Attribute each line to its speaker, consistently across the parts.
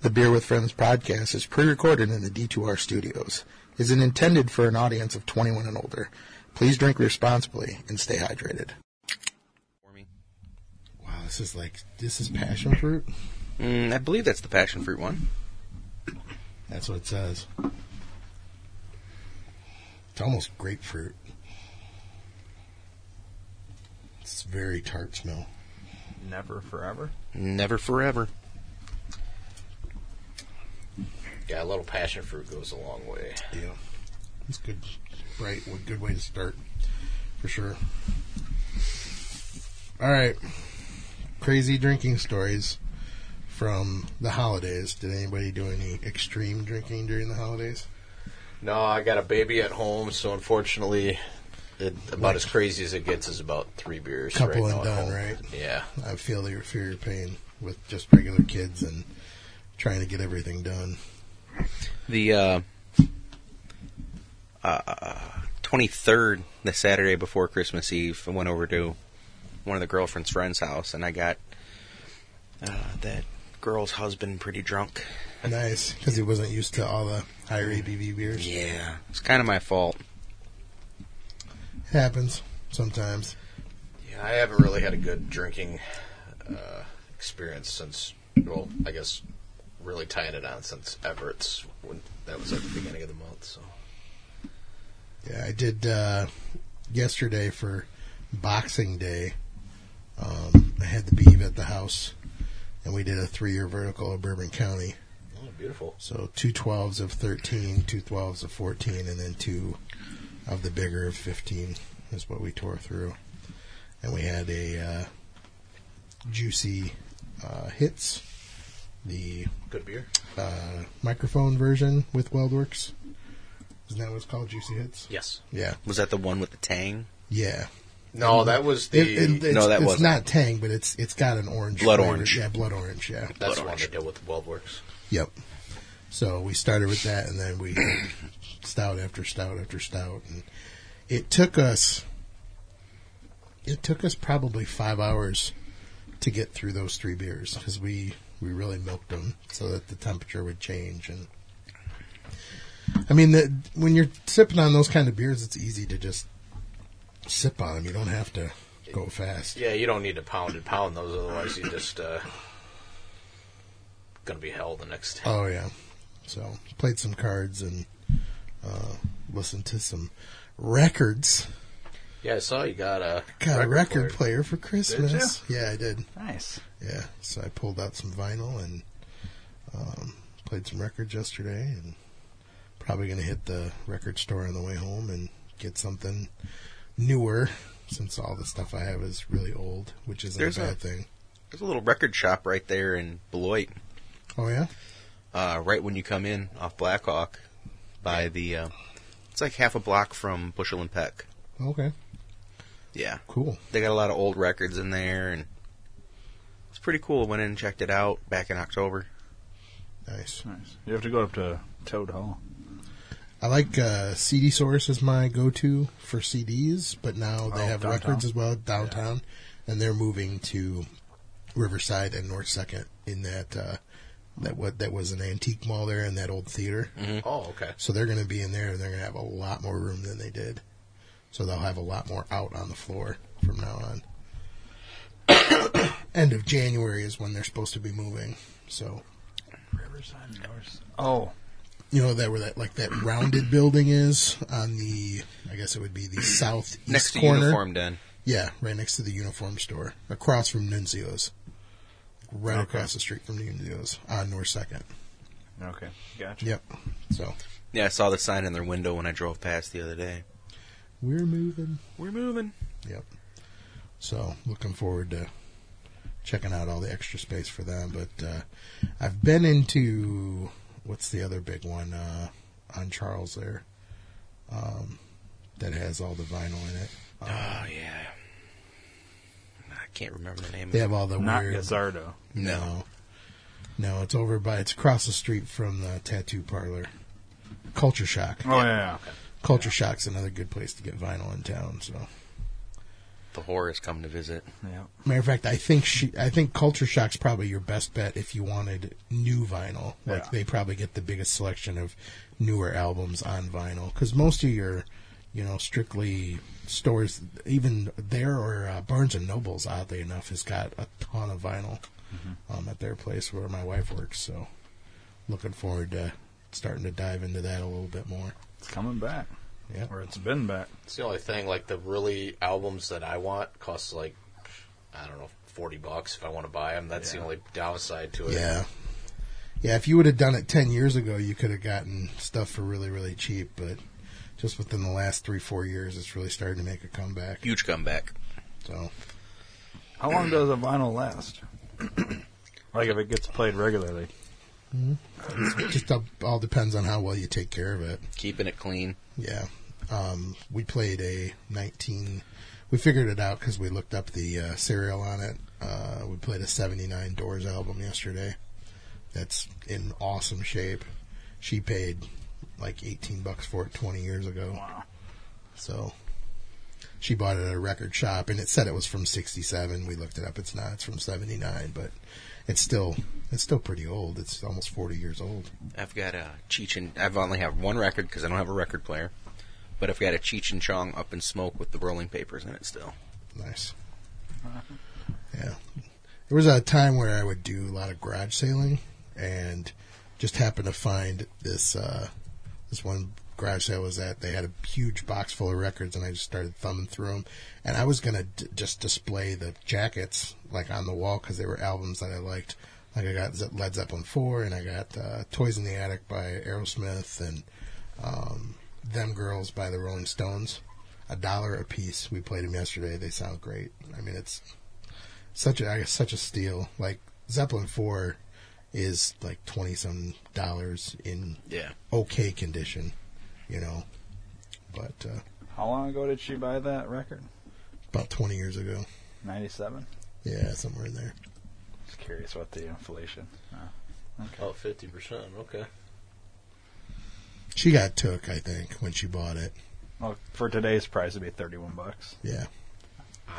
Speaker 1: The Beer with Friends podcast is pre-recorded in the D2R studios. Is it intended for an audience of 21 and older? Please drink responsibly and stay hydrated.
Speaker 2: for me.
Speaker 1: Wow, this is like this is passion fruit.
Speaker 2: Mm, I believe that's the passion fruit one.
Speaker 1: That's what it says. It's almost grapefruit. It's very tart smell.
Speaker 3: Never forever.
Speaker 2: Never forever.
Speaker 4: Yeah, a little passion fruit goes a long way.
Speaker 1: Yeah, it's good, right? What good way to start, for sure. All right, crazy drinking stories from the holidays. Did anybody do any extreme drinking during the holidays?
Speaker 4: No, I got a baby at home, so unfortunately, it, about as crazy as it gets is about three beers.
Speaker 1: Couple
Speaker 4: right
Speaker 1: and
Speaker 4: now at
Speaker 1: done,
Speaker 4: home.
Speaker 1: right?
Speaker 4: Yeah,
Speaker 1: I feel your fear, your pain with just regular kids and trying to get everything done.
Speaker 2: The uh, uh, 23rd, the Saturday before Christmas Eve, I went over to one of the girlfriend's friend's house and I got uh, that girl's husband pretty drunk.
Speaker 1: Nice, because he wasn't used to all the higher ABV beers.
Speaker 2: Yeah. It's kind of my fault.
Speaker 1: Happens sometimes.
Speaker 4: yeah. I haven't really had a good drinking uh, experience since. Well, I guess really tying it on since Everett's when that was at the beginning of the month. So
Speaker 1: Yeah, I did uh, yesterday for Boxing Day. Um, I had the beeve at the house, and we did a three-year vertical of Bourbon County.
Speaker 4: oh, beautiful.
Speaker 1: So two 12s of 13, two 12s of 14, and then two of the bigger of 15 is what we tore through. And we had a uh, juicy uh, hits, the
Speaker 4: Good beer.
Speaker 1: uh, microphone version with Weldworks. Isn't that what it's called? Juicy hits.
Speaker 4: Yes.
Speaker 1: Yeah,
Speaker 2: Was that the one with the tang?
Speaker 1: yeah.
Speaker 4: No, that was the.
Speaker 1: Mm-hmm. It- it- it's,
Speaker 2: No, that
Speaker 1: it's
Speaker 2: wasn't.
Speaker 1: not Tang, but it's it's got an orange
Speaker 2: Blood
Speaker 1: flavor.
Speaker 2: orange.
Speaker 1: Yeah, blood orange. Yeah.
Speaker 4: that's the one
Speaker 2: orange.
Speaker 4: they did with Weldworks.
Speaker 1: Yep. So we started with that, and then we stout after stout after stout, and it took us it took us probably five hours to get through those three beers because we we really milked them so that the temperature would change and. I mean, the, when you're sipping on those kind of beers, it's easy to just sip on them. You don't have to go fast.
Speaker 4: Yeah, you don't need to pound and pound those, otherwise you just uh, gonna be hell the next.
Speaker 1: Oh yeah. So played some cards and uh, listened to some records.
Speaker 4: Yeah, I saw you got a
Speaker 1: Got a record player
Speaker 4: player.
Speaker 1: for Christmas. Yeah, I did.
Speaker 3: Nice.
Speaker 1: Yeah, so I pulled out some vinyl and um, played some records yesterday, and probably gonna hit the record store on the way home and get something newer. Since all the stuff I have is really old, which isn't
Speaker 2: There's
Speaker 1: a bad
Speaker 2: a-
Speaker 1: thing.
Speaker 2: There's a little record shop right there in Beloit,
Speaker 1: Oh yeah,
Speaker 2: uh, right when you come in off Blackhawk by the. Uh, it's like half a block from Bushel and Peck.
Speaker 1: okay,
Speaker 2: Yeah.
Speaker 1: cool.
Speaker 2: They got a lot of old records in there, and it's pretty cool. Went in and checked it out back in October.
Speaker 1: Nice.
Speaker 3: Nice. You have to go up to Toad Hall.
Speaker 1: I like uh, CD Source as my go-to for CDs, but now they
Speaker 3: Oh,
Speaker 1: have
Speaker 3: downtown.
Speaker 1: records as well downtown, and they're moving to Riverside and North Second in that uh, that what that was an antique mall there and that old theater.
Speaker 4: Oh, okay.
Speaker 1: So they're going to be in there, and they're going to have a lot more room than they did. So they'll have a lot more out on the floor from now on. End of January is when they're supposed to be moving. So
Speaker 3: Riverside North. Oh,
Speaker 1: you know that where that like that rounded building is on the I guess it would be the southeast
Speaker 2: Next to
Speaker 1: corner.
Speaker 2: Uniform Den.
Speaker 1: Yeah, right next to the uniform store, across from Nunzio's, right across the street from Nunzio's on North Second.
Speaker 3: okay. Gotcha.
Speaker 1: Yep. So
Speaker 2: Yeah, I saw the sign in their window when I drove past the other day.
Speaker 1: we're moving.
Speaker 2: We're moving.
Speaker 1: Yep. So looking forward to checking out all the extra space for them. But uh, I've been into what's the other big one uh, on Charles there um, that has all the vinyl in it.
Speaker 2: Oh yeah. I can't remember the name.
Speaker 1: They
Speaker 2: of
Speaker 1: have all the
Speaker 3: Not
Speaker 1: weird.
Speaker 3: Gazzardo.
Speaker 1: No, no, it's over by. It's across the street from the tattoo parlor. Culture Shock.
Speaker 3: Oh yeah. yeah.
Speaker 1: Culture Shock's another good place to get vinyl in town. So
Speaker 2: it. the whore is coming to visit.
Speaker 3: Yeah.
Speaker 1: Matter of fact, I think she, I think Culture Shock's probably your best bet if you wanted new vinyl. Like
Speaker 3: Yeah.
Speaker 1: they probably get the biggest selection of newer albums on vinyl because most of your, you know, strictly stores, even there or uh, Barnes and Nobles, oddly enough, has got a ton of vinyl um, at their place where my wife works. So, looking forward to starting to dive into that a little bit more.
Speaker 3: It's coming back.
Speaker 1: Yeah,
Speaker 3: Or it's been back.
Speaker 4: It's the only thing. Like the really albums that I want cost like I don't know forty bucks if I want to buy them. That's
Speaker 3: Yeah.
Speaker 4: the only downside to it.
Speaker 1: Yeah. Yeah, if you would have done it 10 years ago, you could have gotten stuff for really, really cheap, but just within the last three, four years, it's really starting to make a comeback.
Speaker 2: Huge comeback.
Speaker 1: So,
Speaker 3: How long does a vinyl last? like if it gets played regularly.
Speaker 1: it just all, all depends on how well you take care of it.
Speaker 2: Keeping it clean.
Speaker 1: Yeah. Um, we played a 19. We figured it out because we looked up the uh, serial on it. Uh, we played a 79 Doors album yesterday. That's in awesome shape. She paid like 18 bucks for it 20 years ago.
Speaker 3: Wow.
Speaker 1: So she bought it at a record shop and it said it was from 67. We looked it up. It's not. It's from 79, but it's still it's still pretty old. It's almost 40 years old.
Speaker 2: I've got a Cheech and I've only have one record because I don't have a record player, but I've got a Cheech and Chong Up in Smoke with the Rolling Papers in it still.
Speaker 1: Nice. Yeah. There was a time where I would do a lot of garage sailing and just happened to find this uh this one garage sale I was at. They had a huge box full of records and I just started thumbing through them and I was going to d- just display the jackets like on the wall cuz they were albums that I liked. Like I got Ze- Led Zeppelin 4 and I got uh, Toys in the Attic by Aerosmith and um, Them Girls by the Rolling Stones. A dollar a piece. We played them yesterday. They sound great. I mean, it's such a I guess such a steal. Like Zeppelin Four is like twenty some dollars in
Speaker 2: Yeah.
Speaker 1: okay condition, you know. But uh,
Speaker 3: How long ago did she buy that record?
Speaker 1: about twenty years ago,
Speaker 3: 97?
Speaker 1: yeah, somewhere in there.
Speaker 3: Just curious what the inflation. Oh, okay.
Speaker 4: Oh, 50 percent. Okay.
Speaker 1: She got took, I think, when she bought it.
Speaker 3: Well, for today's price, it'd be 31 bucks.
Speaker 1: Yeah,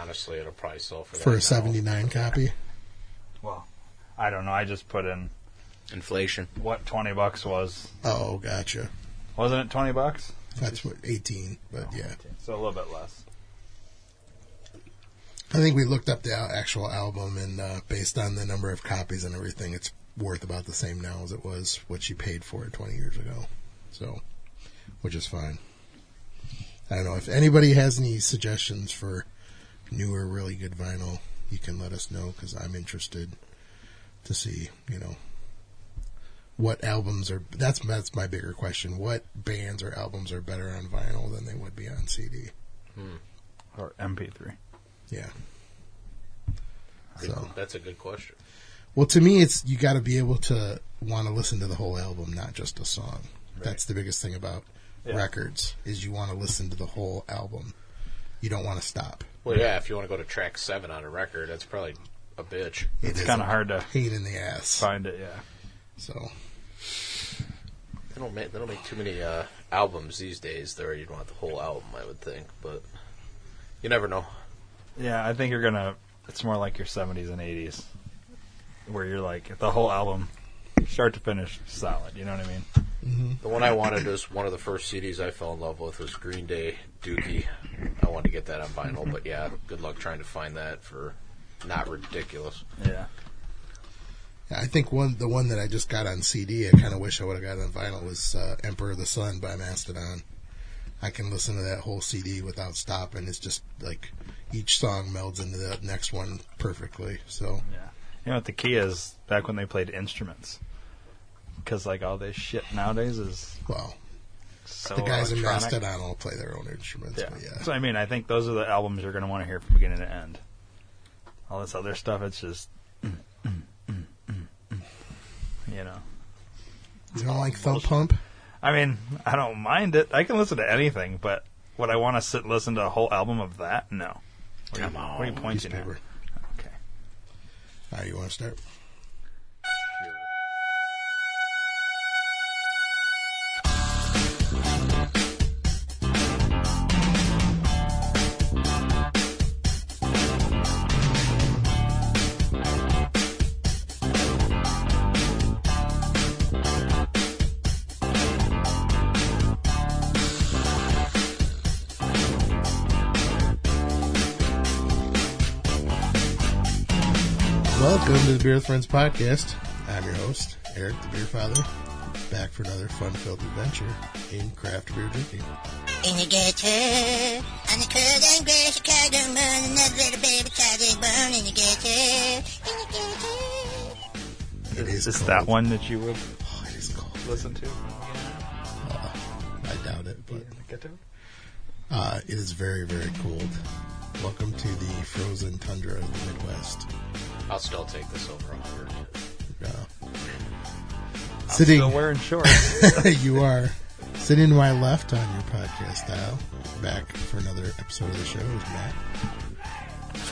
Speaker 4: Honestly, it'll probably sell for
Speaker 1: for
Speaker 4: that
Speaker 1: a seventy nine copy.
Speaker 3: Well, I don't know. I just put in
Speaker 2: Inflation.
Speaker 3: what 20 bucks was.
Speaker 1: Oh, gotcha.
Speaker 3: Wasn't it 20 bucks?
Speaker 1: That's what eighteen, but yeah.
Speaker 3: So a little bit less.
Speaker 1: I think we looked up the al- actual album, and uh, based on the number of copies and everything, it's worth about the same now as it was what she paid for it 20 years ago. So, which is fine. I don't know if anybody has any suggestions for newer, really good vinyl. You can let us know because I'm interested to see, you know, what albums are. That's that's my bigger question. What bands or albums are better on vinyl than they would be on CD?
Speaker 3: Or MP3.
Speaker 1: Yeah.
Speaker 4: Good- That's a good question.
Speaker 1: Well, to me, it's you got to be able to want to listen to the whole album, not just a song. That's the biggest thing about
Speaker 3: Yeah.
Speaker 1: records is you want to listen to the whole album. You don't want to stop.
Speaker 4: Well, yeah, if you want to go to track seven on a record, that's probably a bitch.
Speaker 3: It's kind of hard to
Speaker 1: pain in the ass.
Speaker 3: find it, yeah.
Speaker 1: So
Speaker 4: They don't make they don't make too many uh, albums these days. There, you'd want the whole album, I would think, but you never know.
Speaker 3: Yeah, I think you're gonna. It's more like your 70s and 80s, where you're like the whole album, start to finish, solid. You know what I mean?
Speaker 4: The one I wanted was one of the first CDs I fell in love with was Green Day Dookie. I wanted to get that on vinyl, but yeah, good luck trying to find that for not ridiculous.
Speaker 3: Yeah.
Speaker 1: I think one the one that I just got on CD, I kind of wish I would have got on vinyl was uh, "Emperor of the Sun" by Mastodon. I can listen to that whole CD without stopping. It's just like each song melds into the next one perfectly. So
Speaker 3: Yeah. You know what the key is? Back when they played instruments, because like all this shit nowadays is
Speaker 1: well,
Speaker 3: so
Speaker 1: the guys in
Speaker 3: Oh, electronic.
Speaker 1: Mastodon all play their own instruments.
Speaker 3: Yeah.
Speaker 1: But yeah.
Speaker 3: So I mean, I think those are the albums you're gonna want to hear from beginning to end. All this other stuff, it's just. You know,
Speaker 1: You don't
Speaker 3: um,
Speaker 1: like Thump Pump?
Speaker 3: I mean, I don't mind it. I can listen to anything, but would I want to sit and listen to a whole album of that? No. What are you-
Speaker 2: Come on,
Speaker 3: What are you pointing
Speaker 1: newspaper.
Speaker 3: at? Okay.
Speaker 1: All right, you want to start? Welcome to the Beer Friends Podcast. I'm your host, Eric the Beer Father, back for another fun filled adventure in craft beer drinking.
Speaker 5: In the ghetto, on the cold and gray Chicago moon, another little baby child is born in the ghetto, in the ghetto.
Speaker 1: It is
Speaker 3: Is
Speaker 1: cold.
Speaker 3: that one that you would
Speaker 1: Oh, it is cold.
Speaker 3: listen to?
Speaker 1: I doubt it, but
Speaker 3: Get to?
Speaker 1: uh, it is very, very cold. Welcome to the frozen tundra of the Midwest.
Speaker 4: I'll still take this over on here.
Speaker 1: Uh,
Speaker 3: Still
Speaker 1: sitting,
Speaker 3: wearing shorts.
Speaker 1: you are sitting to my left on your podcast dial. Back for another episode of the show is Matt.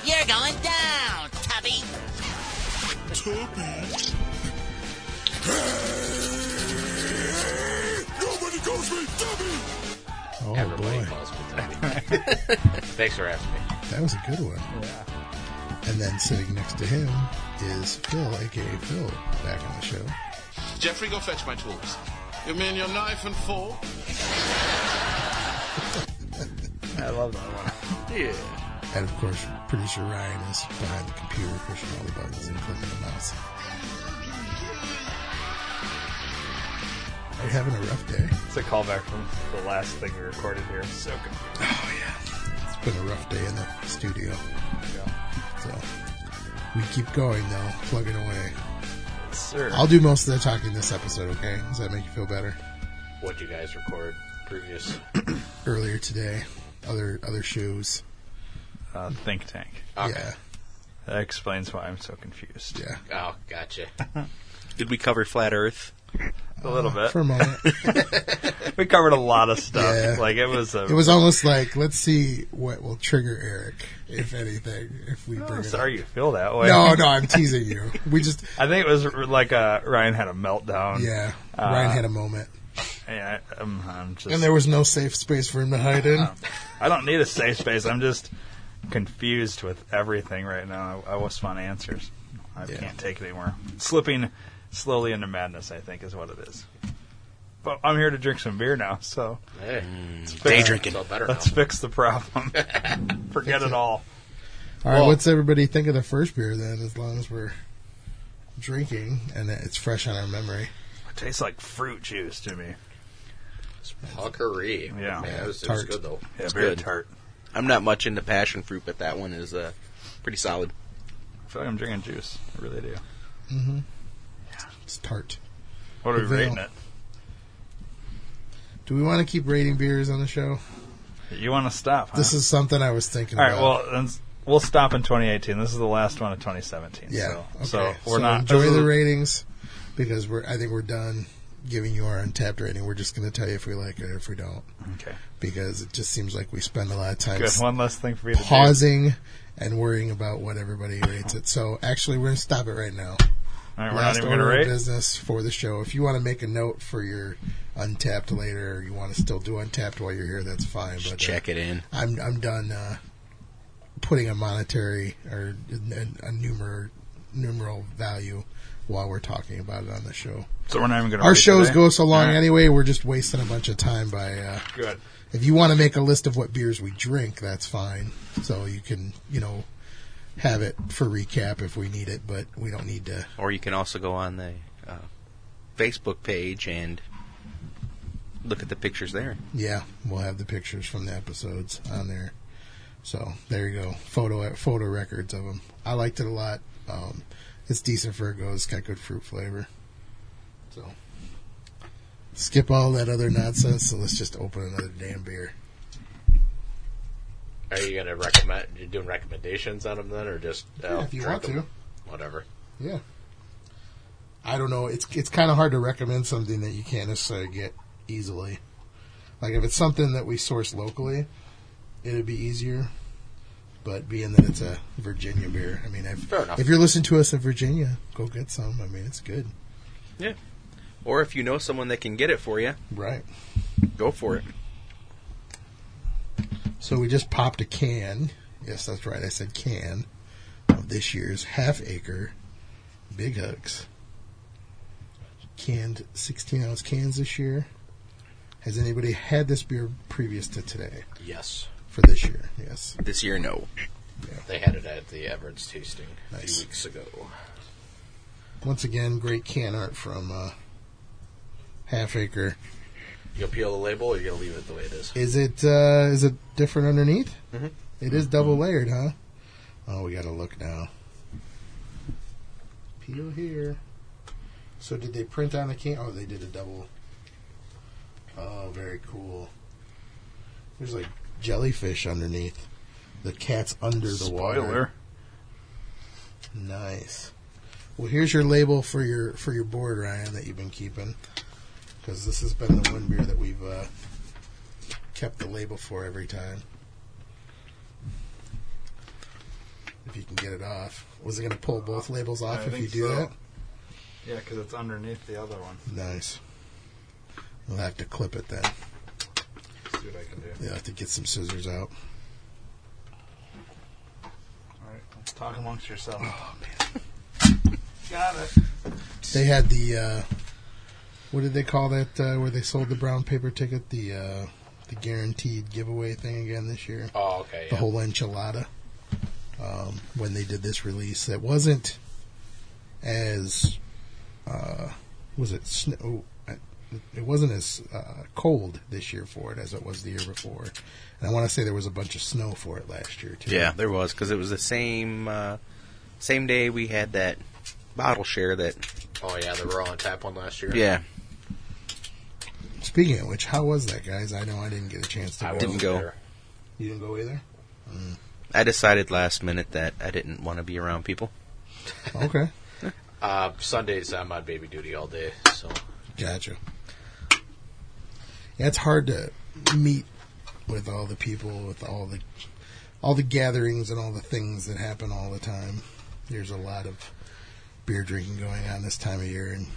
Speaker 5: You're going down, Tubby.
Speaker 1: Oh
Speaker 4: Everybody
Speaker 1: boy,
Speaker 4: calls me Tubby. Thanks for asking me.
Speaker 1: that was a good one. And then sitting next to him is Phil, aka Phil, back on the show.
Speaker 6: Jeffrey, go fetch my tools. You mean your knife and fork?
Speaker 3: I love that one.
Speaker 1: And of course, producer Ryan is behind the computer pushing all the buttons and clicking the mouse. Are you having a rough day?
Speaker 3: It's a callback from the last thing we recorded here. So confused.
Speaker 1: Oh yeah, it's been a rough day in the studio. So we keep going though, plugging away.
Speaker 3: Sir.
Speaker 1: I'll do most of the talking this episode. Okay, does that make you feel better?
Speaker 4: What you guys record previous?
Speaker 1: Earlier today, other other shows.
Speaker 3: Uh, think tank.
Speaker 1: Yeah,
Speaker 3: That explains why I'm so confused.
Speaker 1: yeah.
Speaker 4: Oh, gotcha.
Speaker 2: Did we cover flat Earth?
Speaker 3: A little bit.
Speaker 1: For a moment,
Speaker 3: We covered a lot of stuff.
Speaker 1: Yeah.
Speaker 3: Like it was a.
Speaker 1: it was almost like let's see what will trigger Eric, if anything, if we bring.
Speaker 3: I'm
Speaker 1: it
Speaker 3: Oh, sorry
Speaker 1: up.
Speaker 3: you feel that way.
Speaker 1: No, no, I'm teasing you. We just,
Speaker 3: I think it was r- like uh, Ryan had a meltdown.
Speaker 1: yeah.
Speaker 3: Uh,
Speaker 1: Ryan had a moment,
Speaker 3: And I, am I'm just. um,
Speaker 1: and there was no safe space for him to hide
Speaker 3: Uh,
Speaker 1: in.
Speaker 3: I don't need a safe space. I'm just confused with everything right now. I, I just want answers. I
Speaker 1: Yeah.
Speaker 3: can't take it anymore. Slipping slowly into madness, I think, is what it is. But I'm here to drink some beer now, so
Speaker 4: Hey,
Speaker 1: Hmm.
Speaker 2: Day drinking.
Speaker 4: Feel better now.
Speaker 3: let's fix the problem. Forget it
Speaker 1: All
Speaker 3: all.
Speaker 1: right,
Speaker 4: Well-
Speaker 1: what's everybody think of the first beer then? As long as we're drinking and it's fresh on our memory.
Speaker 3: It tastes like fruit juice to me.
Speaker 4: It's puckery.
Speaker 3: Yeah.
Speaker 4: Man, it was, it was
Speaker 1: Tart.
Speaker 4: good though.
Speaker 3: Yeah,
Speaker 2: It's
Speaker 3: very
Speaker 2: good.
Speaker 3: tart.
Speaker 2: I'm not much into passion fruit, but that one is uh, pretty solid.
Speaker 3: I feel like I'm drinking juice. I really do.
Speaker 1: It's tart.
Speaker 3: What are we
Speaker 1: Good deal.
Speaker 3: rating it?
Speaker 1: Do we want to keep rating beers on the show?
Speaker 3: You want to stop? Huh?
Speaker 1: This is something I was thinking
Speaker 3: Uh, all right.
Speaker 1: about.
Speaker 3: Well, then s- we'll stop in 2018. This is the last one of 2017.
Speaker 1: yeah.
Speaker 3: So,
Speaker 1: okay.
Speaker 3: so we're not
Speaker 1: enjoy
Speaker 3: this is-
Speaker 1: the ratings because we're. I think we're done giving you our untapped rating. We're just going to tell you if we like it or if we don't
Speaker 3: Okay.
Speaker 1: because it just seems like we spend a lot of time
Speaker 3: Good.
Speaker 1: s-
Speaker 3: One less thing for you to do.
Speaker 1: pausing and worrying about what everybody rates it. So actually, we're going to stop it right now.
Speaker 3: All right, we're not
Speaker 1: last
Speaker 3: even
Speaker 1: order
Speaker 3: gonna
Speaker 1: of
Speaker 3: rate.
Speaker 1: business for the show. If you want to make a note for your untapped later, or you want to still do untapped while you're here, that's fine. But uh,
Speaker 2: Just check it in.
Speaker 1: I'm I'm done uh, putting a monetary or a, a numer numeral value while we're talking about it on the show.
Speaker 3: So we're not even going to.
Speaker 1: Our shows go so long
Speaker 3: All right.
Speaker 1: anyway. We're just wasting a bunch of time by. Uh,
Speaker 3: Good.
Speaker 1: if you want to make a list of what beers we drink, that's fine. So you can you know have it for recap if we need it, but we don't need to.
Speaker 2: Or you can also go on the uh, Facebook page and look at the pictures there.
Speaker 1: Yeah, we'll have the pictures from the episodes on there. So there you go, photo photo records of them. I liked it a lot. Um, it's decent for a go. It's got good fruit flavor. So skip all that other nonsense. So let's just open another damn beer.
Speaker 4: Are you gonna recommend? You doing recommendations on them then, or just uh,
Speaker 1: Yeah, if you
Speaker 4: drink
Speaker 1: want
Speaker 4: 'em? Whatever.
Speaker 1: Yeah. I don't know. It's it's kind of hard to recommend something that you can't necessarily get easily. Like if it's something that we source locally, it'd be easier. But being that it's a Virginia beer, I mean, if,
Speaker 4: Fair enough.
Speaker 1: if you're listening to us in Virginia, go get some. I mean, it's good,
Speaker 2: Or if you know someone that can get it for you,
Speaker 1: right?
Speaker 2: go for it.
Speaker 1: So we just popped a can. Yes, that's right. I said can of this year's half acre Big Hugs. Canned 16 ounce cans this year. Has anybody had this beer previous to today
Speaker 4: Yes.
Speaker 1: for this year? Yes.
Speaker 2: This year, no.
Speaker 4: They had it at the Everett's tasting a
Speaker 1: Nice.
Speaker 4: few weeks ago.
Speaker 1: Once again, great can art from uh, Half Acre.
Speaker 4: You'll peel the label, or you're gonna leave it the way it is.
Speaker 1: Is it uh, is it different underneath? It is double layered, huh? Mm-hmm. Oh, we gotta look now. Peel here. So did they print on the can? Oh, they did a double. Oh, very cool. There's like jellyfish underneath. The cat's under the water.
Speaker 3: Spoiler.
Speaker 1: Nice. Well, here's your label for your for your board, Ryan, that you've been keeping. Because this has been the one beer that we've uh, kept the label for every time. If you can get it off, was it going to pull both labels off
Speaker 3: I
Speaker 1: if
Speaker 3: think
Speaker 1: you do
Speaker 3: so.
Speaker 1: that?
Speaker 3: Yeah, because it's underneath the other one.
Speaker 1: Nice. We'll have to clip it then.
Speaker 3: see what I can do.
Speaker 1: You'll have to get some scissors out.
Speaker 3: All right, talk amongst yourselves.
Speaker 1: Oh,
Speaker 3: Got it.
Speaker 1: They had the uh, what did they call that uh, where they sold the brown paper ticket? The uh, the guaranteed giveaway thing again this year.
Speaker 4: Oh, okay.
Speaker 1: the
Speaker 4: Yeah.
Speaker 1: whole enchilada um, when they did this release that wasn't as uh, was it sn- oh, I- it wasn't as uh, cold this year for it as it was the year before and i want to say there was a bunch of snow for it last year too
Speaker 2: Yeah, there was because it was the same uh, same day we had that bottle share that.
Speaker 4: Oh yeah, they were all on tap one last year.
Speaker 2: Yeah,
Speaker 1: speaking of which how was that guys i know i didn't get a chance to
Speaker 4: I
Speaker 1: go
Speaker 2: Didn't
Speaker 4: wasn't
Speaker 2: go.
Speaker 4: there.
Speaker 1: you didn't go either
Speaker 2: I decided last minute that I didn't want to be around people.
Speaker 1: okay
Speaker 4: Uh, Sundays I'm on baby duty all day, so
Speaker 1: Gotcha. Yeah, it's hard to meet with all the people, with all the all the gatherings and all the things that happen all the time. There's a lot of beer drinking going on this time of year, and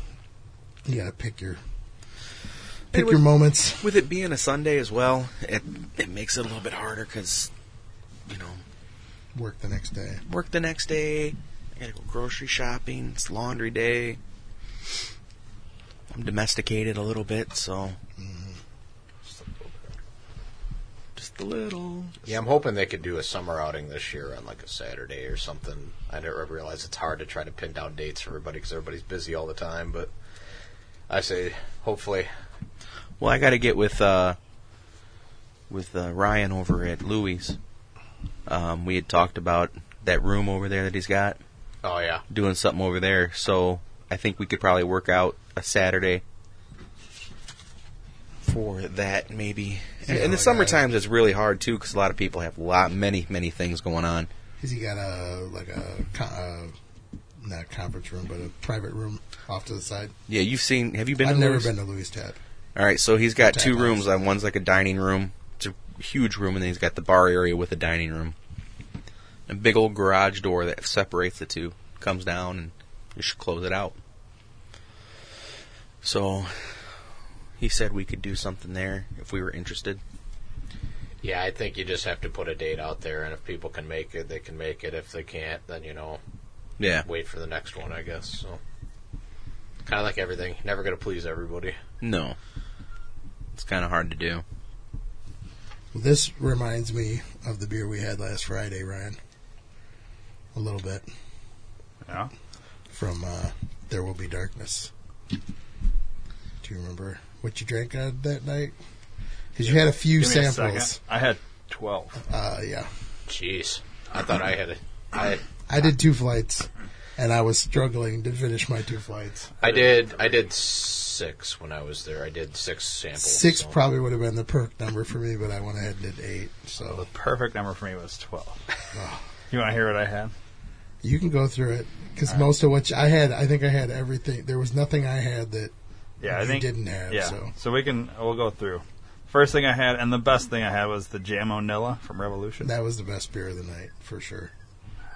Speaker 1: you got to pick your pick
Speaker 2: Anyway-
Speaker 1: your moments.
Speaker 2: With it being a Sunday as well, it it makes it a little bit harder because you know
Speaker 1: Work the next day.
Speaker 2: work the next day. I gotta go grocery shopping. It's laundry day. I'm domesticated a little bit, so just a little.
Speaker 4: yeah, I'm hoping they could do a summer outing this year on like a Saturday or something. I never realize it's hard to try to pin down dates for everybody because everybody's busy all the time. But I say, hopefully,
Speaker 2: Well, I got to get with uh, with uh, Ryan over at Louis. Um, we had talked about that room over there that he's got
Speaker 4: oh yeah,
Speaker 2: doing something over there, so I think we could probably work out a Saturday for that maybe. And in
Speaker 1: Yeah, uh,
Speaker 2: the
Speaker 1: I
Speaker 2: summer
Speaker 1: got it.
Speaker 2: times, it's really hard too because a lot of people have a lot, many, many things going on.
Speaker 1: Cause you got a like a, co- uh not a conference room, but a private room off to the side.
Speaker 2: Yeah, you've seen. Have you been?
Speaker 1: I've
Speaker 2: to
Speaker 1: never
Speaker 2: Louis?
Speaker 1: been to Louis Tab.
Speaker 2: All right, so he's got
Speaker 1: Tap
Speaker 2: two
Speaker 1: house.
Speaker 2: rooms. On one's like a dining room, it's a huge room, and then he's got the bar area with a dining room. A big old garage door that separates the two comes down, and you should close it out. So he said we could do something there if we were interested.
Speaker 4: yeah. I think you just have to put a date out there, and if people can make it, they can make it. If they can't, then you know,
Speaker 2: Yeah.
Speaker 4: wait for the next one, I guess. So kind of like everything, never gonna please everybody.
Speaker 2: No. It's kind of hard to do.
Speaker 1: Well, this reminds me of the beer we had last Friday, Ryan. A little bit
Speaker 3: Yeah.
Speaker 1: from uh, There Will Be Darkness. Do you remember what you drank uh, that night? Because you had a few
Speaker 3: Give me a
Speaker 1: samples.
Speaker 3: second. I had twelve.
Speaker 1: uh, yeah,
Speaker 4: Jeez, I thought I had it. I
Speaker 1: I did two flights, and I was struggling to finish my two flights.
Speaker 4: I did I did six when I was there. I did six samples.
Speaker 1: Six
Speaker 4: so-
Speaker 1: probably would have been the perk number for me, but I went ahead and did eight.
Speaker 3: The
Speaker 1: So
Speaker 3: perfect number for me was twelve. you want to hear what I had?
Speaker 1: you can go through it because most of what I had, I think I had everything. There was nothing I had that
Speaker 3: Yeah, I
Speaker 1: You
Speaker 3: think
Speaker 1: didn't have,
Speaker 3: Yeah,
Speaker 1: so.
Speaker 3: we can we'll go through. First thing I had, and the best thing I had was the Jamonilla from Revolution.
Speaker 1: That was the best beer of the night for sure.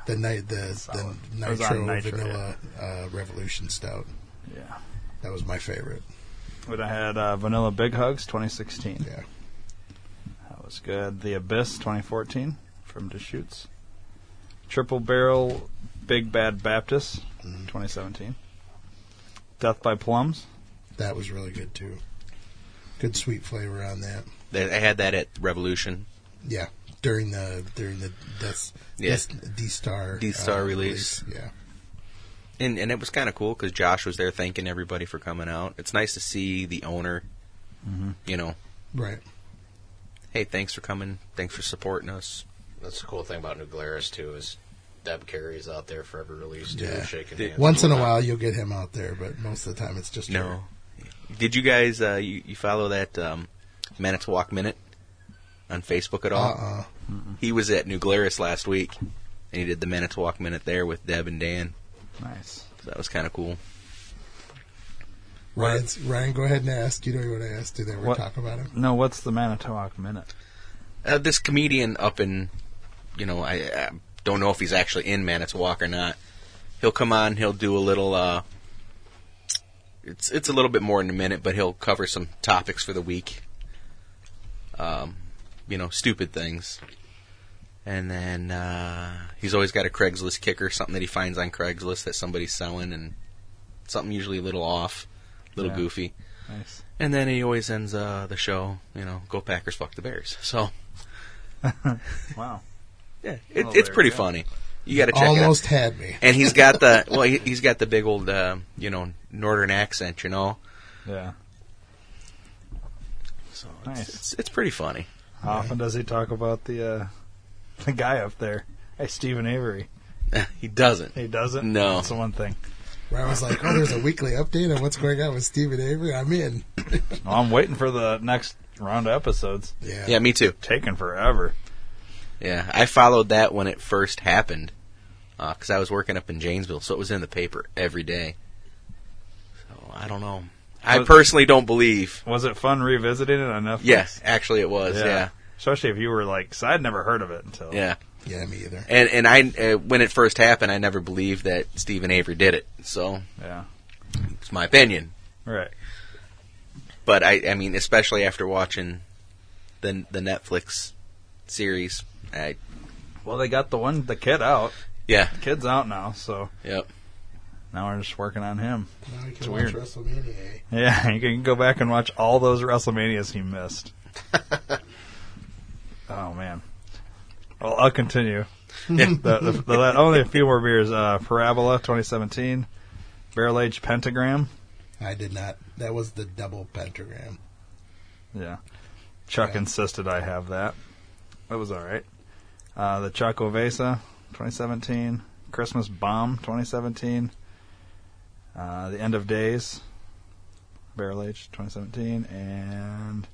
Speaker 1: The night the
Speaker 3: Solid.
Speaker 1: the
Speaker 3: It was on
Speaker 1: nitro,
Speaker 3: nitro,
Speaker 1: vanilla uh, revolution stout.
Speaker 3: yeah,
Speaker 1: That was my favorite.
Speaker 3: but I had uh, Vanilla Big Hugs 2016.
Speaker 1: Yeah,
Speaker 3: That was good. The Abyss 2014 from Deschutes. Triple Barrel Big Bad Baptist
Speaker 1: Mm-hmm.
Speaker 3: 2017. Death by Plums.
Speaker 1: that was really good too. Good sweet flavor on that.
Speaker 2: They- I had that at Revolution.
Speaker 1: Yeah, during the during the Death,
Speaker 2: Yeah.
Speaker 1: Death- D-Star uh,
Speaker 2: D-Star release.
Speaker 1: Yeah.
Speaker 2: And and it was kind of cool because Josh was there thanking everybody for coming out. It's nice to see the owner, you know,
Speaker 1: Right.
Speaker 2: hey, thanks for coming, thanks for supporting us.
Speaker 4: That's the cool thing about New Glarus too is Deb Carey's out there for every release too,
Speaker 1: Yeah.
Speaker 4: shaking
Speaker 2: The-
Speaker 4: hands.
Speaker 1: Once in a while you'll get him out there, but most of the time it's just her.
Speaker 2: No, did you guys uh, you, you follow that um, Manitowoc Minute on Facebook at all?
Speaker 1: Uh-uh.
Speaker 2: He was at New Glarus last week, and he did the Manitowoc Minute there with Deb and Dan.
Speaker 3: Nice.
Speaker 2: So that was kind of cool.
Speaker 1: Ryan's, Ryan, go ahead and ask. You know what I asked you there. We're
Speaker 3: What-
Speaker 1: talking about him.
Speaker 3: No, what's the Manitowoc Minute?
Speaker 2: Uh, this comedian up in, you know, I, I don't know if he's actually in Manitowoc or not. He'll come on. He'll do a little. Uh, it's it's a little bit more in a minute, but he'll cover some topics for the week. Um, you know, stupid things. And then uh, he's always got a Craigslist kicker, something that he finds on Craigslist that somebody's selling, and something usually a little off, a little
Speaker 3: Yeah.
Speaker 2: goofy.
Speaker 3: Nice.
Speaker 2: And then he always ends uh, the show, you know, go Packers, fuck the Bears. So.
Speaker 3: Wow.
Speaker 2: Yeah, it,
Speaker 3: Oh,
Speaker 2: it's
Speaker 3: there
Speaker 2: pretty
Speaker 3: you go.
Speaker 2: funny. You got to check it out.
Speaker 1: Almost had me.
Speaker 2: And he's got the well, he, he's got the big old uh, you know northern accent, you know.
Speaker 3: Yeah.
Speaker 2: So it's,
Speaker 3: Nice.
Speaker 2: it's it's pretty funny.
Speaker 3: How often does he talk about the uh, the guy up there? Hey, Stephen Avery.
Speaker 2: he doesn't.
Speaker 3: He doesn't.
Speaker 2: No.
Speaker 3: that's the one thing.
Speaker 1: Where I was like, oh, there's a weekly update on what's going on with Stephen Avery. I'm in.
Speaker 3: Well, I'm waiting for the next round of episodes.
Speaker 1: Yeah.
Speaker 2: Yeah, me too.
Speaker 3: Taking forever.
Speaker 2: Yeah, I followed that when it first happened because I was working up in Janesville, so it was in the paper every day. So I don't know. I
Speaker 3: Was-
Speaker 2: personally don't believe.
Speaker 3: Was it fun revisiting it on Netflix?
Speaker 2: Yes, actually, it was. Yeah,
Speaker 3: Especially if you were like, so I'd never heard of it until.
Speaker 2: yeah.
Speaker 1: Yeah, me either.
Speaker 2: And and I uh, when it first happened, I never believed that Stephen Avery did it. So
Speaker 3: Yeah.
Speaker 2: it's my opinion.
Speaker 3: Right.
Speaker 2: but I, I mean, especially after watching the the Netflix series, I
Speaker 3: Well, they got the one, the kid out.
Speaker 2: yeah,
Speaker 3: Kid's out now, so
Speaker 2: yep,
Speaker 3: now we're just working on him.
Speaker 1: Now we
Speaker 3: It's
Speaker 1: can watch
Speaker 3: weird.
Speaker 1: WrestleMania. eh?
Speaker 3: Yeah, you can go back and watch all those WrestleManias he missed. oh man. Well, I'll continue. The- the- the- only a few more beers. Uh, Parabola 2017, Barrel Age Pentagram.
Speaker 1: I did not. That was the double pentagram.
Speaker 3: Yeah, Chuck
Speaker 1: Yeah.
Speaker 3: insisted I have that. That was all right. Uh, the Chuck Ovesa 2017, Christmas Bomb 2017, uh, The End of Days, Barrel Age 2017, and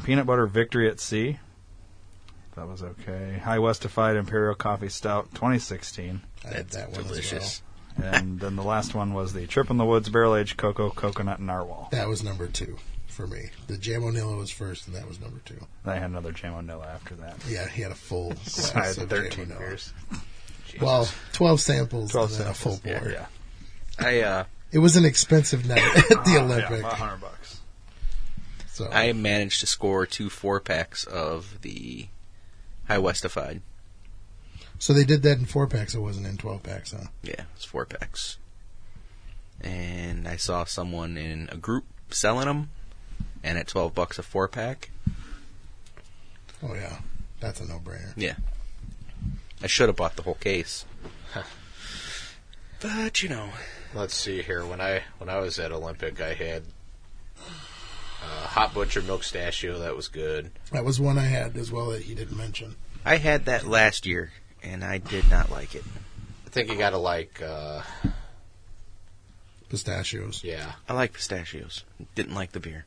Speaker 3: Peanut Butter Victory at Sea. That was okay. High Westified Imperial Coffee Stout 2016.
Speaker 1: I had
Speaker 2: that's
Speaker 1: that one
Speaker 2: delicious.
Speaker 3: And then the last one was the Trip in the Woods Barrel Age Cocoa Coconut Narwhal.
Speaker 1: As well. That was number two for me. The Jamonilla was first, and that was number two.
Speaker 3: I had another Jamonilla after that.
Speaker 1: Yeah, he had a full glass
Speaker 3: So I had
Speaker 1: of
Speaker 3: 13
Speaker 1: Jamonilla.
Speaker 3: beers.
Speaker 1: Well, 12 samples
Speaker 3: 12
Speaker 1: and then
Speaker 3: samples.
Speaker 1: a full pour.
Speaker 3: Yeah.
Speaker 2: I uh,
Speaker 1: It was an expensive night at the
Speaker 3: Yeah, uh-huh.
Speaker 1: Olympic.
Speaker 3: about 100 bucks.
Speaker 1: so
Speaker 2: I managed to score two four packs of the High Westified.
Speaker 1: So they did that in four packs. It wasn't in twelve packs, huh?
Speaker 2: Yeah, it's four packs, and I saw someone in a group selling them, and at twelve bucks a four pack.
Speaker 1: Oh yeah, that's a no-brainer.
Speaker 2: Yeah, I should have bought the whole case. But you know,
Speaker 4: Let's see here. When I when I was at Olympic, I had uh, hot butcher milk stachio. That was good.
Speaker 1: That was one I had as well that he didn't mention.
Speaker 2: I had that last year, and I did not like it.
Speaker 4: I think you gotta like uh,
Speaker 1: Pistachios.
Speaker 4: yeah.
Speaker 2: I like pistachios. Didn't like the beer.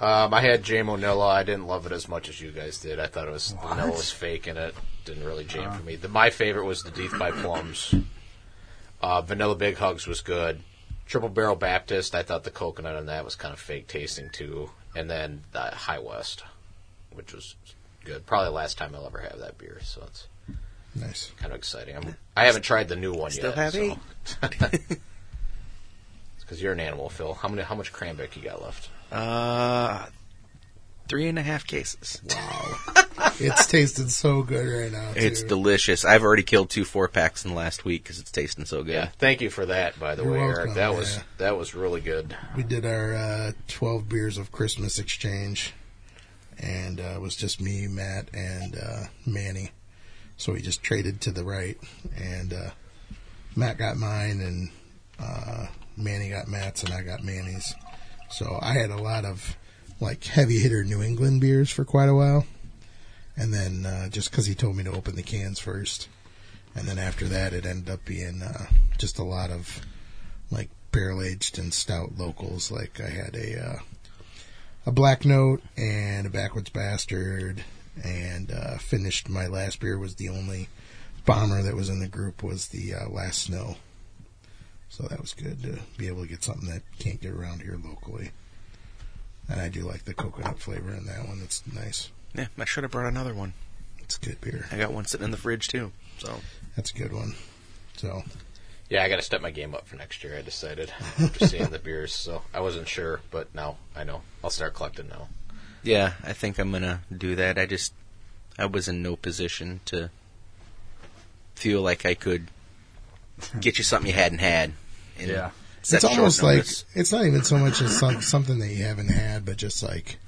Speaker 4: Um, I had Jay Monilla. I didn't love it as much as you guys did. I thought it was the vanilla was fake and it didn't really
Speaker 2: Uh.
Speaker 4: jam for me. The, my favorite was the Death by Plums. Uh, vanilla Big Hugs was good. Triple Barrel Baptist. I thought the coconut on that was kind of fake tasting too. And then the High West, which was good. Probably the last time I'll ever have that beer. So it's
Speaker 1: Nice.
Speaker 4: kind of exciting. I'm, I haven't tried the new one
Speaker 2: Still have
Speaker 4: yet.
Speaker 2: eight.
Speaker 4: Because you're an animal, Phil. How many? How much cranberry you got left?
Speaker 2: Uh, three and a half cases.
Speaker 1: It's tasting so good right now. Too.
Speaker 2: It's delicious. I've already killed two four packs in the last week because it's tasting so good.
Speaker 4: Yeah. Thank you for that, by the
Speaker 1: You're
Speaker 4: way,
Speaker 1: welcome,
Speaker 4: Eric. That was
Speaker 1: yeah.
Speaker 4: that was really good.
Speaker 1: we did our uh, twelve beers of Christmas exchange and uh, it was just me, Matt, and uh, Manny. So we just traded to the right, and uh, Matt got mine, and uh, Manny got Matt's, and I got Manny's. So I had a lot of like heavy hitter New England beers for quite a while, and then uh, just because he told me to open the cans first, and then after that it ended up being uh, just a lot of like barrel aged and stout locals. Like I had a uh, a black note and a backwards bastard, and uh, finished my last beer was the only bomber that was in the group was the uh, last snow. So that was good to be able to get something that can't get around here locally. And I do like the coconut flavor in that one. It's nice.
Speaker 2: Yeah, I should have brought another one.
Speaker 1: It's good beer.
Speaker 2: I got one sitting in the fridge too. So
Speaker 1: That's a good one. So
Speaker 4: Yeah, I got to step my game up for next year. I decided after seeing the beers, so I wasn't sure, but now I know. I'll start collecting now.
Speaker 2: yeah, I think I'm gonna do that. I just I was in no position to feel like I could get you something you hadn't had. And
Speaker 3: Yeah.
Speaker 2: set
Speaker 1: it's
Speaker 2: short
Speaker 1: almost like
Speaker 2: notice.
Speaker 1: it's not even so much as some, something that you haven't had, but just like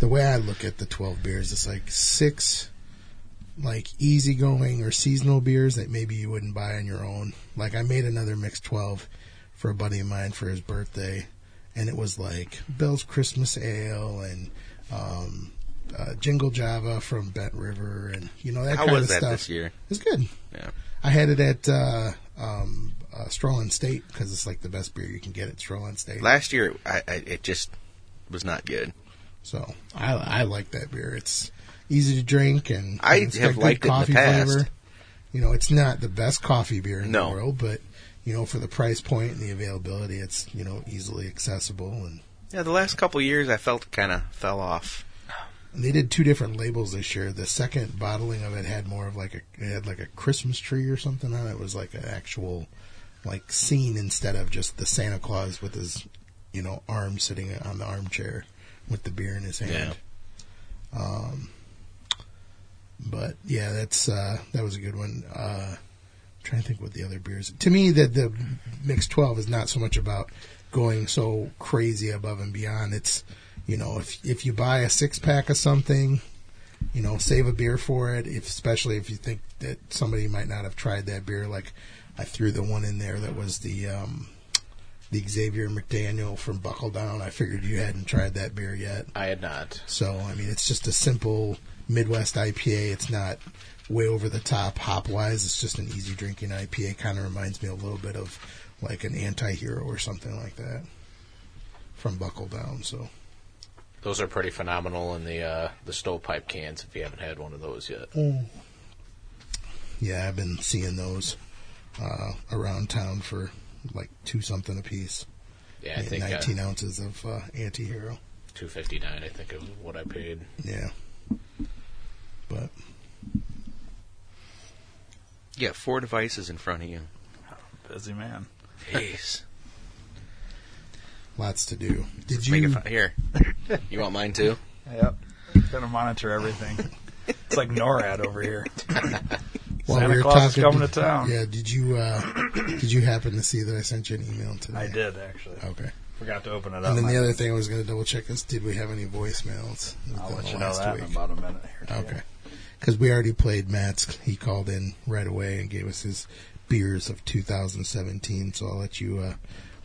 Speaker 1: the way I look at the twelve beers, it's like six like easygoing or seasonal beers that maybe you wouldn't buy on your own. Like I made another mixed twelve for a buddy of mine for his birthday, and it was like Bell's Christmas Ale and um, uh, Jingle Java from Bent River, and you know that
Speaker 2: How
Speaker 1: kind
Speaker 2: was
Speaker 1: of
Speaker 2: that
Speaker 1: stuff.
Speaker 2: this year?
Speaker 1: It's good.
Speaker 2: Yeah.
Speaker 1: I had it at uh, um, uh, Strollen State because it's like the best beer you can get at Strollen State.
Speaker 2: Last year, I, I it just was not good.
Speaker 1: So I, I like that beer. It's easy to drink and
Speaker 2: I
Speaker 1: it's got
Speaker 2: have
Speaker 1: good
Speaker 2: liked it in the past.
Speaker 1: You know, it's not the best coffee beer in
Speaker 2: No.
Speaker 1: the world, but you know, for the price point and the availability, it's you know easily accessible. And
Speaker 2: Yeah, the last couple years, I felt kind of fell off.
Speaker 1: they did two different labels this year. The second bottling of it had more of like a it had like a Christmas tree or something on it. It was like an actual like scene instead of just the Santa Claus with his you know arm sitting on the armchair with the beer in his hand. Um,
Speaker 2: Yeah.
Speaker 1: but yeah, that's uh, that was a good one. Uh, trying to think what the other beers. To me, that the mixed twelve is not so much about going so crazy above and beyond. It's you know if if you buy a six pack of something, you know save a beer for it. If especially if you think that somebody might not have tried that beer, like I threw the one in there that was the um, the Xavier McDaniel from Buckle Down. I figured you hadn't tried that beer yet.
Speaker 4: I had not.
Speaker 1: So I mean, it's just a simple Midwest IPA. It's not way over the top hop wise. It's just an easy drinking IPA. Kind of reminds me a little bit of like an anti-hero or something like that from Buckle Down. So
Speaker 4: Those are pretty phenomenal in the uh, the stovepipe cans. If you haven't had one of those yet,
Speaker 1: Mm. yeah, I've been seeing those uh, around town for like two something a piece.
Speaker 4: yeah, I
Speaker 1: Yeah,
Speaker 4: think uh,
Speaker 1: 19 ounces of uh, anti-hero.
Speaker 4: two fifty nine. I think of what I paid.
Speaker 1: Yeah, but
Speaker 2: You got four devices in front of you.
Speaker 3: Busy man.
Speaker 2: Jeez.
Speaker 1: lots to do. Did
Speaker 2: Make it
Speaker 1: you?
Speaker 2: fun. Here. You want mine too?
Speaker 3: Yep. Gotta monitor everything. It's like NORAD over here.
Speaker 1: while
Speaker 3: Santa
Speaker 1: we were
Speaker 3: Claus is coming
Speaker 1: did-
Speaker 3: to town.
Speaker 1: Yeah, did you? Uh, did you happen to see that I sent you an email today?
Speaker 3: I did actually.
Speaker 1: Okay.
Speaker 3: Forgot to open it up.
Speaker 1: Oh. And then the other thing I was going to double check is did we have any voicemails? within
Speaker 3: I'll let
Speaker 1: the
Speaker 3: you know
Speaker 1: last
Speaker 3: that in
Speaker 1: week?
Speaker 3: about a minute here.
Speaker 1: Okay. Because we already played Matt's. He called in right away and gave us his beers of 2017. So I'll let you uh,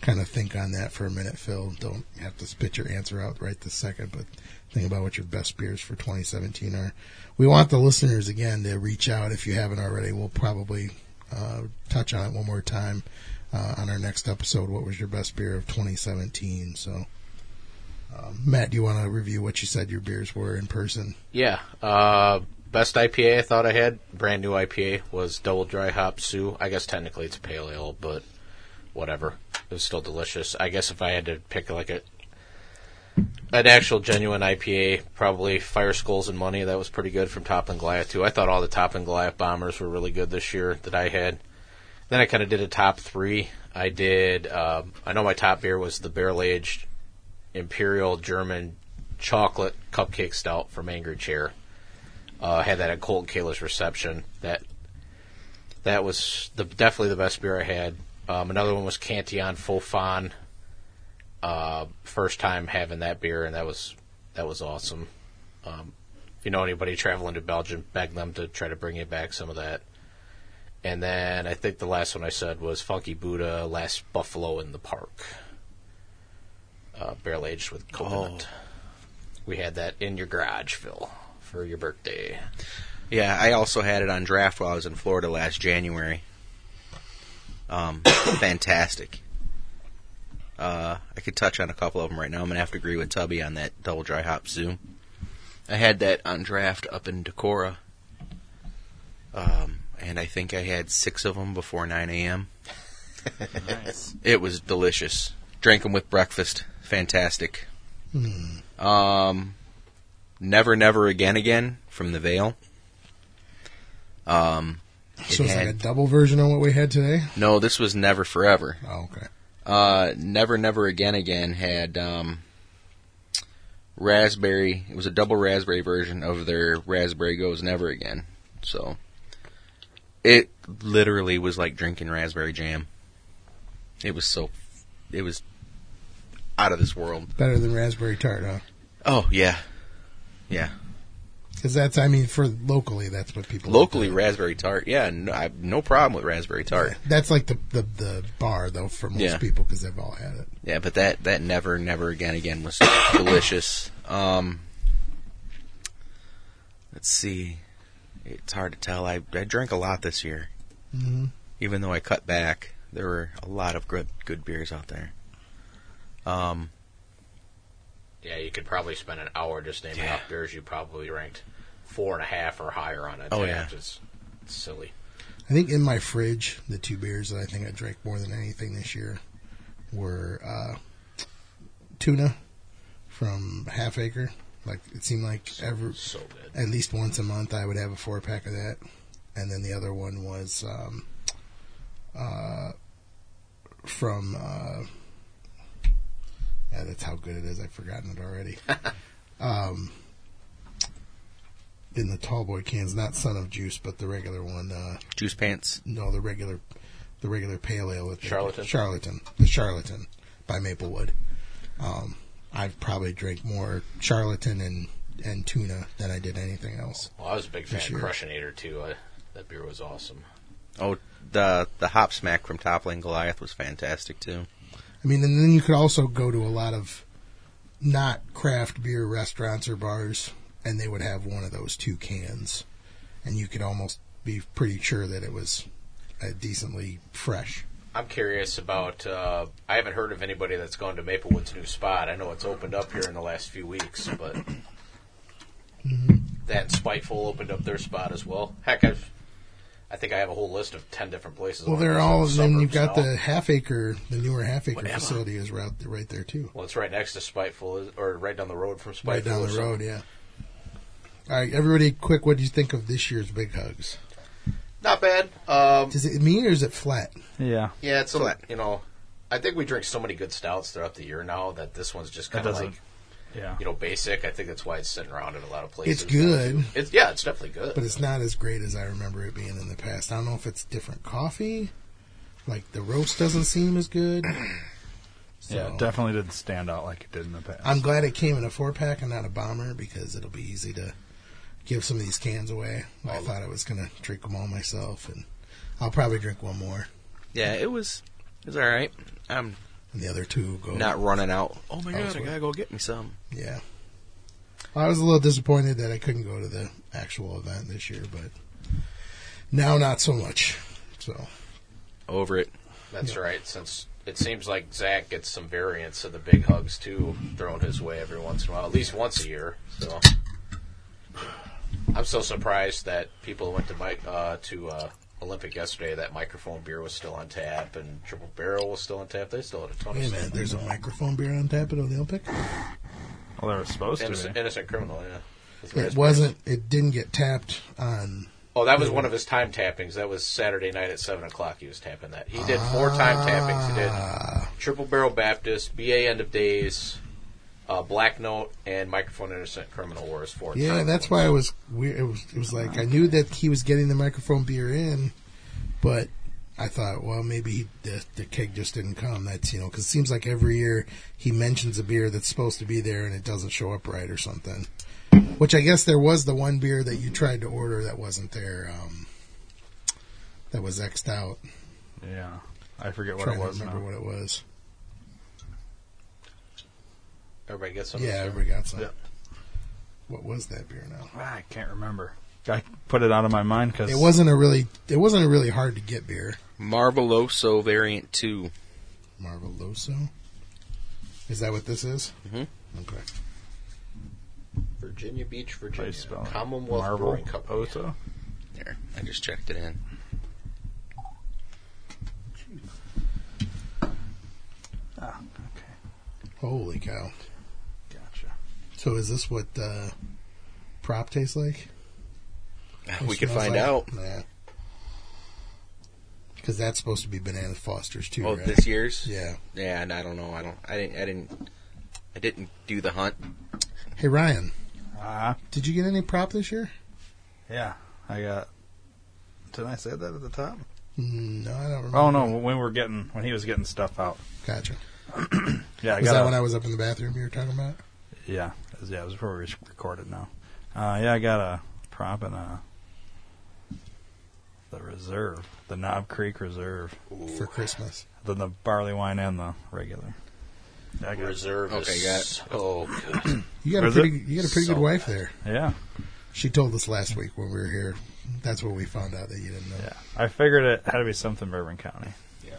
Speaker 1: kind of think on that for a minute, Phil. Don't have to spit your answer out right this second, but think about what your best beers for 2017 are. We want the listeners, again, to reach out if you haven't already. We'll probably uh, touch on it one more time uh, on our next episode. What was your best beer of 2017? So. Um, Matt, do you want to review what you said your beers were in person?
Speaker 4: Yeah. Uh, best IPA I thought I had, brand new IPA, was Double Dry Hop Sue. I guess technically it's a pale ale, but whatever. It was still delicious. I guess if I had to pick like a an actual genuine IPA, probably Fire Skulls and Money. That was pretty good from Top and Goliath too. I thought all the Top and Goliath bombers were really good this year that I had. Then I kind of did a top three. I did. Um, I know my top beer was the barrel aged imperial German chocolate cupcake stout from Angry Chair. Uh, had that at Colton Kayla's reception. That that was the, definitely the best beer I had. Um, another one was Cantillon Fofan. Uh, first time having that beer, and that was that was awesome. Um, if you know anybody traveling to Belgium, beg them to try to bring you back some of that. And then I think the last one I said was Funky Buddha, Last Buffalo in the Park. Uh, barrel aged with coconut. We had that in your garage, Phil, for your birthday.
Speaker 2: Yeah, I also had it on draft while I was in Florida last January. Um, fantastic. Uh, I could touch on a couple of them right now. I'm gonna have to agree with Tubby on that double dry hop zoom. I had that on draft up in Decorah, um, and I think I had six of them before 9 a.m.
Speaker 3: Nice.
Speaker 2: It was delicious. Drank them with breakfast. Fantastic. Um, never, never again, again from the Vale. Um, it
Speaker 1: So it's like
Speaker 2: had-
Speaker 1: a double version on what we had today.
Speaker 2: no, this was never forever.
Speaker 1: Oh, okay.
Speaker 2: Uh, never, never again, again had um, raspberry. It was a double raspberry version of their raspberry goes never again. So it literally was like drinking raspberry jam. It was so, it was out of this world.
Speaker 1: Better than raspberry tart, huh?
Speaker 2: Oh yeah, yeah.
Speaker 1: Because that's, I mean, for locally, that's what people
Speaker 2: Locally, raspberry tart. Yeah, no, I have no problem with raspberry tart.
Speaker 1: That's like the the, the bar though for most
Speaker 2: Yeah.
Speaker 1: people because they've all had it.
Speaker 2: Yeah, but that that never never again again was delicious. Um, let's see, it's hard to tell. I I drank a lot this year,
Speaker 1: Mm-hmm.
Speaker 2: even though I cut back. There were a lot of good good beers out there. Um,
Speaker 4: Yeah, you could probably spend an hour just naming
Speaker 2: Yeah.
Speaker 4: off beers you probably ranked four and a half or higher on it.
Speaker 2: Oh, yeah.
Speaker 4: It's, it's silly.
Speaker 1: I think in my fridge, the two beers that I think I drank more than anything this year were uh, tuna from Half Acre. Like it seemed like every
Speaker 4: So good.
Speaker 1: at least once a month I would have a four pack of that, and then the other one was um, uh, from. Uh, yeah, that's how good it is. I've forgotten it already. um, in the tall boy cans, not Son of Juice, but the regular one. Uh,
Speaker 2: juice pants.
Speaker 1: no, the regular, the regular pale ale. That they-
Speaker 4: Charlatan?
Speaker 1: Charlatan. The Charlatan by Maplewood. Um, I've probably drank more Charlatan and and tuna than I did anything else.
Speaker 4: Well, I was a big fan
Speaker 1: This year.
Speaker 4: of Crushinator, too. I, that beer was awesome.
Speaker 2: Oh, the the hop smack from Toppling Goliath was fantastic too.
Speaker 1: I mean, and then you could also go to a lot of not craft beer restaurants or bars, and they would have one of those two cans, and you could almost be pretty sure that it was uh, decently fresh.
Speaker 4: I'm curious about. Uh, I haven't heard of anybody that's gone to Maplewood's new spot. I know it's opened up here in the last few weeks, but
Speaker 1: Mm-hmm.
Speaker 4: that and Spiteful opened up their spot as well. Heck, I've, I think I have a whole list of ten different places.
Speaker 1: Well,
Speaker 4: I wanna
Speaker 1: they're
Speaker 4: go to in
Speaker 1: all.
Speaker 4: the
Speaker 1: Then you've
Speaker 4: suburbs
Speaker 1: got
Speaker 4: now.
Speaker 1: the half acre, the newer half acre
Speaker 4: Whatever.
Speaker 1: facility is right right there too.
Speaker 4: Well, it's right next to Spiteful, is- or right down the road from Spiteful.
Speaker 1: right down
Speaker 4: or
Speaker 1: the
Speaker 4: something.
Speaker 1: road. Yeah. All right, everybody, quick. What do you think of this year's big hugs?
Speaker 4: Not bad. Um,
Speaker 1: Is it mean or is it flat?
Speaker 3: Yeah.
Speaker 4: yeah, it's a,
Speaker 2: Flat.
Speaker 4: you know, I think we drink so many good stouts throughout the year now that this one's just kind of
Speaker 3: doesn't-
Speaker 4: like
Speaker 3: Yeah.
Speaker 4: you know basic. I think that's why it's sitting around in a lot of places.
Speaker 1: It's good.
Speaker 4: now, too. It's yeah, it's definitely good.
Speaker 1: But it's not as great as I remember it being in the past. I don't know if it's different coffee. Like the roast doesn't seem as good. So,
Speaker 3: Yeah, it definitely didn't stand out like it did in the past.
Speaker 1: I'm glad it came in a four pack and not a bomber because it'll be easy to give some of these cans away. I thought I was gonna drink them all myself, and I'll probably drink one more,
Speaker 2: Yeah, it was it was all right. I'm
Speaker 1: and the other two will go.
Speaker 2: not running out. Oh my god, I
Speaker 1: sweet.
Speaker 2: gotta go get me some.
Speaker 1: Yeah. I was a little disappointed that I couldn't go to the actual event this year, but now not so much. So
Speaker 2: Over it.
Speaker 4: That's right. Since it seems like Zach gets some variants of the big hugs too thrown his way every once in a while, at least once a year. So I'm still surprised that people went to Mike uh, to uh, Olympic yesterday. That microphone beer was still on tap, and Triple Barrel was still on tap. They still had a ton
Speaker 1: wait
Speaker 4: of
Speaker 1: a
Speaker 4: stuff.
Speaker 1: minute, there's a microphone beer on tap at Olympic.
Speaker 3: well, they were supposed to
Speaker 4: Innocent,
Speaker 3: be.
Speaker 4: innocent criminal, yeah. That's what
Speaker 1: It
Speaker 4: it's-
Speaker 1: wasn't. It didn't get tapped on.
Speaker 4: Oh, that was one of his time tappings. That was Saturday night at seven o'clock. He was tapping that. He did four time tappings. He
Speaker 1: Ah.
Speaker 4: did Triple Barrel Baptist, BA End of Days, uh, Black Note, and Microphone Innocent Criminal Wars. Four.
Speaker 1: Yeah,
Speaker 4: time.
Speaker 1: that's why I was weird. It was. It was like I knew that he was getting the microphone beer in, but I thought, well, maybe he, the the keg just didn't come. That's you know, because it seems like every year he mentions a beer that's supposed to be there and it doesn't show up right or something. Which I guess there was the one beer that you tried to order that wasn't there. Um, that was xed out.
Speaker 3: Yeah. I forget what
Speaker 1: trying
Speaker 3: it was.
Speaker 1: to remember
Speaker 3: now.
Speaker 1: what it was.
Speaker 4: Everybody gets something.
Speaker 1: Yeah, everybody got some.
Speaker 3: Yeah.
Speaker 1: What was that beer now?
Speaker 3: Ah, I can't remember. I put it out of my mind because
Speaker 1: It wasn't a really. It wasn't a really hard to get beer.
Speaker 2: Marveloso Variant 2.
Speaker 1: Marveloso. Is that what this is?
Speaker 2: Mhm.
Speaker 1: Okay.
Speaker 4: Virginia Beach,
Speaker 3: I
Speaker 4: Virginia.
Speaker 3: spell it.
Speaker 4: Commonwealth
Speaker 3: Marvel
Speaker 4: Brewing Company.
Speaker 3: Oso?
Speaker 2: There, I just checked it in.
Speaker 3: Ah, okay.
Speaker 1: Holy cow!
Speaker 3: Gotcha.
Speaker 1: So is this what uh, prop tastes like? It
Speaker 2: we could
Speaker 1: smells
Speaker 2: find
Speaker 1: like-
Speaker 2: out.
Speaker 1: Yeah. Because that's supposed to be Banana Foster's too,
Speaker 2: Oh,
Speaker 1: right?
Speaker 2: this year's.
Speaker 1: yeah.
Speaker 2: Yeah, and I don't know. I don't. I didn't. I didn't. I didn't do the hunt.
Speaker 1: Hey Ryan,
Speaker 3: Ah,
Speaker 1: did you get any prop this year?
Speaker 3: yeah. I got. Did I say that at the top?
Speaker 1: Mm, No, I don't remember.
Speaker 3: Oh no, when we were getting when he was getting stuff out.
Speaker 1: Gotcha.
Speaker 3: Yeah, I
Speaker 1: was
Speaker 3: got.
Speaker 1: that
Speaker 3: a-
Speaker 1: when I was up in the bathroom you were talking about?
Speaker 3: Yeah, it was- yeah, it was before we rec- recorded now. Uh, yeah, I got a prop and a the reserve, the Knob Creek Reserve,
Speaker 1: For Christmas.
Speaker 3: then the barley wine and the regular. Yeah, I got-
Speaker 4: Reserve
Speaker 2: Okay,
Speaker 4: is
Speaker 2: got it.
Speaker 4: so Oh, good.
Speaker 1: You got a
Speaker 3: Was
Speaker 1: pretty
Speaker 3: it?
Speaker 1: you got a pretty
Speaker 4: So
Speaker 1: good wife
Speaker 4: bad.
Speaker 1: there.
Speaker 3: yeah,
Speaker 1: She told us last week when we were here. That's what we found out that you didn't know.
Speaker 3: yeah. I figured it had to be something Bourbon County.
Speaker 4: Yeah.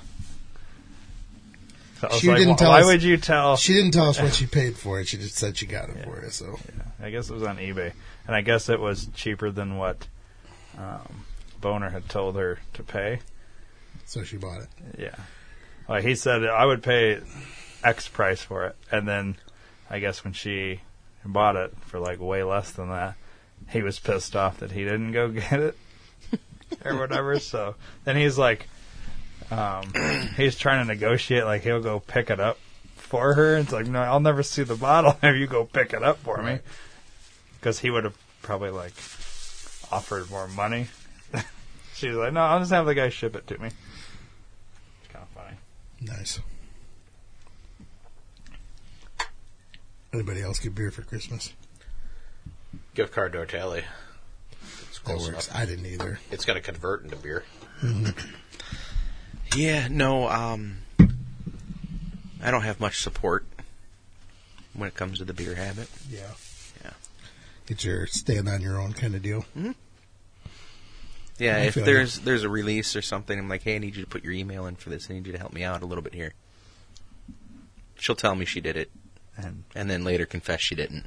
Speaker 3: So I was
Speaker 1: She
Speaker 3: like,
Speaker 1: didn't
Speaker 3: "Why-
Speaker 1: tell
Speaker 3: why
Speaker 1: us-
Speaker 3: would you tell?
Speaker 1: She didn't tell us what she paid for it. She just said she got it for you. So
Speaker 3: I guess it was on eBay, and I guess it was cheaper than what um, Boner had told her to pay.
Speaker 1: so she bought it.
Speaker 3: Yeah. Like he said, I would pay X price for it, and then I guess when she bought it for like way less than that, he was pissed off that he didn't go get it or whatever. so then he's like, um, he's trying to negotiate. Like he'll go pick it up for her. It's like, no, I'll never see the bottle if you go pick it up for me, because he would have probably like offered more money. She's like, no, I'll just have the guy ship it to me. Kind of funny.
Speaker 1: Nice. Anybody else get beer for Christmas?
Speaker 4: Gift card to O'Talley. It's
Speaker 1: That
Speaker 4: close
Speaker 1: works.
Speaker 4: enough.
Speaker 1: I didn't either.
Speaker 4: It's going to convert into beer.
Speaker 2: Yeah, no. Um, I don't have much support when it comes to the beer habit.
Speaker 1: Yeah.
Speaker 2: Yeah.
Speaker 1: It's your stand on your own kind of deal.
Speaker 2: Yeah,
Speaker 1: I
Speaker 2: if
Speaker 1: feel
Speaker 2: there's there's a release or something, I'm like, hey, I need you to put your email in for this. I need you to help me out a little bit here. She'll tell me she did it,
Speaker 3: And
Speaker 2: and then later confess she didn't.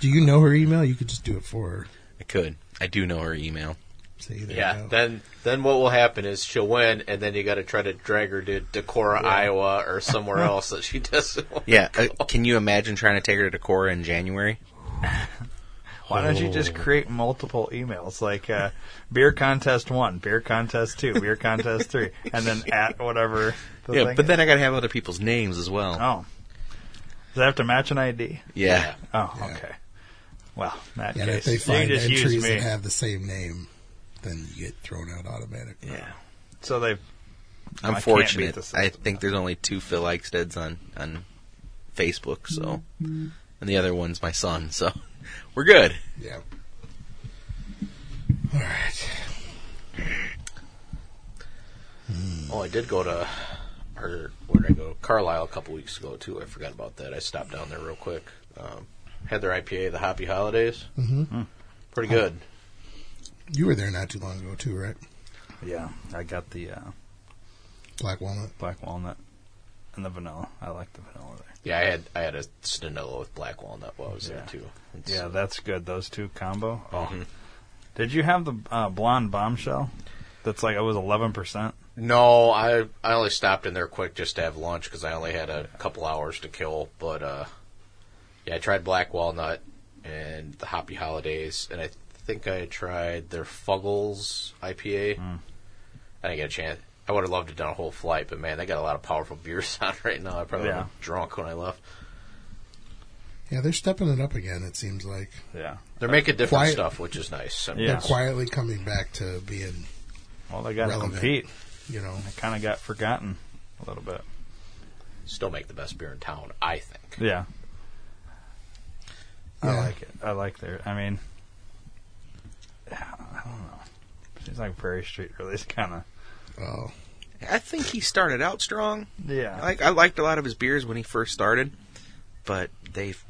Speaker 1: Do you know her email? You could just do it for her.
Speaker 2: I could. I do know her email.
Speaker 1: Say either.
Speaker 4: Yeah. Then then what will happen is she'll win, and then you got to try to drag her to Decorah, Iowa, or somewhere else that she doesn't. Want
Speaker 2: Yeah. Uh, can you imagine trying to take her to Cora in January?
Speaker 3: why don't you just create multiple emails like uh, beer contest one, beer contest two, beer contest three, and then at whatever. The
Speaker 2: yeah,
Speaker 3: thing
Speaker 2: but
Speaker 3: is.
Speaker 2: then I gotta have other people's names as well.
Speaker 3: oh, does that have to match an ID?
Speaker 2: Yeah.
Speaker 3: Oh,
Speaker 1: Yeah.
Speaker 3: okay. Well, in that
Speaker 1: And if
Speaker 3: case,
Speaker 1: they
Speaker 3: you
Speaker 1: find
Speaker 3: just
Speaker 1: entries
Speaker 3: use
Speaker 1: that
Speaker 3: me.
Speaker 1: have the same name, then you get thrown out automatically.
Speaker 2: Yeah.
Speaker 3: so they
Speaker 2: I'm
Speaker 3: I can't beat
Speaker 2: fortunate.
Speaker 3: the system.
Speaker 2: I think there's only two Phil Eichsteads on on Facebook, so and the other one's my son, so we're good.
Speaker 1: Yeah. All right.
Speaker 4: Oh, I did go to, or where did I go? Carlisle a couple weeks ago too. I forgot about that. I stopped down there real quick. Um, had their IPA, the Hoppy Holidays.
Speaker 2: Mm-hmm.
Speaker 1: Mhm.
Speaker 4: Pretty good.
Speaker 1: You were there not too long ago too, right?
Speaker 3: yeah, I got the uh,
Speaker 1: Black Walnut.
Speaker 3: black walnut and the vanilla. I like the vanilla there.
Speaker 4: Yeah, I had I had a Stanilla with black walnut while I was
Speaker 3: Yeah.
Speaker 4: there too. It's-
Speaker 3: Yeah, that's good. Those two combo.
Speaker 4: Oh.
Speaker 3: Did you have the uh, blonde bombshell? That's like it was eleven percent.
Speaker 4: No, I I only stopped in there quick just to have lunch because I only had a couple hours to kill. But uh, yeah, I tried black walnut and the Hoppy Holidays, and I think I tried their Fuggles IPA.
Speaker 3: Hmm.
Speaker 4: I didn't get a chance. I would have loved to done a whole flight, but man, they got a lot of powerful beers on right now. I probably
Speaker 3: Yeah.
Speaker 4: was drunk when I left.
Speaker 1: Yeah, they're stepping it up again. It seems like
Speaker 3: Yeah.
Speaker 4: They're making different
Speaker 1: Quiet.
Speaker 4: stuff, which is nice. I mean,
Speaker 3: Yeah.
Speaker 1: they're quietly coming back to being,
Speaker 3: Well, they got to
Speaker 1: Relevant.
Speaker 3: compete.
Speaker 1: you know,
Speaker 3: I kind of got forgotten a little bit.
Speaker 4: Still make the best beer in town, I think.
Speaker 3: Yeah. I
Speaker 1: Yeah.
Speaker 3: like it. I like their. I mean, I don't know. Seems like Prairie Street really is kind of.
Speaker 1: Oh,
Speaker 2: I think he started out strong.
Speaker 3: Yeah.
Speaker 2: Like I liked a lot of his beers when he first started, but they've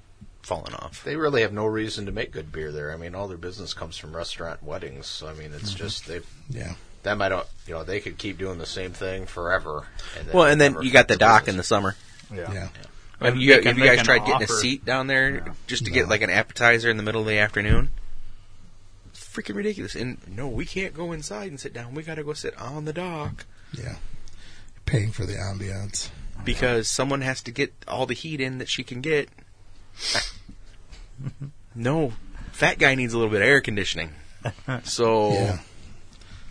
Speaker 2: fallen off.
Speaker 4: They really have no reason to make good beer there. I mean, all their business comes from restaurant and weddings. So, I mean, it's
Speaker 3: Mm-hmm.
Speaker 4: just they
Speaker 1: yeah.
Speaker 4: them. I don't. You know, they could keep doing the same thing forever. And
Speaker 2: Well, and then
Speaker 4: never
Speaker 2: you got the
Speaker 4: affect
Speaker 2: dock in
Speaker 4: business.
Speaker 2: the summer.
Speaker 3: yeah.
Speaker 1: Yeah.
Speaker 2: Have
Speaker 3: And
Speaker 2: you,
Speaker 3: they
Speaker 2: have
Speaker 3: can
Speaker 2: you
Speaker 3: make
Speaker 2: guys
Speaker 3: an
Speaker 2: tried getting a
Speaker 3: offer.
Speaker 2: seat down there
Speaker 3: No.
Speaker 2: just to
Speaker 1: No.
Speaker 2: get like an appetizer in the middle of the afternoon? It's freaking ridiculous. And no, we can't go inside and sit down. We got to go sit on the dock
Speaker 1: Yeah. Paying for the ambiance.
Speaker 2: because someone has to get all the heat in that she can get. no, fat guy needs a little bit of air conditioning. So,
Speaker 1: Yeah.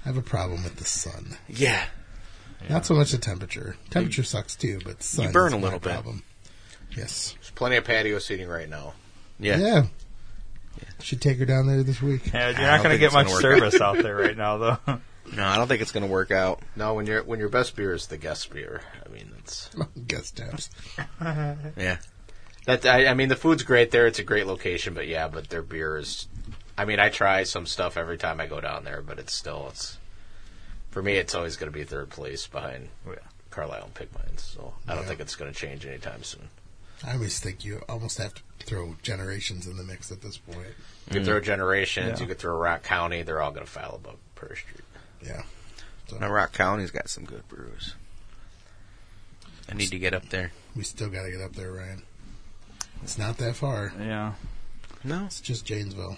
Speaker 1: I have a problem with the sun.
Speaker 2: yeah.
Speaker 1: Not so much the temperature. Temperature sucks too, but sun
Speaker 2: burn
Speaker 1: is
Speaker 2: a
Speaker 1: my
Speaker 2: little bit.
Speaker 1: problem. Yes.
Speaker 4: There's plenty of patio seating right now.
Speaker 2: Yeah.
Speaker 1: yeah. Should take her down there this week.
Speaker 3: Yeah,
Speaker 2: I
Speaker 3: you're
Speaker 2: don't
Speaker 3: not going to
Speaker 2: think
Speaker 3: get
Speaker 2: it's gonna
Speaker 3: much
Speaker 2: work.
Speaker 3: service out there right now, though.
Speaker 2: No, I don't think it's going to work out.
Speaker 4: No, when your when your best beer is the guest beer. I mean, it's
Speaker 1: Guest tabs.
Speaker 2: Yeah.
Speaker 4: that. I, I mean, the food's great there. It's a great location, but yeah, but their beer is. I mean, I try some stuff every time I go down there, but it's still it's. For me, it's always going to be third place behind
Speaker 2: Oh,
Speaker 3: Yeah.
Speaker 4: Carlisle and Pigmines, so I don't
Speaker 1: Yeah.
Speaker 4: think it's going to change anytime soon.
Speaker 1: I always think you almost have to throw generations in the mix at this point.
Speaker 4: You
Speaker 2: Mm.
Speaker 4: could throw Generations,
Speaker 3: Yeah.
Speaker 4: you could throw Rock County, they're all going to file above Prairie Street.
Speaker 1: Yeah.
Speaker 2: Now, Rock County's got some good brews. I need to get up there.
Speaker 1: We still got to get up there, Ryan. It's not that far.
Speaker 3: Yeah.
Speaker 2: No.
Speaker 1: It's just Janesville.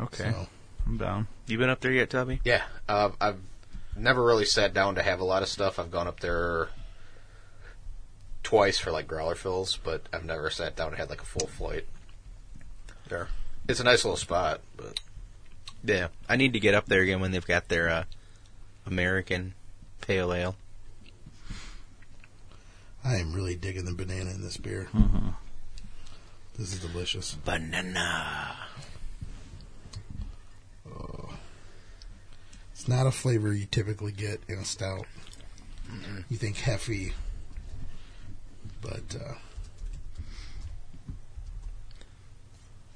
Speaker 3: Okay.
Speaker 1: So,
Speaker 3: I'm down.
Speaker 2: You been up there yet, Tubby?
Speaker 4: Yeah, uh, I've never really sat down to have a lot of stuff. I've gone up there twice for like growler fills, but I've never sat down and had like a full flight. There, it's a nice little spot, but
Speaker 2: Yeah. I need to get up there again when they've got their uh, American pale ale.
Speaker 1: I am really digging the banana in this beer. This is delicious.
Speaker 2: Banana.
Speaker 1: It's not a flavor you typically get in a stout. You think heavy, but uh,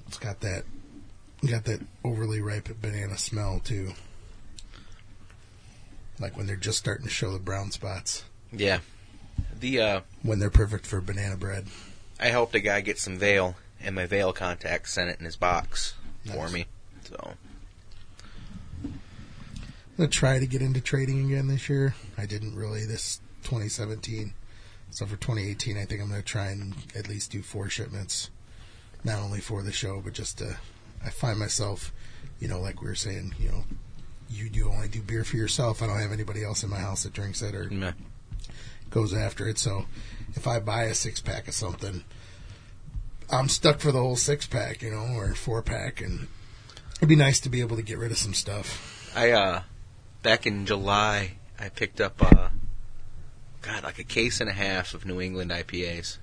Speaker 1: it's got that got that overly ripe banana smell too. Like when they're just starting to show the brown spots.
Speaker 2: Yeah. The uh,
Speaker 1: When they're perfect for banana bread.
Speaker 2: I helped a guy get some veil, and my veil contact sent it in his box for
Speaker 1: Nice.
Speaker 2: me. So
Speaker 1: I'm gonna try to get into trading again this year. I didn't really this 2017. So for 2018, I think I'm gonna try and at least do four shipments, not only for the show but just to. I find myself, you know, like we were saying, you know, you do only do beer for yourself. I don't have anybody else in my house that drinks it or
Speaker 2: meh.
Speaker 1: goes after it. So if I buy a six pack of something, I'm stuck for the whole six pack, you know, or four pack, and it'd be nice to be able to get rid of some stuff.
Speaker 2: I uh back in July I picked up uh god like a case and a half of New England IPAs.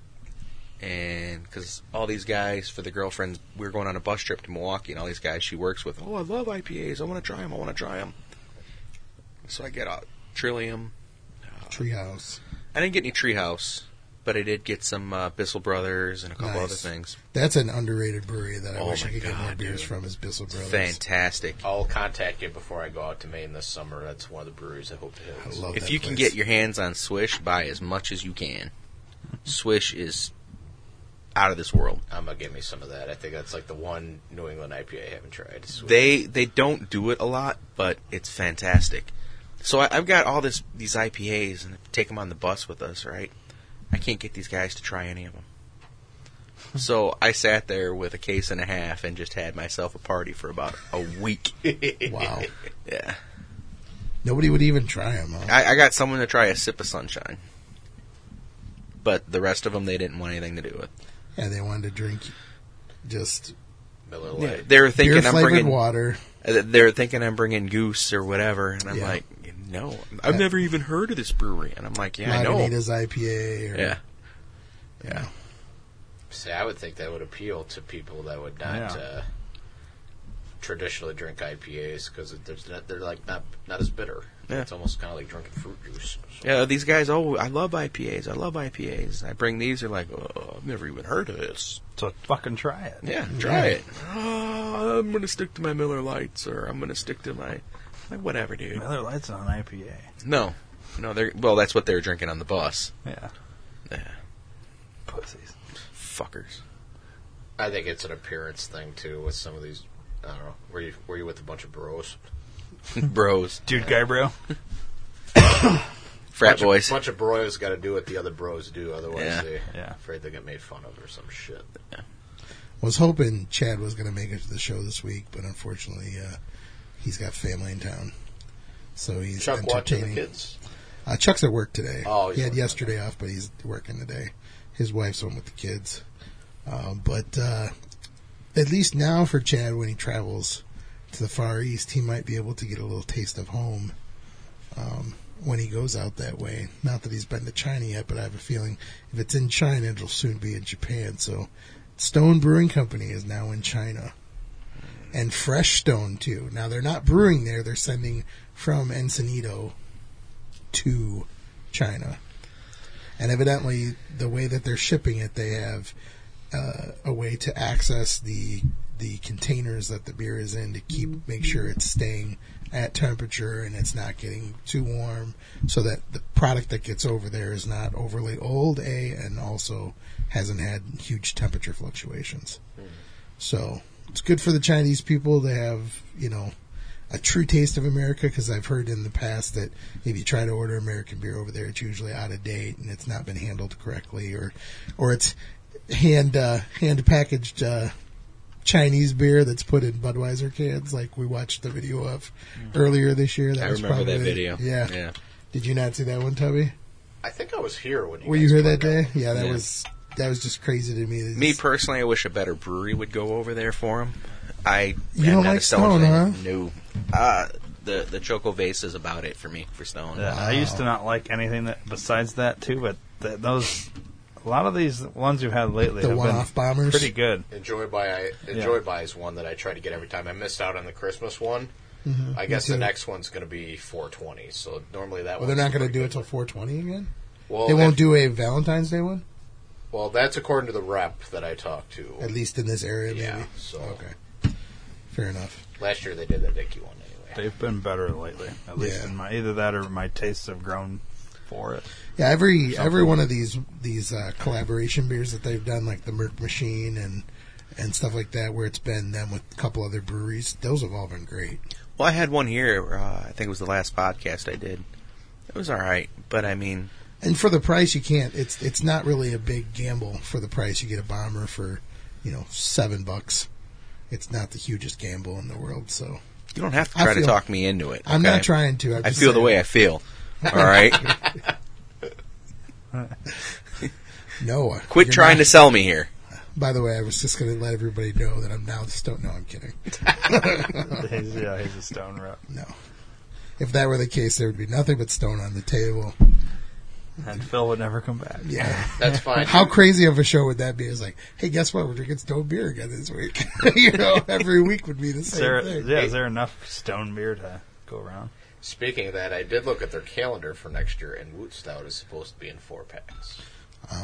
Speaker 2: And cuz all these guys for the girlfriend we were going on a bus trip to Milwaukee and all these guys she works with, "Oh, I love IPAs. I want to try them. I want to try them." So I get a Trillium.
Speaker 1: Treehouse.
Speaker 2: I didn't get any Treehouse, but I did get some uh, Bissell Brothers and a couple
Speaker 1: Nice.
Speaker 2: other things.
Speaker 1: That's an underrated brewery that I
Speaker 2: Oh
Speaker 1: wish I
Speaker 2: my
Speaker 1: could get more
Speaker 2: God,
Speaker 1: beers
Speaker 2: dude.
Speaker 1: from is Bissell Brothers.
Speaker 2: Fantastic.
Speaker 4: I'll contact you before I go out to Maine this summer. That's one of the breweries I hope to hit.
Speaker 1: I love
Speaker 2: If
Speaker 1: that
Speaker 2: you can
Speaker 1: place.
Speaker 2: get your hands on Swish, buy as much as you can. Swish is out of this world.
Speaker 4: I'm gonna get me some of that. I think that's like the one New England IPA I haven't tried. It's sweet.
Speaker 2: They they don't do it a lot, but it's fantastic. So I, I've got all this these IPAs and take them on the bus with us, right? I can't get these guys to try any of them. So I sat there with a case and a half and just had myself a party for about a week.
Speaker 1: wow,
Speaker 2: Yeah,
Speaker 1: nobody would even try them. Huh?
Speaker 2: I, I got someone to try a sip of sunshine, but the rest of them they didn't want anything to do with.
Speaker 1: Yeah, they wanted to drink just
Speaker 4: Miller Lite.
Speaker 2: They were thinking
Speaker 1: beer
Speaker 2: I'm
Speaker 1: flavored
Speaker 2: bringing
Speaker 1: water.
Speaker 2: Uh, They're thinking I'm bringing goose or whatever, and I'm
Speaker 1: Yeah.
Speaker 2: like, no, I've
Speaker 1: Yeah.
Speaker 2: never even heard of this brewery, and I'm like, yeah, I know,
Speaker 1: Lagunitas IPA. Or,
Speaker 2: yeah,
Speaker 1: yeah.
Speaker 4: See, I would think that would appeal to people that would not
Speaker 3: Yeah.
Speaker 4: uh, traditionally drink IPAs because they're like not not as bitter.
Speaker 2: Yeah.
Speaker 4: It's almost kind of like drinking fruit juice. So,
Speaker 2: Yeah, these guys. Oh, I love IPAs. I love IPAs. I bring these. They're like, oh, I've never even heard of this.
Speaker 3: So fucking try it.
Speaker 2: Yeah, try it. Oh, I'm gonna stick to my Miller Lights, or I'm gonna stick to my, my whatever, dude.
Speaker 3: Miller Lite's on an IPA.
Speaker 2: No, no. They're well. That's what they were drinking on the bus.
Speaker 3: Yeah.
Speaker 2: Yeah,
Speaker 3: Pussies.
Speaker 2: fuckers.
Speaker 4: I think it's an appearance thing too with some of these. I don't know. Were you were you with a bunch of bros?
Speaker 2: Bros,
Speaker 3: Dude, Gabriel.
Speaker 2: frat
Speaker 4: bunch
Speaker 2: boys.
Speaker 4: A bunch of bros got to do what the other bros do, otherwise
Speaker 2: Yeah.
Speaker 4: they
Speaker 3: Yeah.
Speaker 4: afraid they get made fun of or some shit.
Speaker 1: Was hoping Chad was going to make it to the show this week, but unfortunately, uh, he's got family in town, so he's
Speaker 4: Chuck watching the
Speaker 1: entertaining.
Speaker 4: kids.
Speaker 1: Uh, Chuck's at work today.
Speaker 4: Oh, he's
Speaker 1: he had
Speaker 4: working.
Speaker 1: yesterday off, but he's working today. His wife's home with the kids. Um, but uh, at least now for Chad, when he travels to the Far East, he might be able to get a little taste of home um, when he goes out that way. Not that he's been to China yet, but I have a feeling if it's in China, it'll soon be in Japan. So Stone Brewing Company is now in China. And Fresh Stone, too. Now, they're not brewing there, they're sending from Encinitas to China. And evidently, the way that they're shipping it, they have uh, a way to access the the containers that the beer is in to keep make sure it's staying at temperature and it's not getting too warm, so that the product that gets over there is not overly old, a and also hasn't had huge temperature fluctuations. So it's good for the Chinese people to have you know a true taste of America because I've heard in the past that if you try to order American beer over there, it's usually out of date and it's not been handled correctly, or or it's hand uh, hand packaged uh, Chinese beer that's put in Budweiser cans, like we watched the video of earlier this year. That
Speaker 2: Mm-hmm. I
Speaker 1: was
Speaker 2: remember that
Speaker 1: probably-
Speaker 2: video.
Speaker 1: Yeah.
Speaker 2: yeah.
Speaker 1: Did you not see that one, Tubby?
Speaker 4: I think I was here when you
Speaker 1: Were you
Speaker 4: guys
Speaker 1: here that
Speaker 4: broke
Speaker 1: day?
Speaker 4: up.
Speaker 1: Yeah, that
Speaker 2: Yeah.
Speaker 1: was that was just crazy to me.
Speaker 2: Me
Speaker 1: It's-
Speaker 2: personally, I wish a better brewery would go over there for him. I
Speaker 1: You
Speaker 2: am
Speaker 1: don't
Speaker 2: not
Speaker 1: like
Speaker 2: a
Speaker 1: Stone,
Speaker 2: Stone, fan.
Speaker 1: huh?
Speaker 2: No, uh, the the Choco Vase is about it for me for Stone.
Speaker 3: Yeah, I used to not like anything that besides that too, but th- those a lot of these ones you've had lately
Speaker 1: The
Speaker 3: have been
Speaker 1: one-off bombers?
Speaker 3: pretty good.
Speaker 4: Enjoy by I, Enjoy by is one that I try to get every time. I missed out on the Christmas one. I guess the
Speaker 1: Mm-hmm. too.
Speaker 4: next one's going to be 420. So normally that.
Speaker 1: well, they're not going to
Speaker 4: to
Speaker 1: do it till 420 again.
Speaker 4: Well,
Speaker 1: they won't
Speaker 4: if-
Speaker 1: do a Valentine's Day one,
Speaker 4: Well, that's according to the rep that I talked
Speaker 1: at
Speaker 4: to.
Speaker 1: least in this area. Maybe.
Speaker 4: Yeah, so-
Speaker 1: okay, fair enough.
Speaker 4: Last year they did the Dicky one anyway.
Speaker 3: They've been better lately, at least
Speaker 1: Yeah.
Speaker 3: in my either that or my tastes have grown for it.
Speaker 1: Yeah, every every one of these these uh, collaboration beers that they've done, like the Merc Machine and and stuff like that, where it's been them with a couple other breweries, those have all been great.
Speaker 2: Well, I had one here. Uh, I think it was the last podcast I did. It was all right, but I mean,
Speaker 1: And for the price, you can't. It's it's not really a big gamble for the price. You get a bomber for you know seven bucks. It's not the hugest gamble in the world, so
Speaker 2: you don't have to
Speaker 1: I
Speaker 2: try to
Speaker 1: feel-
Speaker 2: talk me into it.
Speaker 1: I'm not
Speaker 2: okay?
Speaker 1: trying to. I'm
Speaker 2: I
Speaker 1: just
Speaker 2: feel the
Speaker 1: saying.
Speaker 2: way I feel. All right,
Speaker 1: No,
Speaker 2: quit
Speaker 1: you're
Speaker 2: trying
Speaker 1: not-
Speaker 2: to sell me here.
Speaker 1: By the way, I was just going to let everybody know that I'm now the stone. No, I'm kidding.
Speaker 3: He's- yeah, he's a stone rep.
Speaker 1: No, if that were the case, there would be nothing but stone on the table.
Speaker 3: And Phil would never come back.
Speaker 1: Yeah.
Speaker 4: That's fine.
Speaker 1: How crazy of a show would that be? It's like, hey, guess what? We're drinking stone beer again this week. you know, every week would be the
Speaker 3: Is
Speaker 1: same
Speaker 3: there,
Speaker 1: thing.
Speaker 3: yeah, is there enough stone beer to go around?
Speaker 4: Speaking of that, I did look at their calendar for next year, and Woot Stout is supposed to be in four packs,
Speaker 1: Ah,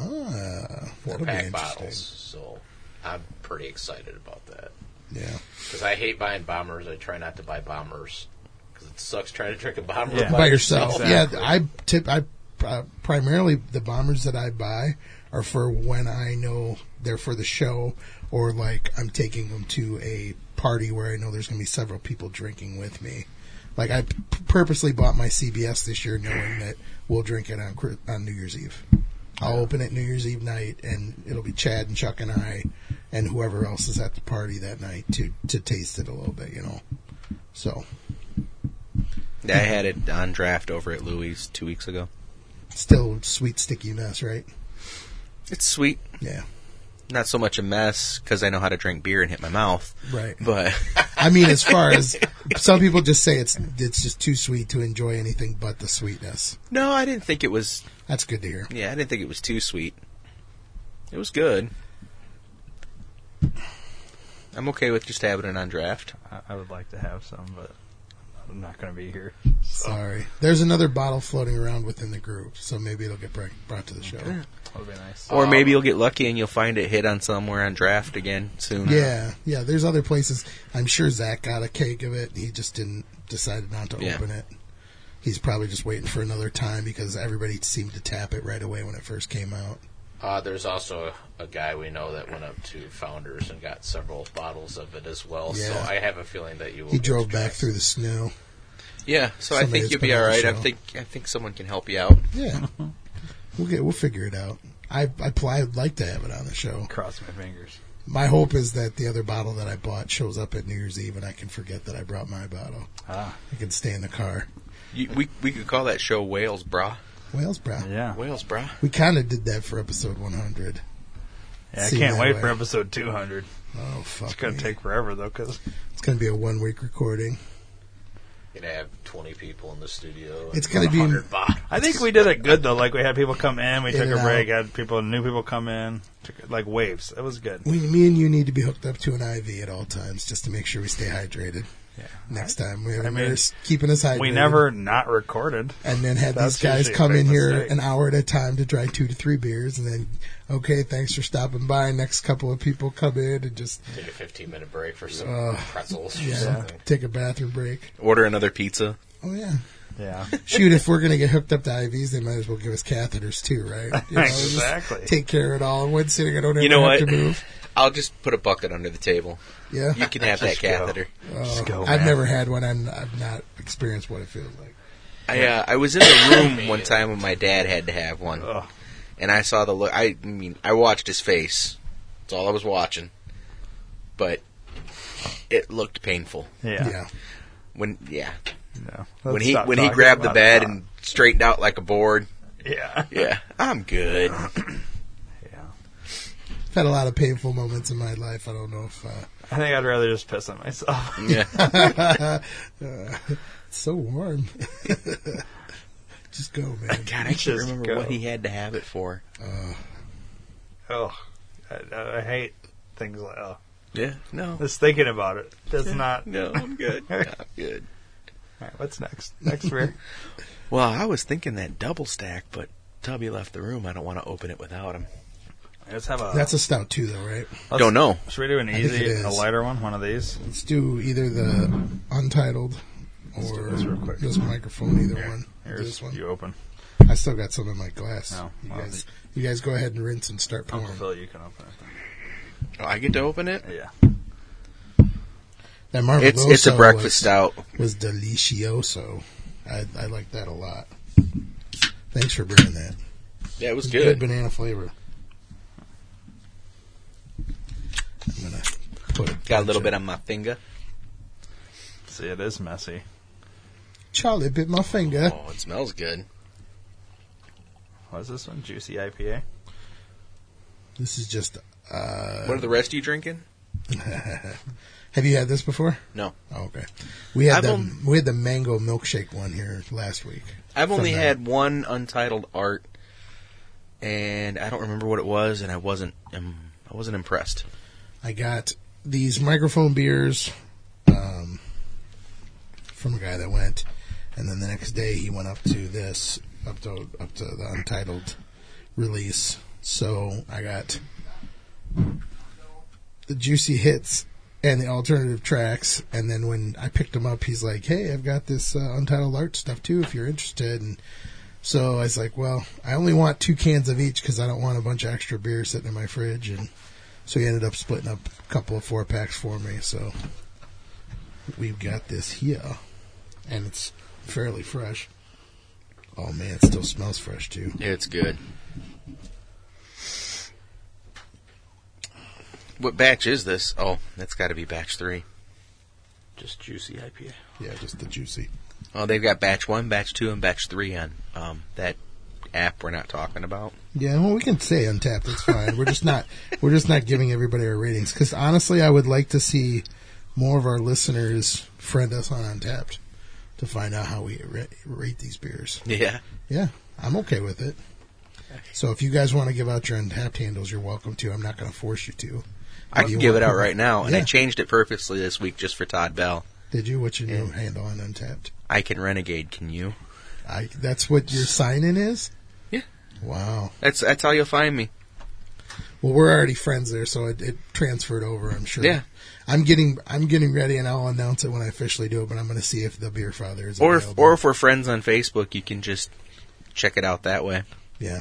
Speaker 4: four
Speaker 1: that'll be
Speaker 4: pack
Speaker 1: interesting.
Speaker 4: bottles. So I'm pretty excited about that
Speaker 1: Yeah,
Speaker 4: because I hate buying bombers. I try not to buy bombers because it sucks trying to drink a bomber
Speaker 3: Yeah.
Speaker 4: by,
Speaker 1: by yourself.
Speaker 3: Exactly.
Speaker 1: Yeah, I tip. I uh, primarily the bombers that I buy are for when I know they're for the show, or like I'm taking them to a party where I know there's going to be several people drinking with me. Like I p- purposely bought my CBS this year, knowing that we'll drink it on Chri- on New Year's Eve. I'll open it New Year's Eve night, and it'll be Chad and Chuck and I, and whoever else is at the party that night to to taste it a little bit, you know. So
Speaker 2: I had it on draft over at Louis two weeks ago.
Speaker 1: still sweet sticky mess, right?
Speaker 2: It's sweet,
Speaker 1: Yeah,
Speaker 2: not so much a mess because I know how to drink beer and hit my mouth,
Speaker 1: right.
Speaker 2: but.
Speaker 1: I mean, as far as some people just say it's it's just too sweet to enjoy anything but the sweetness.
Speaker 2: No, I didn't think it was.
Speaker 1: That's good to hear.
Speaker 2: Yeah, I didn't think it was too sweet. It was good. I'm okay with just having it on draft.
Speaker 3: I, I would like to have some, but I'm not going to be here.
Speaker 1: Sorry. There's another bottle floating around within the group, so maybe it'll get br- brought to the show.
Speaker 3: That would be nice.
Speaker 2: Or maybe you'll get lucky and you'll find it hit on somewhere on draft again soon.
Speaker 1: Yeah, yeah. There's other places. I'm sure Zach got a cake of it. He just didn't decided not to
Speaker 2: Yeah.
Speaker 1: open it. He's probably just waiting for another time because everybody seemed to tap it right away when it first came out.
Speaker 4: Uh, there's also a, a guy we know that went up to Founders and got several bottles of it as well. So
Speaker 1: Yeah.
Speaker 4: I have a feeling that you will.
Speaker 1: He
Speaker 4: get
Speaker 1: drove back
Speaker 4: stressed.
Speaker 1: through the snow.
Speaker 2: Yeah, so I
Speaker 1: Somebody
Speaker 2: think
Speaker 1: that's
Speaker 2: you'll be
Speaker 1: been
Speaker 2: all
Speaker 1: on the
Speaker 2: right. I
Speaker 1: show.
Speaker 2: think I think someone can help you out.
Speaker 1: Yeah, we'll get we'll figure it out. I I pl- I'd like to have it on the show.
Speaker 3: Cross my fingers.
Speaker 1: My hope is that the other bottle that I bought shows up at New Year's Eve and I can forget that I brought my bottle.
Speaker 3: Ah,
Speaker 1: I can stay in the car.
Speaker 2: You, we we could call that show Wales Bra.
Speaker 1: Wales, bro.
Speaker 3: yeah.
Speaker 2: Wales Bra.
Speaker 1: We kind of did that for episode 100.
Speaker 3: yeah I
Speaker 1: See
Speaker 3: can't
Speaker 1: that
Speaker 3: wait
Speaker 1: way.
Speaker 3: for episode 200.
Speaker 1: Oh fuck!
Speaker 3: It's going
Speaker 1: me.
Speaker 3: to take forever, though, because
Speaker 1: It's gonna be a one week recording.
Speaker 4: You're gonna have 20 people in the studio.
Speaker 1: It's gonna be-
Speaker 4: 100 bottles.
Speaker 3: I think we did it good, though. Like, we had people come in, we
Speaker 1: In
Speaker 3: took
Speaker 1: and
Speaker 3: a break,
Speaker 1: out.
Speaker 3: had people, new people come in, took, like waves. That was good.
Speaker 1: We, me and you need to be hooked up to an IV at all times just to make sure we stay hydrated.
Speaker 3: Yeah.
Speaker 1: Next time, we, I
Speaker 3: mean,
Speaker 1: mean, keeping us hydrated.
Speaker 3: We never not recorded.
Speaker 1: And then had these
Speaker 3: That's
Speaker 1: guys
Speaker 3: usually a
Speaker 1: come
Speaker 3: big
Speaker 1: in here
Speaker 3: mistake.
Speaker 1: an hour at a time to try two to three beers, and then okay, thanks for stopping by. Next couple of people come in and just
Speaker 4: Take a 15 minute break for some
Speaker 1: Uh,
Speaker 4: pretzels or
Speaker 1: yeah,
Speaker 4: something.
Speaker 1: take a bathroom break.
Speaker 2: Order another pizza.
Speaker 1: Oh yeah,
Speaker 3: Yeah.
Speaker 1: shoot, if we're gonna get hooked up to IVs, they might as well give us catheters too, right? You know, just
Speaker 3: Exactly.
Speaker 1: Take care of it all in one sitting. I don't ever
Speaker 2: You know
Speaker 1: have
Speaker 2: what?
Speaker 1: to move.
Speaker 2: I'll just put a bucket under the table.
Speaker 1: Yeah,
Speaker 2: You can have that
Speaker 3: Just go.
Speaker 2: catheter.
Speaker 3: Just go,
Speaker 1: Oh, I've
Speaker 3: man.
Speaker 1: never had one. I'm, I've not experienced what it feels like.
Speaker 2: I uh, I was in the room one time when my dad had to have one,
Speaker 3: Ugh.
Speaker 2: and I saw the look. I mean, I watched his face. That's all I was watching, but it looked painful
Speaker 3: Yeah.
Speaker 1: yeah.
Speaker 2: when yeah
Speaker 3: No.
Speaker 2: when
Speaker 3: Let's
Speaker 2: he
Speaker 3: stop
Speaker 2: when he
Speaker 3: talking
Speaker 2: grabbed the
Speaker 3: about
Speaker 2: bed
Speaker 3: it.
Speaker 2: and straightened out like a board.
Speaker 3: Yeah.
Speaker 2: Yeah, I'm good.
Speaker 3: Yeah.
Speaker 1: I've had a lot of painful moments in my life. I don't know if uh,
Speaker 3: I think I'd rather just piss on myself.
Speaker 2: Yeah,
Speaker 1: it's so warm. Just go, man.
Speaker 2: God, I can't
Speaker 3: Just
Speaker 2: remember
Speaker 3: go.
Speaker 2: what he had to have it for.
Speaker 3: Oh, I, I hate things like oh.
Speaker 2: Yeah, no,
Speaker 3: Just thinking about it does not.
Speaker 2: no, I'm good. I'm good.
Speaker 3: All right, what's next? Next beer.
Speaker 2: Well, I was thinking that double stack, but Tubby left the room. I don't want to open it without him.
Speaker 3: Let's have a.
Speaker 1: That's a stout too, though, right?
Speaker 3: let's-
Speaker 2: Don't know.
Speaker 3: Should we do an
Speaker 1: think it
Speaker 3: easy,
Speaker 1: is.
Speaker 3: a lighter one? One of these.
Speaker 1: Let's do either the untitled
Speaker 3: do
Speaker 1: or
Speaker 3: this real quick.
Speaker 1: this microphone. Either
Speaker 3: Here,
Speaker 1: one. Do
Speaker 3: Here's
Speaker 1: This one.
Speaker 3: you open.
Speaker 1: I still got some in my glass.
Speaker 3: No,
Speaker 1: you
Speaker 3: well,
Speaker 1: guys, you guys go ahead and rinse and start pouring.
Speaker 3: Uncle Phil, you can open it.
Speaker 2: Oh, I get to open it.
Speaker 3: Yeah.
Speaker 1: That Marvel
Speaker 2: It's it's a breakfast stout.
Speaker 1: was delicioso. I, I like that a lot. Thanks for bringing that.
Speaker 2: Yeah, it was
Speaker 1: It's good banana flavor. I'm gonna put it.
Speaker 2: Got a little bit on my finger.
Speaker 3: See, it is messy.
Speaker 1: Charlie bit my finger.
Speaker 2: Oh, it smells good.
Speaker 3: What is this one? Juicy IPA.
Speaker 1: This is just. Uh,
Speaker 2: What are the rest of you drinking?
Speaker 1: have you had this before?
Speaker 2: No,
Speaker 1: Oh, okay. We had
Speaker 2: I've
Speaker 1: the
Speaker 2: on-
Speaker 1: we had the mango milkshake one here last week.
Speaker 2: I've only
Speaker 1: From the-
Speaker 2: had one untitled art, and I don't remember what it was, and I wasn't um, I wasn't impressed.
Speaker 1: I got these microphone beers um, from a guy that went, and then the next day he went up to this, up to up to the untitled release. So I got the juicy hits and the alternative tracks, and then when I picked him up, he's like, "Hey, I've got this uh, untitled art stuff too, if you're interested." And so I was like, "Well, I only want two cans of each because I don't want a bunch of extra beer sitting in my fridge." And so he ended up splitting up a couple of four packs for me. So we've got this here, and it's fairly fresh. Oh man, it still smells fresh too.
Speaker 2: It's good. What batch is this? Oh, that's got to be batch three.
Speaker 4: Just juicy IPA.
Speaker 1: Yeah, just the juicy.
Speaker 2: Oh, they've got batch one, batch two, and batch three on um, that app we're not talking about.
Speaker 1: Yeah, well, we can say untapped. It's fine. We're just not we're just not giving everybody our ratings because honestly, I would like to see more of our listeners friend us on Untapped to find out how we ra- rate these beers.
Speaker 2: Yeah.
Speaker 1: Yeah, I'm okay with it. So if you guys want to give out your untapped handles, you're welcome to. I'm not going to force you to.
Speaker 2: I
Speaker 1: Do
Speaker 2: can
Speaker 1: you
Speaker 2: give it
Speaker 1: want-
Speaker 2: out right now, and I
Speaker 1: Yeah.
Speaker 2: changed it purposely this week just for Todd Bell.
Speaker 1: Did you? What's your new handle on Untapped?
Speaker 2: I can renegade. Can you?
Speaker 1: I. That's what your sign in is.
Speaker 2: Yeah.
Speaker 1: Wow.
Speaker 2: That's that's how you'll find me.
Speaker 1: Well, we're already friends there, so it, it transferred over. I'm sure.
Speaker 2: Yeah.
Speaker 1: I'm getting I'm getting ready, and I'll announce it when I officially do it. But I'm going to see if the beer father is
Speaker 2: Or if,
Speaker 1: available.
Speaker 2: or if we're friends on Facebook, you can just check it out that way.
Speaker 1: yeah,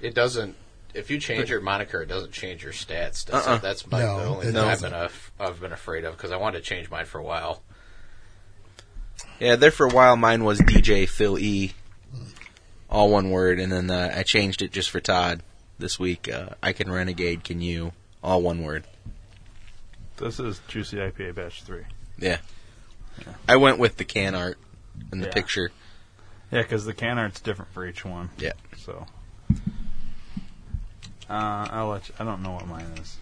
Speaker 4: It doesn't. If you change your moniker, it doesn't change your stats. That's,
Speaker 2: Uh-uh.
Speaker 4: that's my,
Speaker 1: No,
Speaker 4: the only
Speaker 1: it
Speaker 4: thing I've
Speaker 1: doesn't.
Speaker 4: been, af- I've been afraid of because I wanted to change mine for a while.
Speaker 2: Yeah, there for a while, mine was DJ Phil E, all one word, and then uh, I changed it just for Todd this week. Uh, I can renegade. Can you? All one word.
Speaker 3: This is Juicy IPA Batch 3.
Speaker 2: I went with the can art and the
Speaker 3: Yeah.
Speaker 2: picture.
Speaker 3: Yeah, because the can art's different for each one.
Speaker 2: Yeah.
Speaker 3: So. Uh, I'll let you, I don't know what mine is.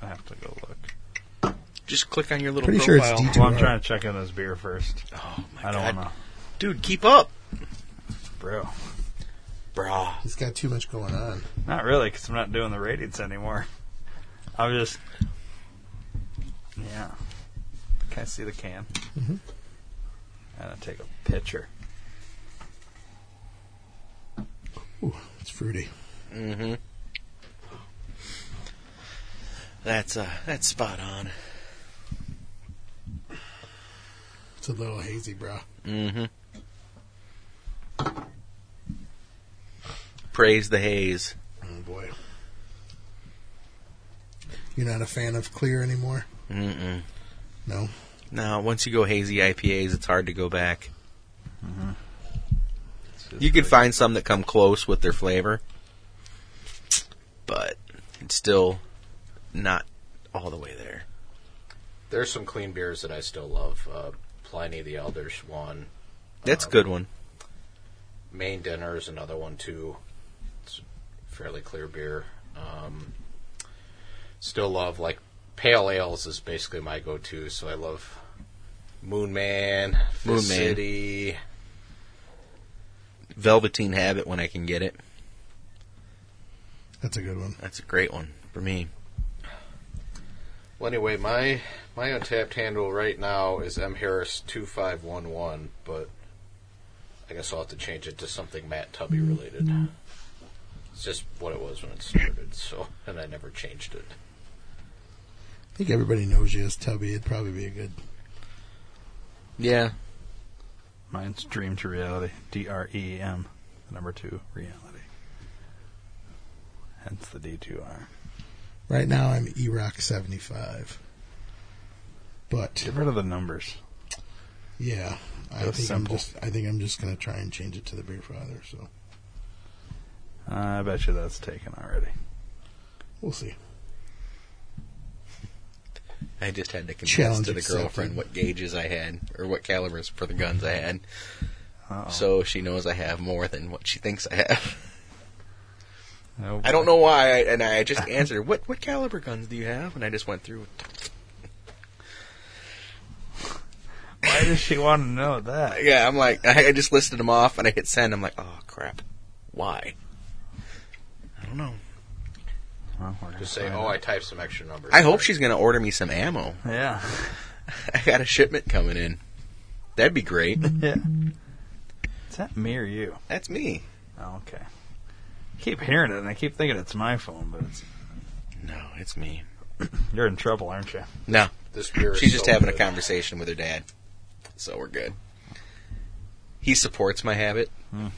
Speaker 3: I have to go look.
Speaker 2: Just click on your little
Speaker 1: Pretty sure it's
Speaker 2: profile.
Speaker 1: DJ.
Speaker 3: Well, I'm trying to check out this beer first.
Speaker 2: oh my
Speaker 3: I don't
Speaker 2: god,
Speaker 3: want to.
Speaker 2: dude, keep up,
Speaker 3: Bro.
Speaker 2: bro.
Speaker 1: he's got too much going on.
Speaker 3: Not really, because I'm not doing the ratings anymore. I'm just. Yeah. Can I see the can?
Speaker 2: Mm-hmm.
Speaker 1: Mhm.
Speaker 3: And I take a picture.
Speaker 1: Ooh, it's fruity.
Speaker 2: Mm-hmm. That's uh, that's spot on.
Speaker 1: It's a little hazy, bro.
Speaker 2: Mm-hmm. Praise the haze.
Speaker 1: Oh boy. You're not a fan of clear anymore?
Speaker 2: Mm-mm.
Speaker 1: No.
Speaker 2: No, once you go hazy IPAs, it's hard to go back.
Speaker 3: It's just
Speaker 2: You could
Speaker 3: like-
Speaker 2: find some that come close with their flavor, but it's still not all the way there.
Speaker 4: There's some clean beers that I still love. Uh, Pliny the Elder's one.
Speaker 2: That's a good one.
Speaker 4: Main Dinner is another one too. It's fairly clear beer. Um, still love like pale ales is basically my go-to. So I love Moon Man, Fist
Speaker 2: Moon Man.
Speaker 4: City.
Speaker 2: Velveteen Habit when I can get it.
Speaker 1: That's a good one.
Speaker 2: That's a great one for me.
Speaker 4: Well, anyway, my my untapped handle right now is mharris two five one one, but I guess I'll have to change it to something Matt Tubby related. It's just what it was when it started, so and I never changed it.
Speaker 1: I think everybody knows you as Tubby. It'd probably be a good.
Speaker 2: Yeah,
Speaker 3: Mine's Dream to Reality. D R E M. the Number two, reality. Hence the D2R.
Speaker 1: Right now, I'm E Rock 75. But
Speaker 3: Get rid of the numbers.
Speaker 1: yeah, I
Speaker 3: That was
Speaker 1: think
Speaker 3: simple.
Speaker 1: I'm just. I think I'm just gonna try and change it to the Beer Father. So
Speaker 3: Uh, I bet you that's taken already.
Speaker 1: we'll see.
Speaker 2: I just had to confess
Speaker 1: Challenge
Speaker 2: to the
Speaker 1: accepted.
Speaker 2: girlfriend what gauges I had or what calibers for the guns I had,
Speaker 3: Uh-oh.
Speaker 2: so she knows I have more than what she thinks I have.
Speaker 3: Oh,
Speaker 2: I don't know why, I, and I just answered, "What what caliber guns do you have?" And I just went through.
Speaker 3: Why does she want to know that?
Speaker 2: Yeah, I'm like, I I just listed them off, and I hit send. I'm like, "Oh crap, why?" I don't know.
Speaker 3: Well, we're gonna
Speaker 4: Just say,
Speaker 3: find
Speaker 4: oh, I
Speaker 3: out.
Speaker 4: typed some extra numbers.
Speaker 2: I hope she's gonna order me some ammo.
Speaker 3: Yeah.
Speaker 2: I got a shipment coming in. That'd be great.
Speaker 3: yeah. Is that me or you?
Speaker 2: That's me.
Speaker 3: Oh, okay. I keep hearing it, and I keep thinking it's my phone, but it's
Speaker 2: No, it's me.
Speaker 3: you're in trouble, aren't you?
Speaker 2: No,
Speaker 4: This beer is
Speaker 2: She's just
Speaker 4: so
Speaker 2: having a
Speaker 4: good.
Speaker 2: conversation with her dad, so we're good. He supports my habit,
Speaker 3: Hmm.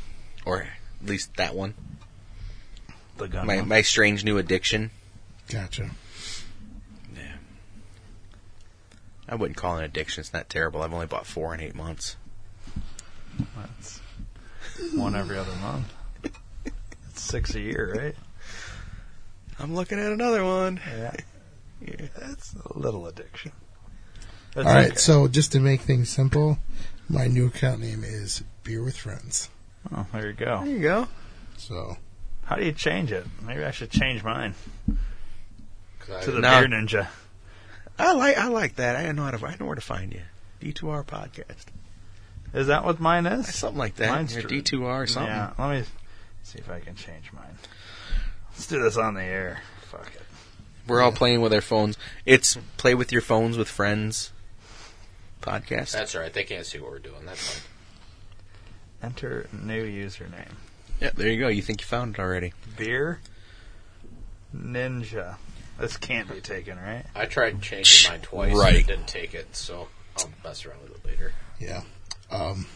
Speaker 2: or at least that one.
Speaker 3: The gun.
Speaker 2: My
Speaker 3: one.
Speaker 2: my strange new addiction.
Speaker 1: Gotcha.
Speaker 2: I wouldn't call it an addiction. It's not terrible. I've only bought four in eight months.
Speaker 3: That's one every other month. It's six a year, right?
Speaker 2: I'm looking at another one.
Speaker 3: Yeah. That's a little addiction. That's
Speaker 1: All right.
Speaker 3: okay.
Speaker 1: So just to make things simple, my new account name is Beer with Friends.
Speaker 3: Oh, there you go.
Speaker 2: There you go.
Speaker 1: So
Speaker 3: How do you change it? Maybe I should change mine
Speaker 4: 'Cause I-
Speaker 3: to the
Speaker 2: No.
Speaker 3: Beer Ninja.
Speaker 2: I like I like that. I know how to I know where to find you. D2R podcast,
Speaker 3: Is that what mine is?
Speaker 2: something like that.
Speaker 3: Mine's
Speaker 2: or
Speaker 3: true.
Speaker 2: D2R or something.
Speaker 3: Yeah, let me see if I can change mine. Let's do this on the air. Fuck it.
Speaker 2: We're all playing with our phones. It's play with your phones with friends podcast.
Speaker 4: That's all right. They can't see what we're doing. That's fine.
Speaker 3: Enter new username.
Speaker 2: yeah, there you go. You think you found it already?
Speaker 3: Beer Ninja. This can't be taken, right?
Speaker 4: I tried changing mine twice and
Speaker 2: Right.
Speaker 4: it didn't take it, so I'll mess around with it later.
Speaker 1: Yeah. Um,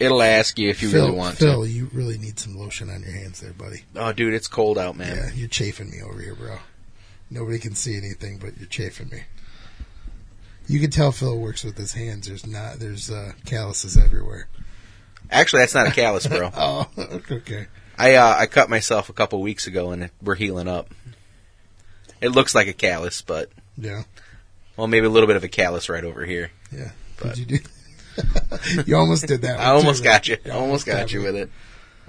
Speaker 2: It'll ask you if you
Speaker 1: Phil,
Speaker 2: really want
Speaker 1: Phil, you really need some lotion on your hands there, buddy.
Speaker 2: to. Oh, dude, it's cold out, man.
Speaker 1: Yeah, you're chafing me over here, bro. Nobody can see anything, but you're chafing me. You can tell Phil works with his hands. There's not there's uh, calluses everywhere.
Speaker 2: Actually, that's not a callus, bro.
Speaker 1: Oh, okay.
Speaker 2: I uh, I cut myself a couple weeks ago, and it, we're healing up. It looks like a callus, but
Speaker 1: Yeah,
Speaker 2: well, maybe a little bit of a callus right over here.
Speaker 1: yeah.
Speaker 2: But-
Speaker 1: Did you do? you almost did that.
Speaker 2: I
Speaker 1: one, too,
Speaker 2: almost
Speaker 1: though.
Speaker 2: got you. I almost got you
Speaker 1: me.
Speaker 2: with it.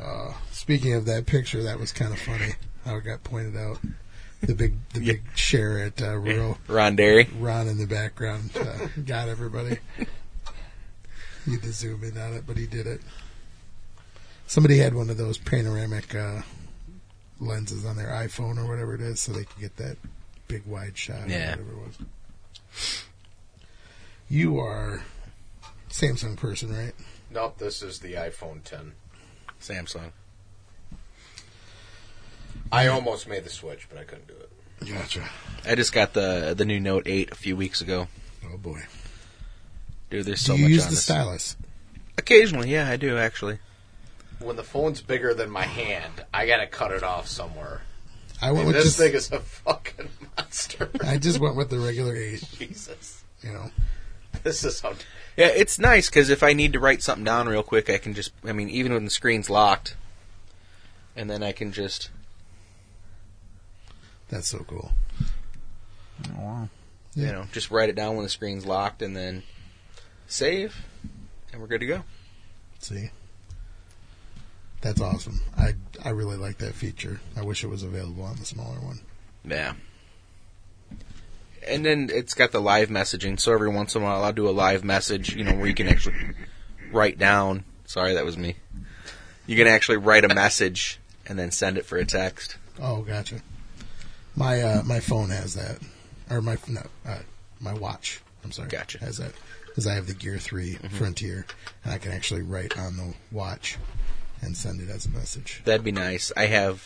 Speaker 1: Uh, speaking of that picture, that was kind of funny how it got pointed out. The big, the
Speaker 2: Yeah.
Speaker 1: big share at uh, rural
Speaker 2: Ron Derry.
Speaker 1: Ron in the background uh, got everybody. He had to zoom in on it, but he did it. Somebody had one of those panoramic uh, lenses on their iPhone or whatever it is, so they could get that big wide shot.
Speaker 2: Yeah.
Speaker 1: Or whatever it was. You are Samsung person, right?
Speaker 4: Nope, this is the iPhone 10.
Speaker 2: Samsung.
Speaker 4: I almost made the switch, but I couldn't do it.
Speaker 1: Gotcha.
Speaker 2: I just got the the new Note 8 a few weeks ago.
Speaker 1: Oh boy.
Speaker 2: Dude, there's so
Speaker 1: Do you
Speaker 2: much
Speaker 1: use
Speaker 2: on
Speaker 1: the
Speaker 2: this.
Speaker 1: stylus?
Speaker 2: Occasionally, yeah, I do actually.
Speaker 4: When the phone's bigger than my hand, I gotta cut it off somewhere.
Speaker 1: I
Speaker 4: I
Speaker 1: went
Speaker 4: mean,
Speaker 1: with
Speaker 4: this
Speaker 1: just
Speaker 4: thing is a fucking monster.
Speaker 1: I just went with the regular eight.
Speaker 4: Jesus.
Speaker 1: You know.
Speaker 4: This is how.
Speaker 2: Yeah, it's nice because if I need to write something down real quick, I can just. I mean, even when the screen's locked, and then I can just.
Speaker 1: That's so cool.
Speaker 3: Oh, wow.
Speaker 1: Yeah.
Speaker 2: you know, just write it down when the screen's locked and then save, and we're good to go.
Speaker 1: See, that's awesome. I I really like that feature. I wish it was available on the smaller one.
Speaker 2: Yeah. And then it's got the live messaging, so every once in a while I'll do a live message, you know, where you can actually write down. Sorry, that was me. You can actually write a message and then send it for a text.
Speaker 1: Oh, gotcha. My uh, my phone has that, or my no, uh, my watch. I'm sorry.
Speaker 2: Gotcha. Mm-hmm.
Speaker 1: Has that because I have the Gear 3 Frontier, and I can actually write on the watch and send it as a message.
Speaker 2: That'd be nice. I have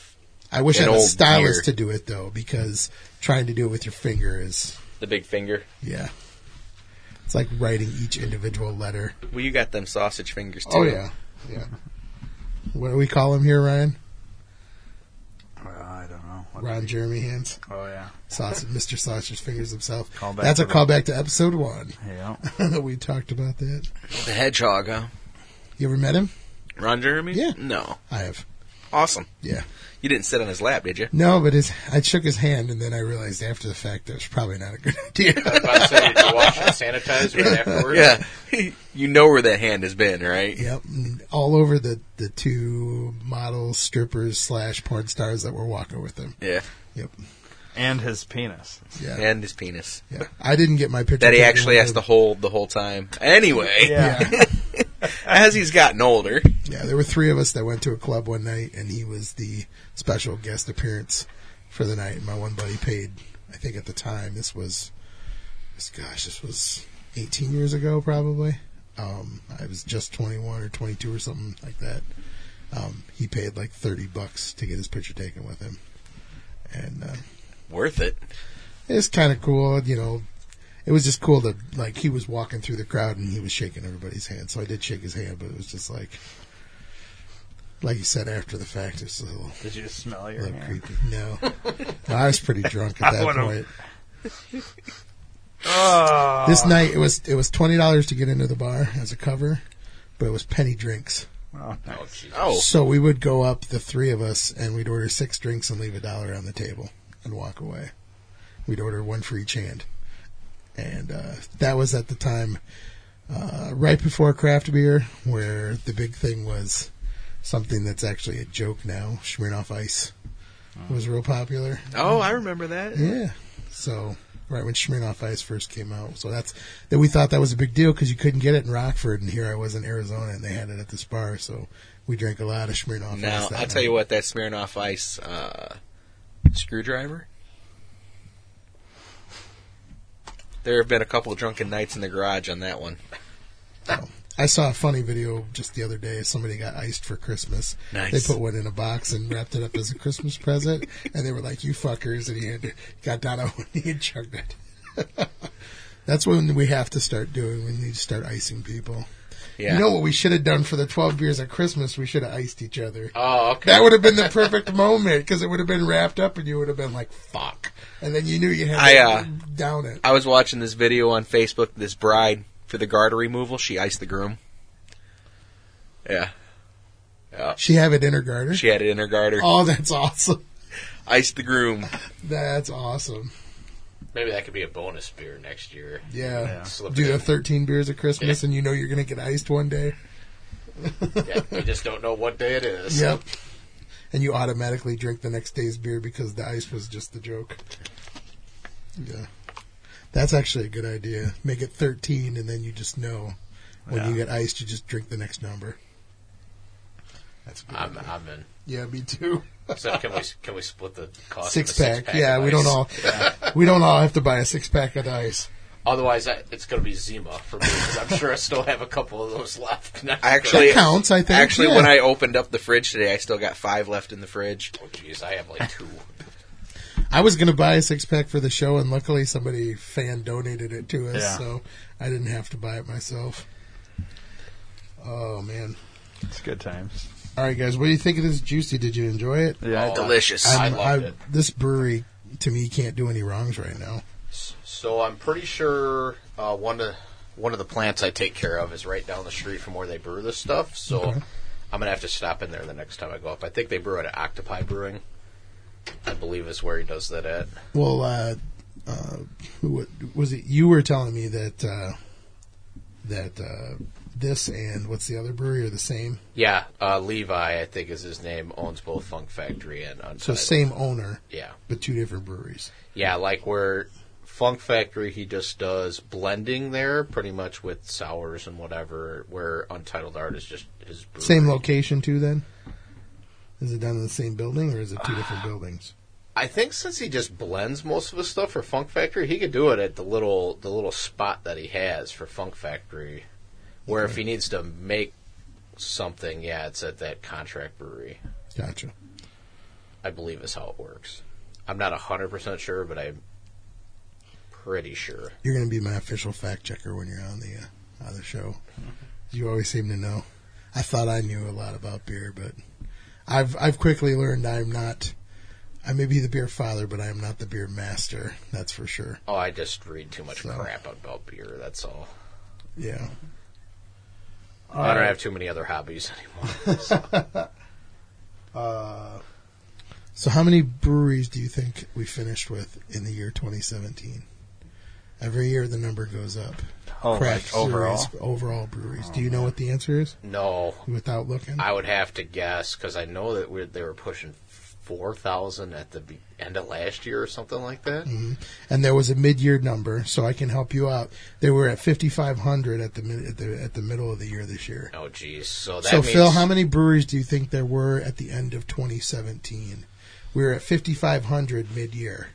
Speaker 1: I wish I
Speaker 2: An
Speaker 1: had a
Speaker 2: old
Speaker 1: stylus
Speaker 2: Gear.
Speaker 1: to do it though, because trying to do it with your finger is
Speaker 2: the big finger.
Speaker 1: yeah. It's like writing each individual letter.
Speaker 2: Well, you got them sausage fingers too.
Speaker 1: Oh yeah, yeah. What do we call him here, Ryan?
Speaker 3: Well, I don't know. What
Speaker 1: Ron
Speaker 3: did
Speaker 1: Jeremy hands,
Speaker 3: he- Oh, yeah.
Speaker 1: sausage, Mr. Sausage fingers himself.
Speaker 3: Callback
Speaker 1: That's a
Speaker 3: to the-
Speaker 1: callback to episode one.
Speaker 3: Yeah.
Speaker 1: we talked about that.
Speaker 2: The hedgehog, huh?
Speaker 1: You ever met him?
Speaker 2: Ron Jeremy?
Speaker 1: Yeah.
Speaker 2: No.
Speaker 1: I have.
Speaker 2: Awesome.
Speaker 1: Yeah.
Speaker 2: You didn't sit on his lap, did you?
Speaker 1: No, but his I shook his hand and then I realized after the fact that was probably not a good idea.
Speaker 4: If I said, did you wash and sanitize right afterwards?
Speaker 2: Yeah. you know where that hand has been, right?
Speaker 1: yep, and all over the the two model strippers slash porn stars that were walking with him.
Speaker 2: Yeah.
Speaker 1: Yep.
Speaker 3: And his penis.
Speaker 1: Yeah.
Speaker 2: And his penis.
Speaker 1: yeah. I didn't get my picture
Speaker 2: That he
Speaker 1: taken
Speaker 2: actually
Speaker 1: with
Speaker 2: has
Speaker 1: him.
Speaker 2: to hold the whole time. Anyway,
Speaker 1: Yeah.
Speaker 2: as he's gotten older,
Speaker 1: Yeah, there were three of us that went to a club one night, and he was the special guest appearance for the night. My one buddy paid, I think at the time, this was, this, gosh, this was 18 years ago probably. Um, I was just 21 or 22 or something like that. Um, he paid like 30 bucks to get his picture taken with him. And, uh,
Speaker 2: worth it.
Speaker 1: it's kind of cool, you know. It was just cool to like he was walking through the crowd and he was shaking everybody's hand. So I did shake his hand, but it was just like, like you said after the fact, it's a little,
Speaker 3: Did you smell your
Speaker 1: little
Speaker 3: hand?
Speaker 1: creepy. No. No, I was pretty drunk at
Speaker 3: I
Speaker 1: that
Speaker 3: would've-
Speaker 1: point.
Speaker 3: Oh.
Speaker 1: This night it was it was twenty dollars to get into the bar as a cover, but it was penny drinks.
Speaker 3: Oh, nice.
Speaker 4: Oh, Jesus.
Speaker 2: Oh,
Speaker 1: So we would go up, the three of us, and we'd order six drinks and leave a dollar on the table and walk away. We'd order one for each hand. And uh, that was at the time uh, right before craft beer, where the big thing was something that's actually a joke now. Smirnoff Ice was real popular.
Speaker 2: oh, I remember that.
Speaker 1: Yeah. So right when Smirnoff Ice first came out, so that's that we thought that was a big deal because you couldn't get it in Rockford, and here I was in Arizona, and they had it at this bar, so we drank a lot of Smirnoff
Speaker 2: Now
Speaker 1: Ice. that
Speaker 2: I'll tell you
Speaker 1: night.
Speaker 2: what, that Smirnoff Ice uh, screwdriver. There have been a couple drunken nights in the garage on that one.
Speaker 1: I saw a funny video just the other day. Somebody got iced for Christmas.
Speaker 2: Nice.
Speaker 1: They put one in a box and wrapped it up as a Christmas present, and they were like, "You fuckers!" And he had to, got down on one knee and chugged it. That's when we have to start doing. We need to start icing people.
Speaker 2: Yeah.
Speaker 1: You know what we should have done for the twelve beers at Christmas? We should have iced each other.
Speaker 4: Oh, okay.
Speaker 1: That would have been the perfect moment because it would have been wrapped up, and you would have been like, "Fuck!" And then you knew you had
Speaker 2: I,
Speaker 1: to
Speaker 2: uh,
Speaker 1: down it.
Speaker 2: I was watching this video on Facebook. This bride for the garter removal, she iced the groom. Yeah,
Speaker 1: She have it in her garter.
Speaker 2: she had it in her garter.
Speaker 1: oh, that's awesome.
Speaker 2: Iced the groom.
Speaker 1: That's awesome.
Speaker 4: Maybe that could be a bonus beer next year.
Speaker 1: Yeah.
Speaker 4: Slip
Speaker 1: Do
Speaker 4: it
Speaker 1: you
Speaker 4: in.
Speaker 1: have 13 beers at Christmas and you know you're going to get iced one day?
Speaker 4: Yeah, you just don't know what day it is.
Speaker 1: Yep. And you automatically drink the next day's beer because the ice was just the joke. Yeah. That's actually a good idea. Make it 13 and then you just know when you
Speaker 3: Yeah.
Speaker 1: get iced, you just drink the next number. That's a good.
Speaker 4: I'm, I'm in.
Speaker 1: yeah, me too.
Speaker 4: So can we can we split the cost? of
Speaker 1: Six
Speaker 4: a six
Speaker 1: pack. yeah,
Speaker 4: of
Speaker 1: we don't
Speaker 4: ice?
Speaker 1: all we don't all have to buy a six pack of ice.
Speaker 4: Otherwise, I, it's going to be Zima for me because I'm sure I still have a couple of those left. Next
Speaker 2: Actually,
Speaker 1: Counts, I think.
Speaker 2: actually,
Speaker 1: yeah.
Speaker 2: when I opened up the fridge today, I still got five left in the fridge.
Speaker 4: oh jeez, I have like two.
Speaker 1: I was gonna buy a six pack for the show, and luckily somebody fan donated it to us,
Speaker 3: Yeah.
Speaker 1: so I didn't have to buy it myself. Oh man!
Speaker 3: It's good times.
Speaker 1: All right, guys, what do you think of this juicy? Did you enjoy it?
Speaker 3: Yeah.
Speaker 4: Oh,
Speaker 2: Delicious.
Speaker 4: I
Speaker 1: I'm-
Speaker 4: loved
Speaker 1: I-
Speaker 4: it.
Speaker 1: This brewery to me can't do any wrongs right now.
Speaker 4: So I'm pretty sure uh, one of one of the plants I take care of is right down the street from where they brew this stuff. So I'm gonna have to stop in there the next time I go up. I think they brew it at Octopi Brewing. I believe is where he does that at.
Speaker 1: Well, uh, uh, who wa- was it? You were telling me that uh, that uh, this and what's the other brewery are the same,
Speaker 4: Yeah, uh, Levi, I think is his name, owns both Funk Factory and Untitled.
Speaker 1: so same owner
Speaker 4: Yeah,
Speaker 1: but two different breweries.
Speaker 4: yeah, like where Funk Factory, he just does blending there, pretty much with sours and whatever. Where Untitled Art is just his brewery.
Speaker 1: Same location too. Then is it done in the same building or is it two different buildings?
Speaker 4: I think since he just blends most of his stuff for Funk Factory, he could do it at the little the little spot that he has for Funk Factory. Where if he needs to make something, yeah, it's at that contract brewery.
Speaker 1: Gotcha.
Speaker 4: I believe is how it works. I'm not hundred percent sure, but I'm pretty sure.
Speaker 1: You're going to be my official fact checker when you're on the uh, on the show. You always seem to know. I thought I knew a lot about beer, but I've I've quickly learned I'm not. I may be the beer father, but I am not the beer master. That's for sure.
Speaker 4: Oh, I just read too much
Speaker 1: So.
Speaker 4: crap about beer. That's all.
Speaker 1: Yeah.
Speaker 4: I don't have too many other hobbies anymore.
Speaker 1: So how many breweries do you think we finished with in the year 2017? Every year the number goes up.
Speaker 3: Oh,
Speaker 1: Craft
Speaker 3: like overall.
Speaker 1: breweries, overall breweries. Do you know what the answer is
Speaker 4: No,
Speaker 1: without looking?
Speaker 4: I would have to guess because I know that we're, they were pushing four thousand at the be- end of last year or something like that.
Speaker 1: Mm-hmm. and there was a mid-year number, so I can help you out. They were at 5,500 at the mid, at the at the middle of the year this year.
Speaker 4: Oh, geez. So that
Speaker 1: so
Speaker 4: means
Speaker 1: Phil, how many breweries do you think there were at the end of 2017? We were at 5,500 mid-year.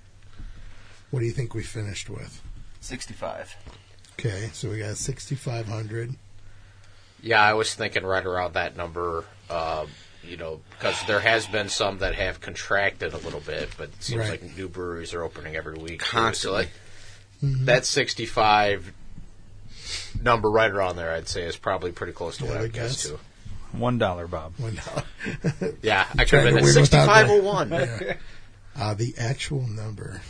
Speaker 1: What do you think we finished with?
Speaker 2: Sixty-five.
Speaker 1: Okay, so we got 6,500.
Speaker 4: Yeah, I was thinking right around that number. Um, you know, because there has been some that have contracted a little bit, but it seems
Speaker 1: Right.
Speaker 4: like new breweries are opening every week too. So,
Speaker 2: Constantly.
Speaker 4: like,
Speaker 1: Mm-hmm.
Speaker 4: that sixty-five number right around there, I'd say, is probably pretty close to what
Speaker 1: Yeah,
Speaker 4: I
Speaker 1: I
Speaker 4: would guess
Speaker 1: guess.
Speaker 4: to.
Speaker 3: One dollar, Bob.
Speaker 1: Well, no.
Speaker 4: Yeah,
Speaker 1: Trying
Speaker 4: I could have
Speaker 1: to
Speaker 4: been at
Speaker 1: win without
Speaker 4: sixty-five oh one.
Speaker 1: Yeah. Uh, the actual number,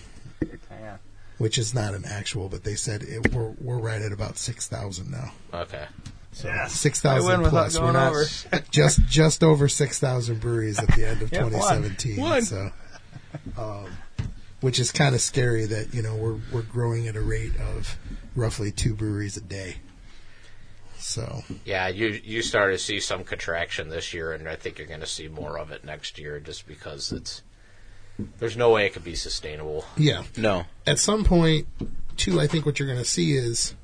Speaker 1: which is not an actual, but they said it, we're, we're right at about 6,000 now.
Speaker 4: Okay.
Speaker 1: So
Speaker 3: Yes. I
Speaker 1: 6,000
Speaker 3: win without
Speaker 1: plus. We're
Speaker 3: going
Speaker 1: not
Speaker 3: over.
Speaker 1: just just over 6,000 breweries at the end of
Speaker 3: Yeah, one.
Speaker 1: 2017.
Speaker 3: One.
Speaker 1: So, um, which is kind of scary that, you know, we're, we're growing at a rate of roughly two breweries a day. So,
Speaker 4: Yeah, you you start to see some contraction this year, and I think you're going to see more of it next year, just because it's there's no way it could be sustainable.
Speaker 1: yeah.
Speaker 2: No,
Speaker 1: At some point, too, I think what you're going to see is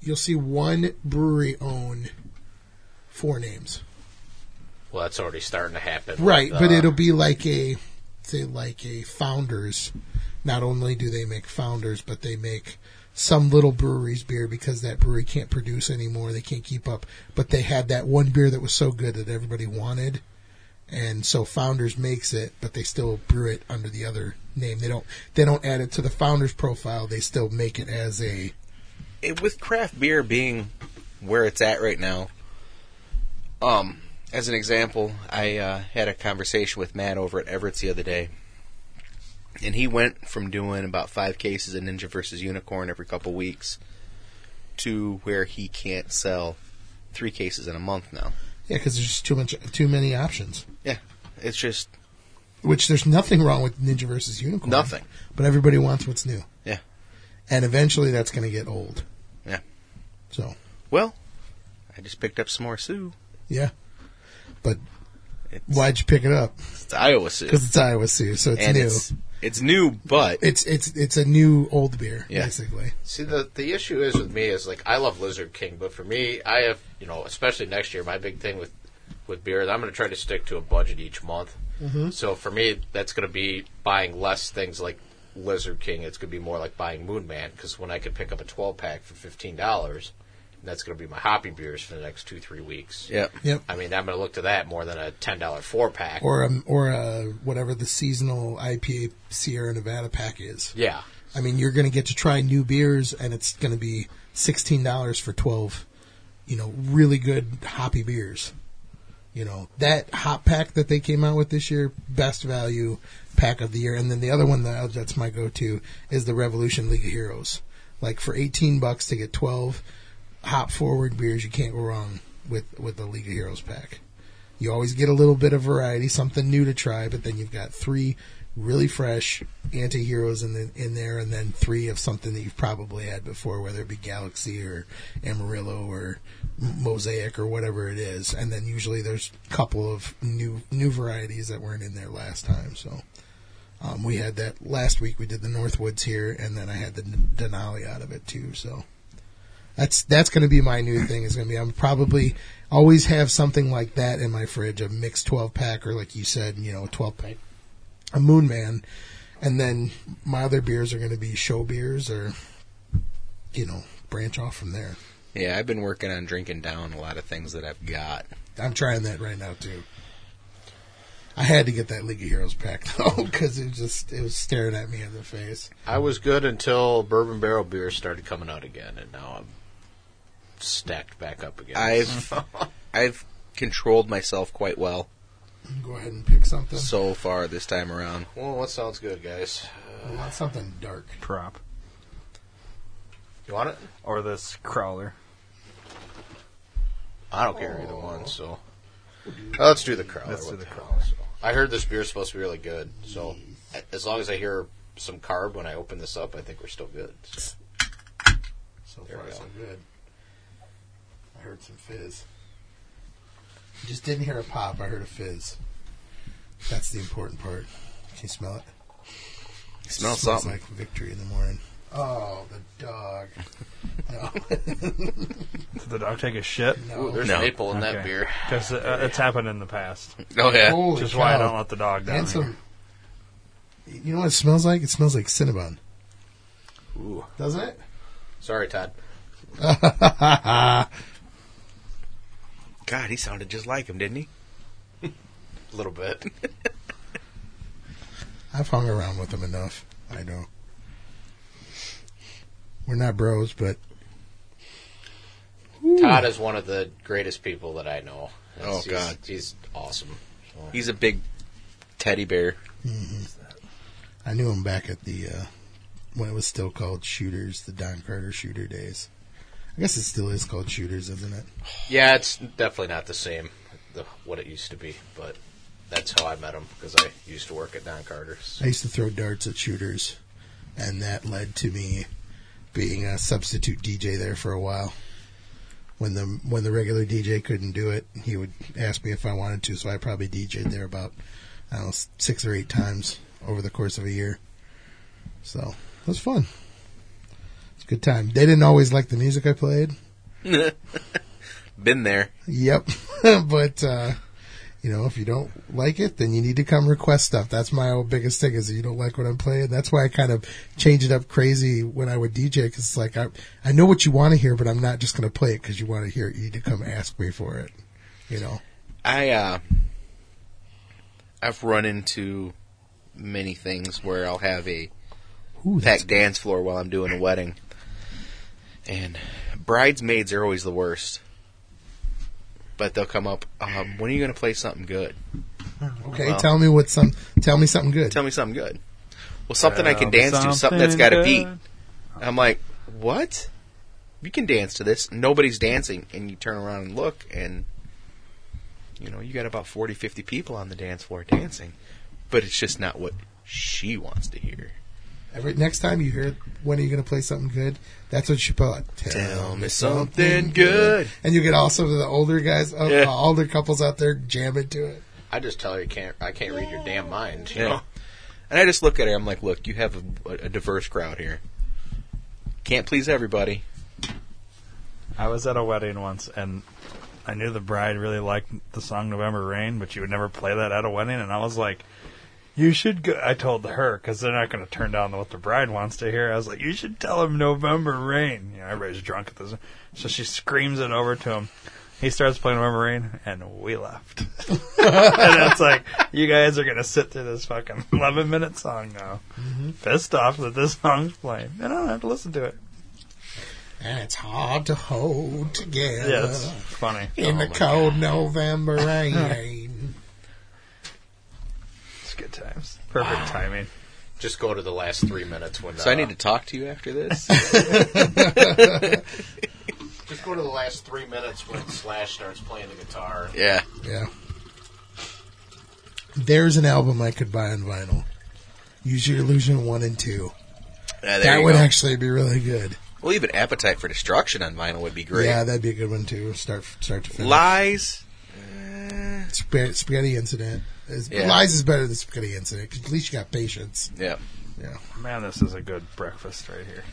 Speaker 1: you'll see one brewery own four names.
Speaker 4: Well, that's already starting to happen. uh,
Speaker 1: Right,
Speaker 4: with,
Speaker 1: but
Speaker 4: uh,
Speaker 1: it'll be like a, say, like a founders not only do they make founders, but they make some little brewery's beer because that brewery can't produce anymore. They can't keep up. But they had that one beer that was so good that everybody wanted. And so Founders makes it, but they still brew it under the other name. They don't they don't add it to the Founders profile. They still make it as a
Speaker 2: it, with craft beer being where it's at right now, um, as an example, I uh, had a conversation with Matt over at Everett's the other day, and he went from doing about five cases of Ninja versus Unicorn every couple weeks to where he can't sell three cases in a month now.
Speaker 1: yeah, because there's just too much too many options.
Speaker 2: Yeah, it's just
Speaker 1: Which there's nothing wrong with Ninja versus Unicorn.
Speaker 2: Nothing.
Speaker 1: But everybody wants what's new,
Speaker 2: yeah,
Speaker 1: and eventually that's going to get old.
Speaker 2: yeah.
Speaker 1: So
Speaker 2: Well, I just picked up some more Sioux.
Speaker 1: yeah, but
Speaker 2: It's,
Speaker 1: why'd you pick it up?
Speaker 2: it's Iowa Sioux,
Speaker 1: Because it's Iowa Sioux, so it's
Speaker 2: and
Speaker 1: new.
Speaker 2: it's it's new, but
Speaker 1: It's it's it's a new old beer,
Speaker 2: Yeah.
Speaker 1: basically.
Speaker 4: See, the the issue is with me is like I love Lizard King, but for me, I have you know, especially next year, my big thing with with beer is I'm going to try to stick to a budget each month. So for me, that's going to be buying less things like Lizard King. It's going to be more like buying Moon Man because when I could pick up a 12 pack for fifteen dollars, that's going to be my hoppy beers for the next two three weeks.
Speaker 2: yeah,
Speaker 1: Yep.
Speaker 4: I mean, I'm going to look to that more than a ten dollar four pack.
Speaker 1: Or a, or a, whatever the seasonal IPA Sierra Nevada pack is.
Speaker 4: yeah,
Speaker 1: I mean, you're going to get to try new beers, and it's going to be sixteen dollars for twelve, you know, really good hoppy beers. You know that hop pack that they came out with this year, best value pack of the year, and then the other one that that's my go-to is the Revolution League of Heroes. Like for eighteen bucks to get twelve hop forward beers, you can't go wrong with with the League of Heroes pack. You always get a little bit of variety, something new to try, but then you've got three really fresh anti-heroes in, the, in there and then three of something that you've probably had before, whether it be Galaxy or Amarillo or Mosaic or whatever it is. And then usually there's a couple of new, new varieties that weren't in there last time. So, um, we had that last week. We did the Northwoods here and then I had the Denali out of it too. So, that's that's going to be my new thing. Is going to be I'm probably always have something like that in my fridge, a mixed 12 pack or like you said, you know, a 12 pack, a Moon Man, and then my other beers are going to be show beers or you know branch off from there.
Speaker 2: yeah. I've been working on drinking down a lot of things that I've got.
Speaker 1: I'm trying that right now too. I had to get that League of Heroes pack though because it just it was staring at me in the face.
Speaker 4: I was good until bourbon barrel beer started coming out again, and now I'm stacked back up again.
Speaker 2: I've I've controlled myself quite well
Speaker 1: Go ahead and pick something.
Speaker 2: so far this time around.
Speaker 4: well, what sounds good, guys?
Speaker 1: I want something dark.
Speaker 3: Prop.
Speaker 4: You want it?
Speaker 3: Or this crawler.
Speaker 4: I don't care either one. So Uh, let's do the crowler.
Speaker 3: Let's do
Speaker 4: What
Speaker 3: the
Speaker 4: hell?
Speaker 3: crawler.
Speaker 4: So, I heard this beer's supposed to be really good. So a- as long as I hear some carb when I open this up, I think we're still good. So,
Speaker 1: So
Speaker 4: There
Speaker 1: far,
Speaker 4: we go.
Speaker 1: so good. I heard some fizz. Just didn't hear a pop. I heard a fizz. That's the important part. Can you smell it?
Speaker 2: It smells
Speaker 1: Smells
Speaker 2: something.
Speaker 1: like victory in the morning. Oh, the dog. No,
Speaker 3: Did the dog take a shit?
Speaker 4: ooh,
Speaker 1: no.
Speaker 4: there's
Speaker 2: No.
Speaker 4: maple in that beer.
Speaker 3: Because uh, it's happened in the past.
Speaker 2: oh yeah,
Speaker 1: Holy
Speaker 3: Which is why I
Speaker 1: cow.
Speaker 3: don't let the dog down.
Speaker 1: And
Speaker 3: Here.
Speaker 1: some. You know what it smells like? It smells like Cinnabon.
Speaker 4: Ooh.
Speaker 1: Doesn't it?
Speaker 4: Sorry, Todd.
Speaker 2: God, he sounded just like him, didn't he?
Speaker 4: A little bit.
Speaker 1: I've hung around with him enough. I know. We're not bros, but
Speaker 4: Todd is one of the greatest people that I know.
Speaker 2: Oh,
Speaker 4: He's-
Speaker 2: God.
Speaker 4: he's awesome. So-
Speaker 2: He's a big teddy bear.
Speaker 1: I knew him back at the uh, when it was still called Shooters, the Don Carter Shooter days. I guess it still is called Shooters, isn't it?
Speaker 4: Yeah, it's definitely not the same the, what it used to be, but that's how I met him because I used to work at Don Carter's.
Speaker 1: I used to throw darts at Shooters, and that led to me being a substitute DJ there for a while. When the when the regular DJ couldn't do it, he would ask me if I wanted to, so I probably DJ'd there about I don't know six or eight times over the course of a year. So it was fun. It's a good time. They didn't always like the music I played.
Speaker 2: Been there.
Speaker 1: Yep. but uh, You know, if you don't like it, then you need to come request stuff. That's my old biggest thing is if you don't like what I'm playing. That's why I kind of change it up crazy when I would DJ because it's like I I know what you want to hear, but I'm not just going to play it because you want to hear it. You need to come ask me for it. You know.
Speaker 2: I uh, I've run into many things where I'll have a
Speaker 1: Ooh, that's
Speaker 2: packed dance floor while I'm doing a wedding, and bridesmaids are always the worst. But they'll come up. Um, when are you going to play something good?
Speaker 1: okay.
Speaker 2: Wow.
Speaker 1: Tell me what some. Tell me something good.
Speaker 2: Tell me something good. Well, something I can
Speaker 3: Tell me
Speaker 2: dance to. Something that's
Speaker 3: something
Speaker 2: got a
Speaker 3: good.
Speaker 2: beat. I'm like, what? You can dance to this. Nobody's dancing. And you turn around and look, and, you know, you got about 40, 50 people on the dance floor dancing. But it's just not what she wants to hear.
Speaker 1: Every next time you hear when are you going to play something good, that's what you should put. Tell,
Speaker 2: Tell me something good.
Speaker 1: And you get also to the older guys, uh,
Speaker 2: Yeah.
Speaker 1: uh, older couples out there jamming to it.
Speaker 4: I just tell her you can't. I can't read your damn mind. You
Speaker 2: Yeah.
Speaker 4: know?
Speaker 2: And I just look at her. I'm like, look, you have a, a diverse crowd here. Can't please everybody.
Speaker 3: I was at a wedding once, and I knew the bride really liked the song "November Rain," but she would never play that at a wedding. And I was like, "You should go." I told her because they're not going to turn down what the bride wants to hear. I was like, "You should tell him November Rain." You know, everybody's drunk at this, so she screams it over to him. He starts playing November Rain, and we left. and it's like, you guys are going to sit through this fucking 11 minute song now. Pissed off that this song's playing. And I don't have to listen to it.
Speaker 1: And it's hard to hold together
Speaker 3: Yeah, it's funny.
Speaker 1: in the cold November rain.
Speaker 3: It's good times. Perfect timing.
Speaker 4: Just go to the last three minutes when.
Speaker 2: So I
Speaker 4: uh,
Speaker 2: need to talk to you after this.
Speaker 4: just go to the last three minutes when Slash starts playing the guitar.
Speaker 2: yeah.
Speaker 1: yeah. There's an album I could buy on vinyl. Use Your Illusion 1 and 2.
Speaker 2: Yeah, there
Speaker 1: that
Speaker 2: you
Speaker 1: would
Speaker 2: go.
Speaker 1: actually be really good.
Speaker 2: well, even Appetite for Destruction on vinyl would be great.
Speaker 1: Yeah, that'd be a good one too. Start start to finish.
Speaker 2: Lies.
Speaker 1: Spa- spaghetti incident. Is,
Speaker 2: Yeah.
Speaker 1: Lies is better than spaghetti incident 'cause at least you got patience.
Speaker 2: Yeah.
Speaker 1: Yeah.
Speaker 3: Man, this is a good breakfast right here.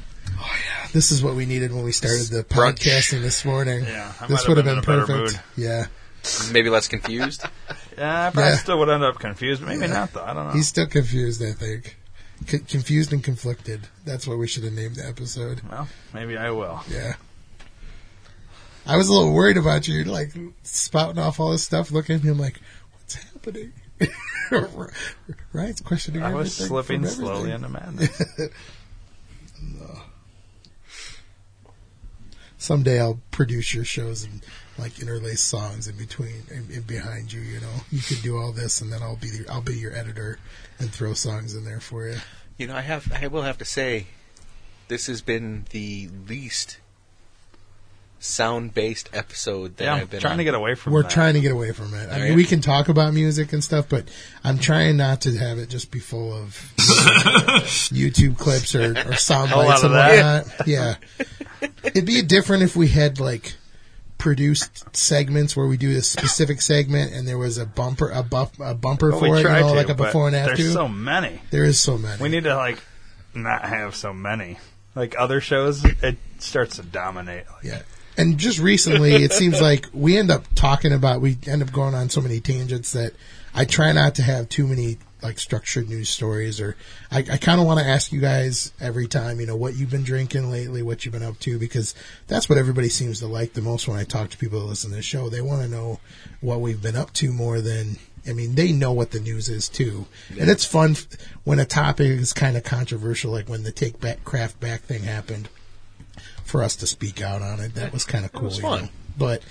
Speaker 1: This is what we needed when we started the
Speaker 2: Brunch.
Speaker 1: podcasting this morning.
Speaker 3: Yeah, I
Speaker 1: this
Speaker 3: might
Speaker 1: would
Speaker 3: have
Speaker 1: have been,
Speaker 3: been in a better
Speaker 1: perfect. Yeah,
Speaker 2: Maybe less confused.
Speaker 3: Yeah, I probably
Speaker 1: Yeah.
Speaker 3: still would end up confused. Maybe not, though. I don't know.
Speaker 1: he's still confused. I think C- confused and conflicted. That's what we should have named the episode.
Speaker 3: well, maybe I will.
Speaker 1: Yeah. I was a little worried about you, like spouting off all this stuff. Looking at me, I'm like, what's happening? Ryan's questioning.
Speaker 3: I was
Speaker 1: everything
Speaker 3: slipping
Speaker 1: from
Speaker 3: slowly
Speaker 1: everything.
Speaker 3: into madness.
Speaker 1: someday I'll produce your shows and like interlace songs in between and, and behind you. You know, you could do all this, and then I'll be the, I'll be your editor and throw songs in there for you.
Speaker 2: You know, I have I will have to say, this has been the least sound based episode that
Speaker 3: yeah, I'm
Speaker 2: I've been
Speaker 3: trying
Speaker 2: on.
Speaker 3: to get away from
Speaker 1: We're
Speaker 3: that.
Speaker 1: trying to get away from it. I mean,
Speaker 2: Right.
Speaker 1: we can talk about music and stuff, but I'm trying not to have it just be full of YouTube clips or, or sound
Speaker 3: Whole
Speaker 1: bites
Speaker 3: lot of
Speaker 1: and
Speaker 3: that.
Speaker 1: whatnot. Yeah. It'd be different if we had like produced segments where we do a specific segment and there was a bumper, a, buff, a bumper
Speaker 3: But
Speaker 1: for
Speaker 3: we
Speaker 1: it, you
Speaker 3: try
Speaker 1: know,
Speaker 3: to,
Speaker 1: like a
Speaker 3: but
Speaker 1: before and after.
Speaker 3: There's so many.
Speaker 1: There is so many.
Speaker 3: We need to, like, not have so many. Like other shows, it starts to dominate. Like,
Speaker 1: yeah. And just recently, it seems like we end up talking about, we end up going on so many tangents that I try not to have too many like structured news stories or I, I kind of want to ask you guys every time, you know, what you've been drinking lately, what you've been up to, because that's what everybody seems to like the most when I talk to people that listen to the show. They want to know what we've been up to more than, I mean, they know what the news is too. And it's fun f- when a topic is kind of controversial, like when the take back craft back thing happened for us to speak out on it. That was kind of cool.
Speaker 2: was
Speaker 1: you know.
Speaker 2: fun.
Speaker 1: But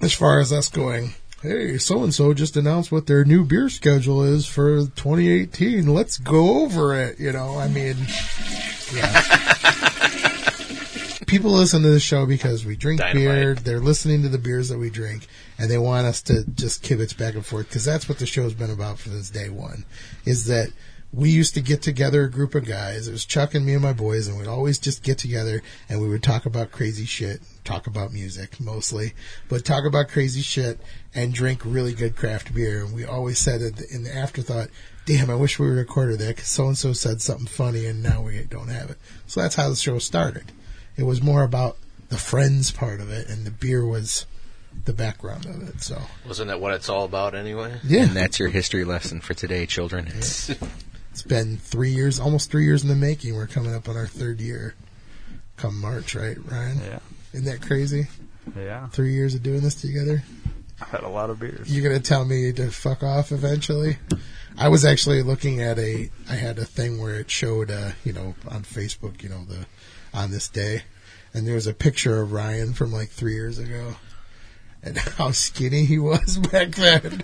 Speaker 1: as far as us going, hey, so and so just announced what their new beer schedule is for 2018. Let's go over it. You know, I mean, yeah. People listen to the show because we drink
Speaker 4: Dynamite.
Speaker 1: beer. They're listening to the beers that we drink, and they want us to just kibitz back and forth because that's what the show's been about for this day one. Is that we used to get together a group of guys. It was Chuck and me and my boys, and we'd always just get together and we would talk about crazy shit, talk about music mostly, but talk about crazy shit and drink really good craft beer. And we always said in the, in the afterthought, damn, I wish we recorded that because so and so said something funny and now we don't have it. So that's how the show started. It was more about the friends part of it, and the beer was the background of it. So
Speaker 4: Wasn't that what it's all about anyway?
Speaker 1: yeah,
Speaker 2: And that's your history lesson for today, children. It's
Speaker 1: it's been three years, almost three years in the making. We're coming up on our third year, come March, right, Ryan?
Speaker 3: Yeah.
Speaker 1: Isn't that crazy?
Speaker 3: Yeah.
Speaker 1: Three years of doing this together.
Speaker 3: I've had a lot of beers.
Speaker 1: You're gonna tell me to fuck off eventually. I was actually looking at a. I had a thing where it showed, uh, you know, on Facebook, you know, the on this day, and there was a picture of Ryan from like three years ago, and how skinny he was back then.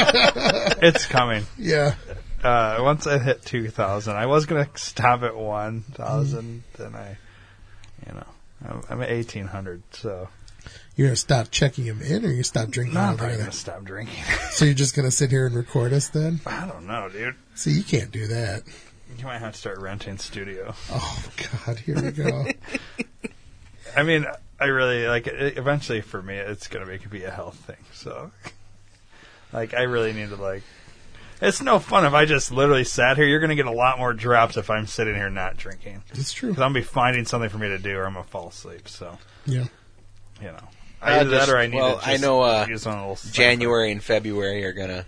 Speaker 3: It's coming.
Speaker 1: yeah,
Speaker 3: Uh, once I hit 2,000, I was going to stop at 1,000, then I, you know, I'm, I'm at 1,800, so
Speaker 1: you're gonna stop checking him in, or you stop drinking
Speaker 3: no, I'm probably going
Speaker 1: altogether?
Speaker 3: to stop drinking.
Speaker 1: So you're just gonna sit here and record us then?
Speaker 3: I don't know, dude.
Speaker 1: See, you can't do that.
Speaker 3: You might have to start renting studio.
Speaker 1: Oh God, here we go.
Speaker 3: I mean, I really like. It, eventually, for me, it's gonna make it be a health thing. So, like, I really need to like. It's no fun if I just literally sat here. You're gonna get a lot more drops if I'm sitting here not drinking.
Speaker 1: it's true.
Speaker 3: Because I'm gonna be finding something for me to do, or I'm gonna fall asleep. So,
Speaker 1: Yeah.
Speaker 3: you know,
Speaker 2: Uh,
Speaker 3: either
Speaker 2: just-
Speaker 3: that or I need
Speaker 2: well,
Speaker 3: to. Just
Speaker 2: I know, uh,
Speaker 3: use on a little cipher.
Speaker 2: January and February are gonna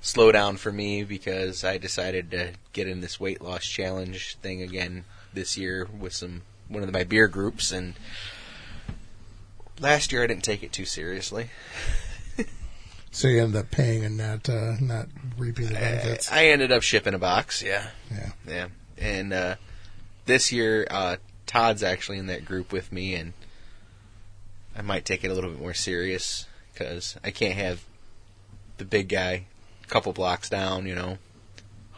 Speaker 2: slow down for me because I decided to get in this weight loss challenge thing again this year with some one of my beer groups and last year I didn't take it too seriously.
Speaker 1: So you end up paying and not uh, not reaping the
Speaker 2: I,
Speaker 1: benefits.
Speaker 2: I ended up shipping a box, yeah.
Speaker 1: Yeah.
Speaker 2: Yeah. And uh, this year, uh, Todd's actually in that group with me, and I might take it a little bit more serious because I can't have the big guy a couple blocks down, you know,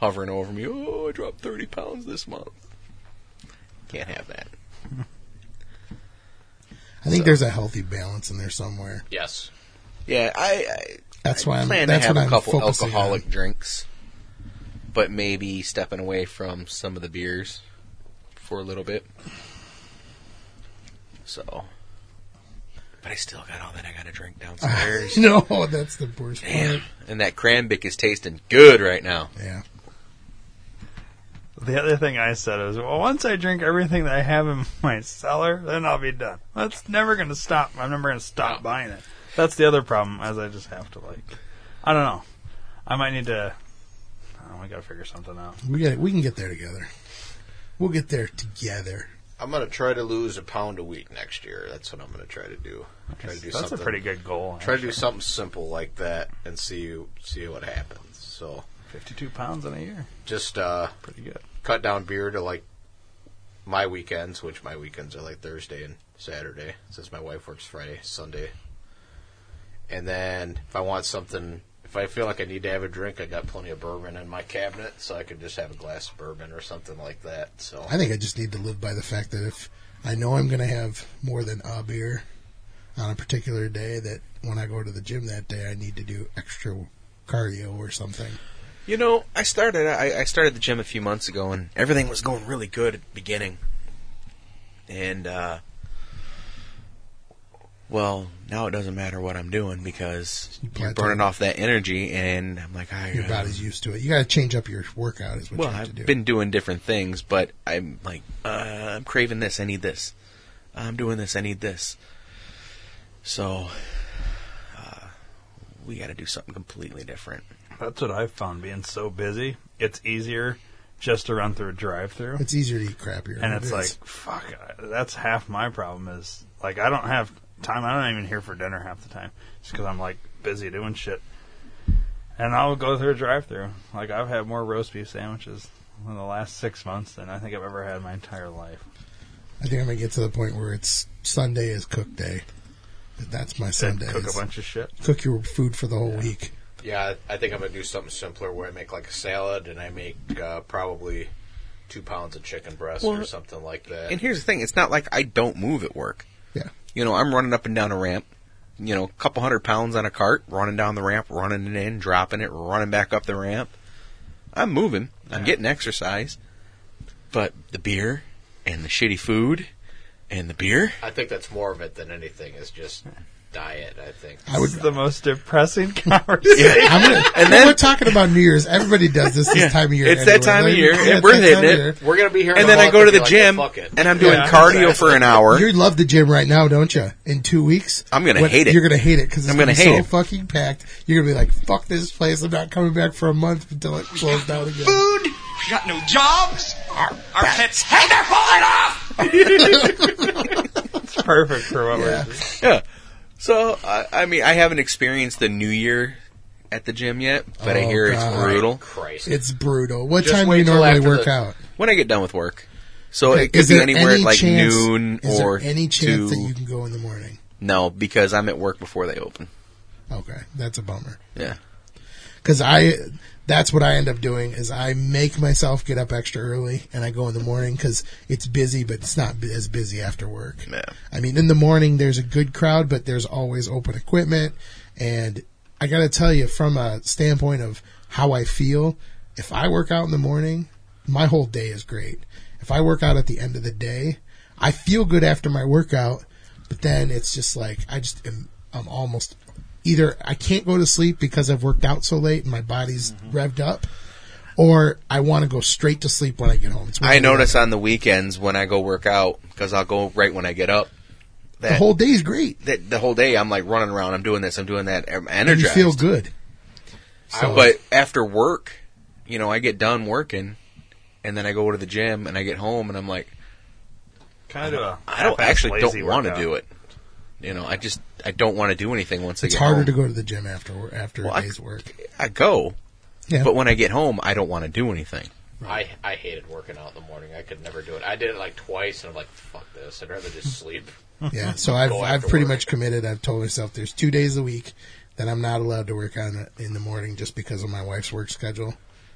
Speaker 2: hovering over me. Oh, I dropped 30 pounds this month. Can't have that.
Speaker 1: I think there's a healthy balance in there somewhere.
Speaker 4: Yes.
Speaker 2: Yeah, I, I
Speaker 1: That's why
Speaker 2: I
Speaker 1: I'm.
Speaker 2: plan
Speaker 1: that's
Speaker 2: to have
Speaker 1: what
Speaker 2: a
Speaker 1: I'm
Speaker 2: couple
Speaker 1: focusing on.
Speaker 2: alcoholic drinks, but maybe stepping away from some of the beers for a little bit. So, but I still got all that I got to drink downstairs.
Speaker 1: No, that's the worst
Speaker 2: Damn,
Speaker 1: part.
Speaker 2: and that cranbic is tasting good right now.
Speaker 1: Yeah.
Speaker 3: The other thing I said was, well, once I drink everything that I have in my cellar, then I'll be done. That's never going to stop. I'm never going to stop buying it. That's the other problem, as I just have to like, I don't know. I might need to. Oh, we got to figure something out.
Speaker 1: We got. We can get there together. We'll get there together.
Speaker 4: I'm going to try to lose a pound a week next year. That's what I'm going to try to do. Try to do
Speaker 3: That's
Speaker 4: something.
Speaker 3: a pretty good goal.
Speaker 4: Try to do something simple like that and see see what happens. So
Speaker 3: Fifty-two pounds in a year,
Speaker 4: just uh,
Speaker 3: pretty good.
Speaker 4: cut down beer to like my weekends, which my weekends are like Thursday and Saturday, since my wife works Friday, Sunday. And then if I want something, if I feel like I need to have a drink, I got plenty of bourbon in my cabinet, so I could just have a glass of bourbon or something like that. So
Speaker 1: I think I just need to live by the fact that if I know I'm going to have more than a beer on a particular day, that when I go to the gym that day, I need to do extra cardio or something.
Speaker 2: You know, I started I, I started the gym a few months ago, and everything was going really good at the beginning. And uh, well, now it doesn't matter what I'm doing because
Speaker 1: plateau.
Speaker 2: you're burning off that energy, and I'm like, I
Speaker 1: Your body's used to it. You got to change up your workout. Is what
Speaker 2: well,
Speaker 1: you have
Speaker 2: I've
Speaker 1: to do.
Speaker 2: been doing different things, but I'm like, uh, I'm craving this. I need this. I'm doing this. I need this. So uh, we got to do something completely different.
Speaker 3: That's what I've found. Being so busy, it's easier just to run through a drive-through.
Speaker 1: it's easier to eat crappier.
Speaker 3: and it's
Speaker 1: It
Speaker 3: like
Speaker 1: is.
Speaker 3: fuck that's half my problem is like i don't have time i'm not even here for dinner half the time just because i'm like busy doing shit and i'll go through a drive through like i've had more roast beef sandwiches in the last six months than i think i've ever had in my entire life
Speaker 1: I think I'm gonna get to the point where it's Sunday is cook day. That's my
Speaker 3: Said
Speaker 1: Sunday.
Speaker 3: cook a bunch of shit
Speaker 1: cook your food for the whole week.
Speaker 4: yeah, I think I'm gonna do something simpler where I make like a salad and I make uh, probably two pounds of chicken breast or
Speaker 2: Well,
Speaker 4: something like that.
Speaker 2: And here's the thing: it's not like I don't move at work.
Speaker 1: Yeah.
Speaker 2: You know, I'm running up and down a ramp. You know, a couple hundred pounds on a cart, running down the ramp, running it in, dropping it, running back up the ramp. I'm moving. I'm getting exercise. But the beer and the shitty food and the beer.
Speaker 4: I think that's more of it than anything. Is just diet. I think.
Speaker 1: I would.
Speaker 3: This is the most depressing conversation.
Speaker 1: I'm gonna,
Speaker 2: And then-
Speaker 1: we're talking about New Year's. Everybody does this this time of year.
Speaker 2: It's that time of
Speaker 1: Like,
Speaker 2: year,
Speaker 1: yeah,
Speaker 2: and
Speaker 1: it's
Speaker 2: we're
Speaker 1: that
Speaker 2: hitting
Speaker 1: time of
Speaker 2: it.
Speaker 1: year.
Speaker 4: We're gonna be here. in
Speaker 2: And
Speaker 4: a
Speaker 2: then I
Speaker 4: month
Speaker 2: go to the
Speaker 4: be like,
Speaker 2: gym
Speaker 4: "Fuck it."
Speaker 2: and I'm doing
Speaker 3: Yeah.
Speaker 2: cardio for an hour.
Speaker 1: You love the gym right now, don't you? In two weeks,
Speaker 2: I'm gonna hate it.
Speaker 1: You're gonna hate it because it's
Speaker 2: I'm
Speaker 1: gonna,
Speaker 2: gonna
Speaker 1: be
Speaker 2: hate
Speaker 1: so
Speaker 2: it.
Speaker 1: fucking packed. You're gonna be like, "Fuck this place! I'm not coming back for a month until it closes down again."
Speaker 7: food. We got no jobs. Our, our pets hate their falling off.
Speaker 3: It's perfect for what we're doing.
Speaker 2: Yeah. So I, I mean, I haven't experienced the New Year at the gym yet, but I
Speaker 1: Oh,
Speaker 2: hear it's
Speaker 1: God.
Speaker 2: brutal
Speaker 4: Christ.
Speaker 1: It's brutal. What
Speaker 4: Just
Speaker 1: time do
Speaker 4: wait
Speaker 1: you
Speaker 4: till
Speaker 1: normally
Speaker 4: after
Speaker 1: work
Speaker 4: the-
Speaker 1: out?
Speaker 2: when I get done with work. So it could
Speaker 1: Is
Speaker 2: be
Speaker 1: there
Speaker 2: anywhere at
Speaker 1: any
Speaker 2: like
Speaker 1: chance-
Speaker 2: noon
Speaker 1: is
Speaker 2: or
Speaker 1: there any chance
Speaker 2: two.
Speaker 1: that you can go in the morning?
Speaker 2: No, because I'm at work before they open.
Speaker 1: Okay, that's a bummer.
Speaker 2: Yeah.
Speaker 1: because I that's what I end up doing is I make myself get up extra early and I go in the morning because it's busy, but it's not bu- as busy after work.
Speaker 2: Yeah.
Speaker 1: I mean, in the morning there's a good crowd, but there's always open equipment, and I got to tell you from a standpoint of how I feel, if I work out in the morning, my whole day is great. If I work out at the end of the day, I feel good after my workout, but then it's just like I just am I'm almost either I can't go to sleep because I've worked out so late and my body's
Speaker 2: Mm-hmm.
Speaker 1: revved up, or I want to go straight to sleep when I get home. It's one or
Speaker 2: I
Speaker 1: the
Speaker 2: notice
Speaker 1: other.
Speaker 2: on the weekends when I go work out because I'll go right when I get up. That
Speaker 1: the whole day's great.
Speaker 2: that the whole day I'm like running around. I'm doing this. I'm doing that. I'm
Speaker 1: And you
Speaker 2: energized.
Speaker 1: feel good. So-
Speaker 2: But after work, you know, I get done working, and then I go to the gym, and I get home, and I'm like,
Speaker 3: Kind of do a
Speaker 2: I don't
Speaker 3: half-ass
Speaker 2: actually
Speaker 3: lazy
Speaker 2: don't want to
Speaker 3: workout.
Speaker 2: do it. You know, I just I don't want to do anything once I
Speaker 1: it's
Speaker 2: get
Speaker 1: harder
Speaker 2: home.
Speaker 1: to go to the gym after wor- after
Speaker 2: Well,
Speaker 1: a
Speaker 2: I-
Speaker 1: day's work.
Speaker 2: I go,
Speaker 1: Yeah,
Speaker 2: but when I get home, I don't want to do anything.
Speaker 4: I I hated working out in the morning. I could never do it. I did it like twice, and I'm like, "Fuck this! I'd rather just sleep."
Speaker 1: yeah. So I've
Speaker 4: Go
Speaker 1: I've
Speaker 4: after
Speaker 1: pretty
Speaker 4: work.
Speaker 1: much committed. I've told myself there's two days a week that I'm not allowed to work on in the morning just because of my wife's work schedule.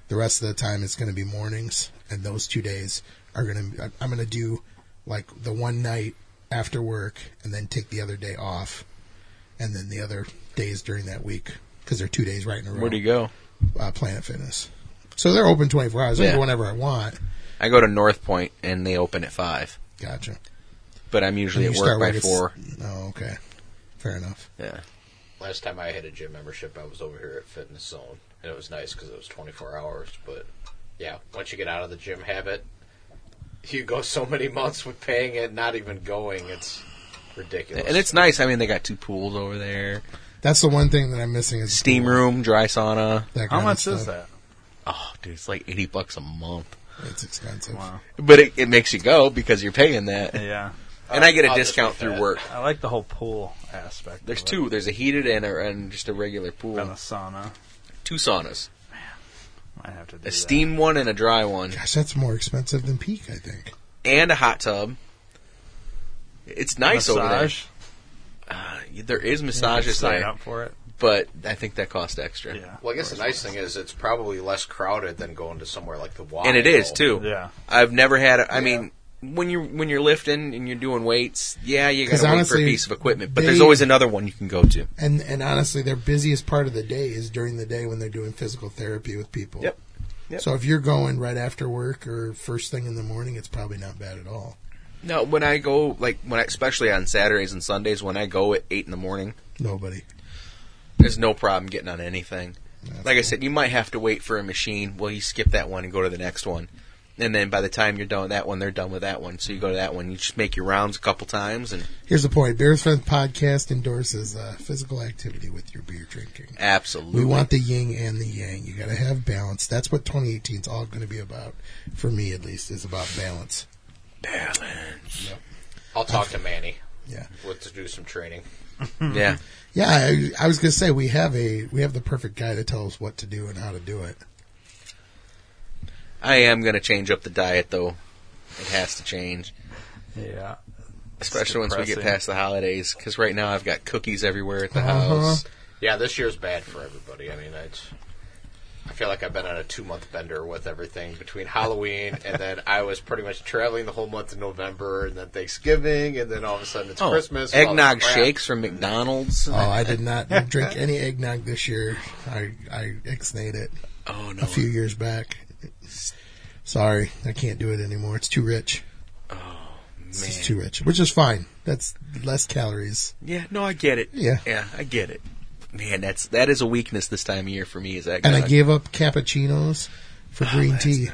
Speaker 1: The rest of the time it's going to be mornings, and those two days are going to I'm going to do like the one night after work, and then take the other day off, and then the other days during that week because they're two days right in a row.
Speaker 2: Where do you go?
Speaker 1: Uh, Planet Fitness. So they're open 24 hours. I
Speaker 2: Yeah.
Speaker 1: can go whenever I want.
Speaker 2: I go to North Point, and they open at five,
Speaker 1: Gotcha.
Speaker 2: but I'm usually
Speaker 1: You
Speaker 2: at
Speaker 1: start
Speaker 2: work by
Speaker 1: like it's-
Speaker 2: four.
Speaker 1: Oh, okay. Fair enough.
Speaker 2: Yeah.
Speaker 4: Last time I had a gym membership, I was over here at Fitness Zone, and it was nice because it was 24 hours. But yeah, once you get out of the gym habit, you go so many months with paying it, not even going. It's ridiculous.
Speaker 2: And it's nice. I mean, they got two pools over there,
Speaker 1: That's the one thing that I'm missing is
Speaker 2: steam room, dry sauna.
Speaker 1: That
Speaker 3: How
Speaker 1: kind of
Speaker 3: much is
Speaker 1: stuff.
Speaker 3: that?
Speaker 2: Oh, dude, it's like eighty bucks a month,
Speaker 1: It's expensive.
Speaker 3: Wow.
Speaker 2: but it, it makes you go because you're paying that.
Speaker 3: Yeah,
Speaker 2: And I get a
Speaker 4: I'll just
Speaker 2: discount
Speaker 4: take
Speaker 2: through
Speaker 4: that.
Speaker 2: work.
Speaker 3: I like the whole pool aspect.
Speaker 2: There's
Speaker 3: of it.
Speaker 2: two. There's a heated and a, and just a regular pool.
Speaker 3: and a sauna.
Speaker 2: Two saunas,
Speaker 3: I have to do
Speaker 2: a
Speaker 3: that.
Speaker 2: steam one and a dry one,
Speaker 1: Gosh, that's more expensive than Peak, I think.
Speaker 2: and a hot tub. It's nice
Speaker 3: massage.
Speaker 2: over there. There is
Speaker 3: You
Speaker 2: massages
Speaker 3: sign
Speaker 2: there,
Speaker 3: up for it.
Speaker 2: but I think that costs extra.
Speaker 3: Yeah.
Speaker 4: Well, I guess the nice thing is it's probably less crowded than going to somewhere like the Y.
Speaker 2: And it is too.
Speaker 4: though.
Speaker 3: Yeah.
Speaker 2: I've never had. A, I mean, when you're when you're lifting and you're doing weights, yeah, you got
Speaker 1: 'Cause
Speaker 2: to wait for a
Speaker 1: honestly,
Speaker 2: piece of equipment, but
Speaker 1: they-
Speaker 2: there's always another one you can go to.
Speaker 1: And and honestly, their busiest part of the day is during the day when they're doing physical therapy with people.
Speaker 2: Yep. Yep.
Speaker 1: So if you're going right after work or first thing in the morning, it's probably not bad at all.
Speaker 2: No, when I go, like when I, especially on Saturdays and Sundays, when I go at eight in the morning,
Speaker 1: Nobody.
Speaker 2: there's no problem getting on anything.
Speaker 1: That's
Speaker 2: like I said, you might have to wait for a machine. Well, you skip that one and go to the next one. And then by the time you're done with that one, they're done with that one. So you go to that one. You just make your rounds a couple times and
Speaker 1: Here's the point. Beer's Friends podcast endorses uh, physical activity with your beer drinking.
Speaker 2: absolutely.
Speaker 1: We want the yin and the yang. You got to have balance. That's what 2018 is all going to be about, for me at least, is about balance.
Speaker 4: I'll talk to Manny.
Speaker 1: Yeah.
Speaker 4: Let's do some training.
Speaker 2: yeah.
Speaker 1: Yeah, I, I was gonna say we have a we have the perfect guy to tell us what to do and how to do it.
Speaker 2: I am gonna change up the diet though. It has to change,
Speaker 3: Yeah.
Speaker 2: especially once we get
Speaker 3: depressing.
Speaker 2: past the holidays. Because right now I've got cookies everywhere at the
Speaker 1: Uh-huh.
Speaker 2: house.
Speaker 4: Yeah, this year's bad for everybody. I mean, it's. I feel like I've been on a two month bender with everything between Halloween and then I was pretty much traveling the whole month of November and then Thanksgiving and then all of a sudden it's
Speaker 2: Oh,
Speaker 4: Christmas. and all this
Speaker 2: eggnog
Speaker 4: crap.
Speaker 2: shakes from McDonald's.
Speaker 1: Oh, I did not drink any eggnog this year. I I ex-nayed it
Speaker 2: Oh no!
Speaker 1: a few years back. Sorry, I can't do it anymore. It's too rich. It's just too rich, which is fine. That's less calories.
Speaker 2: Yeah, no, I get it.
Speaker 1: Yeah.
Speaker 2: yeah, I get it. Man, that's that is a weakness this time of year for me. Is that
Speaker 1: And I
Speaker 2: God.
Speaker 1: gave up cappuccinos for
Speaker 2: Ah,
Speaker 1: green tea.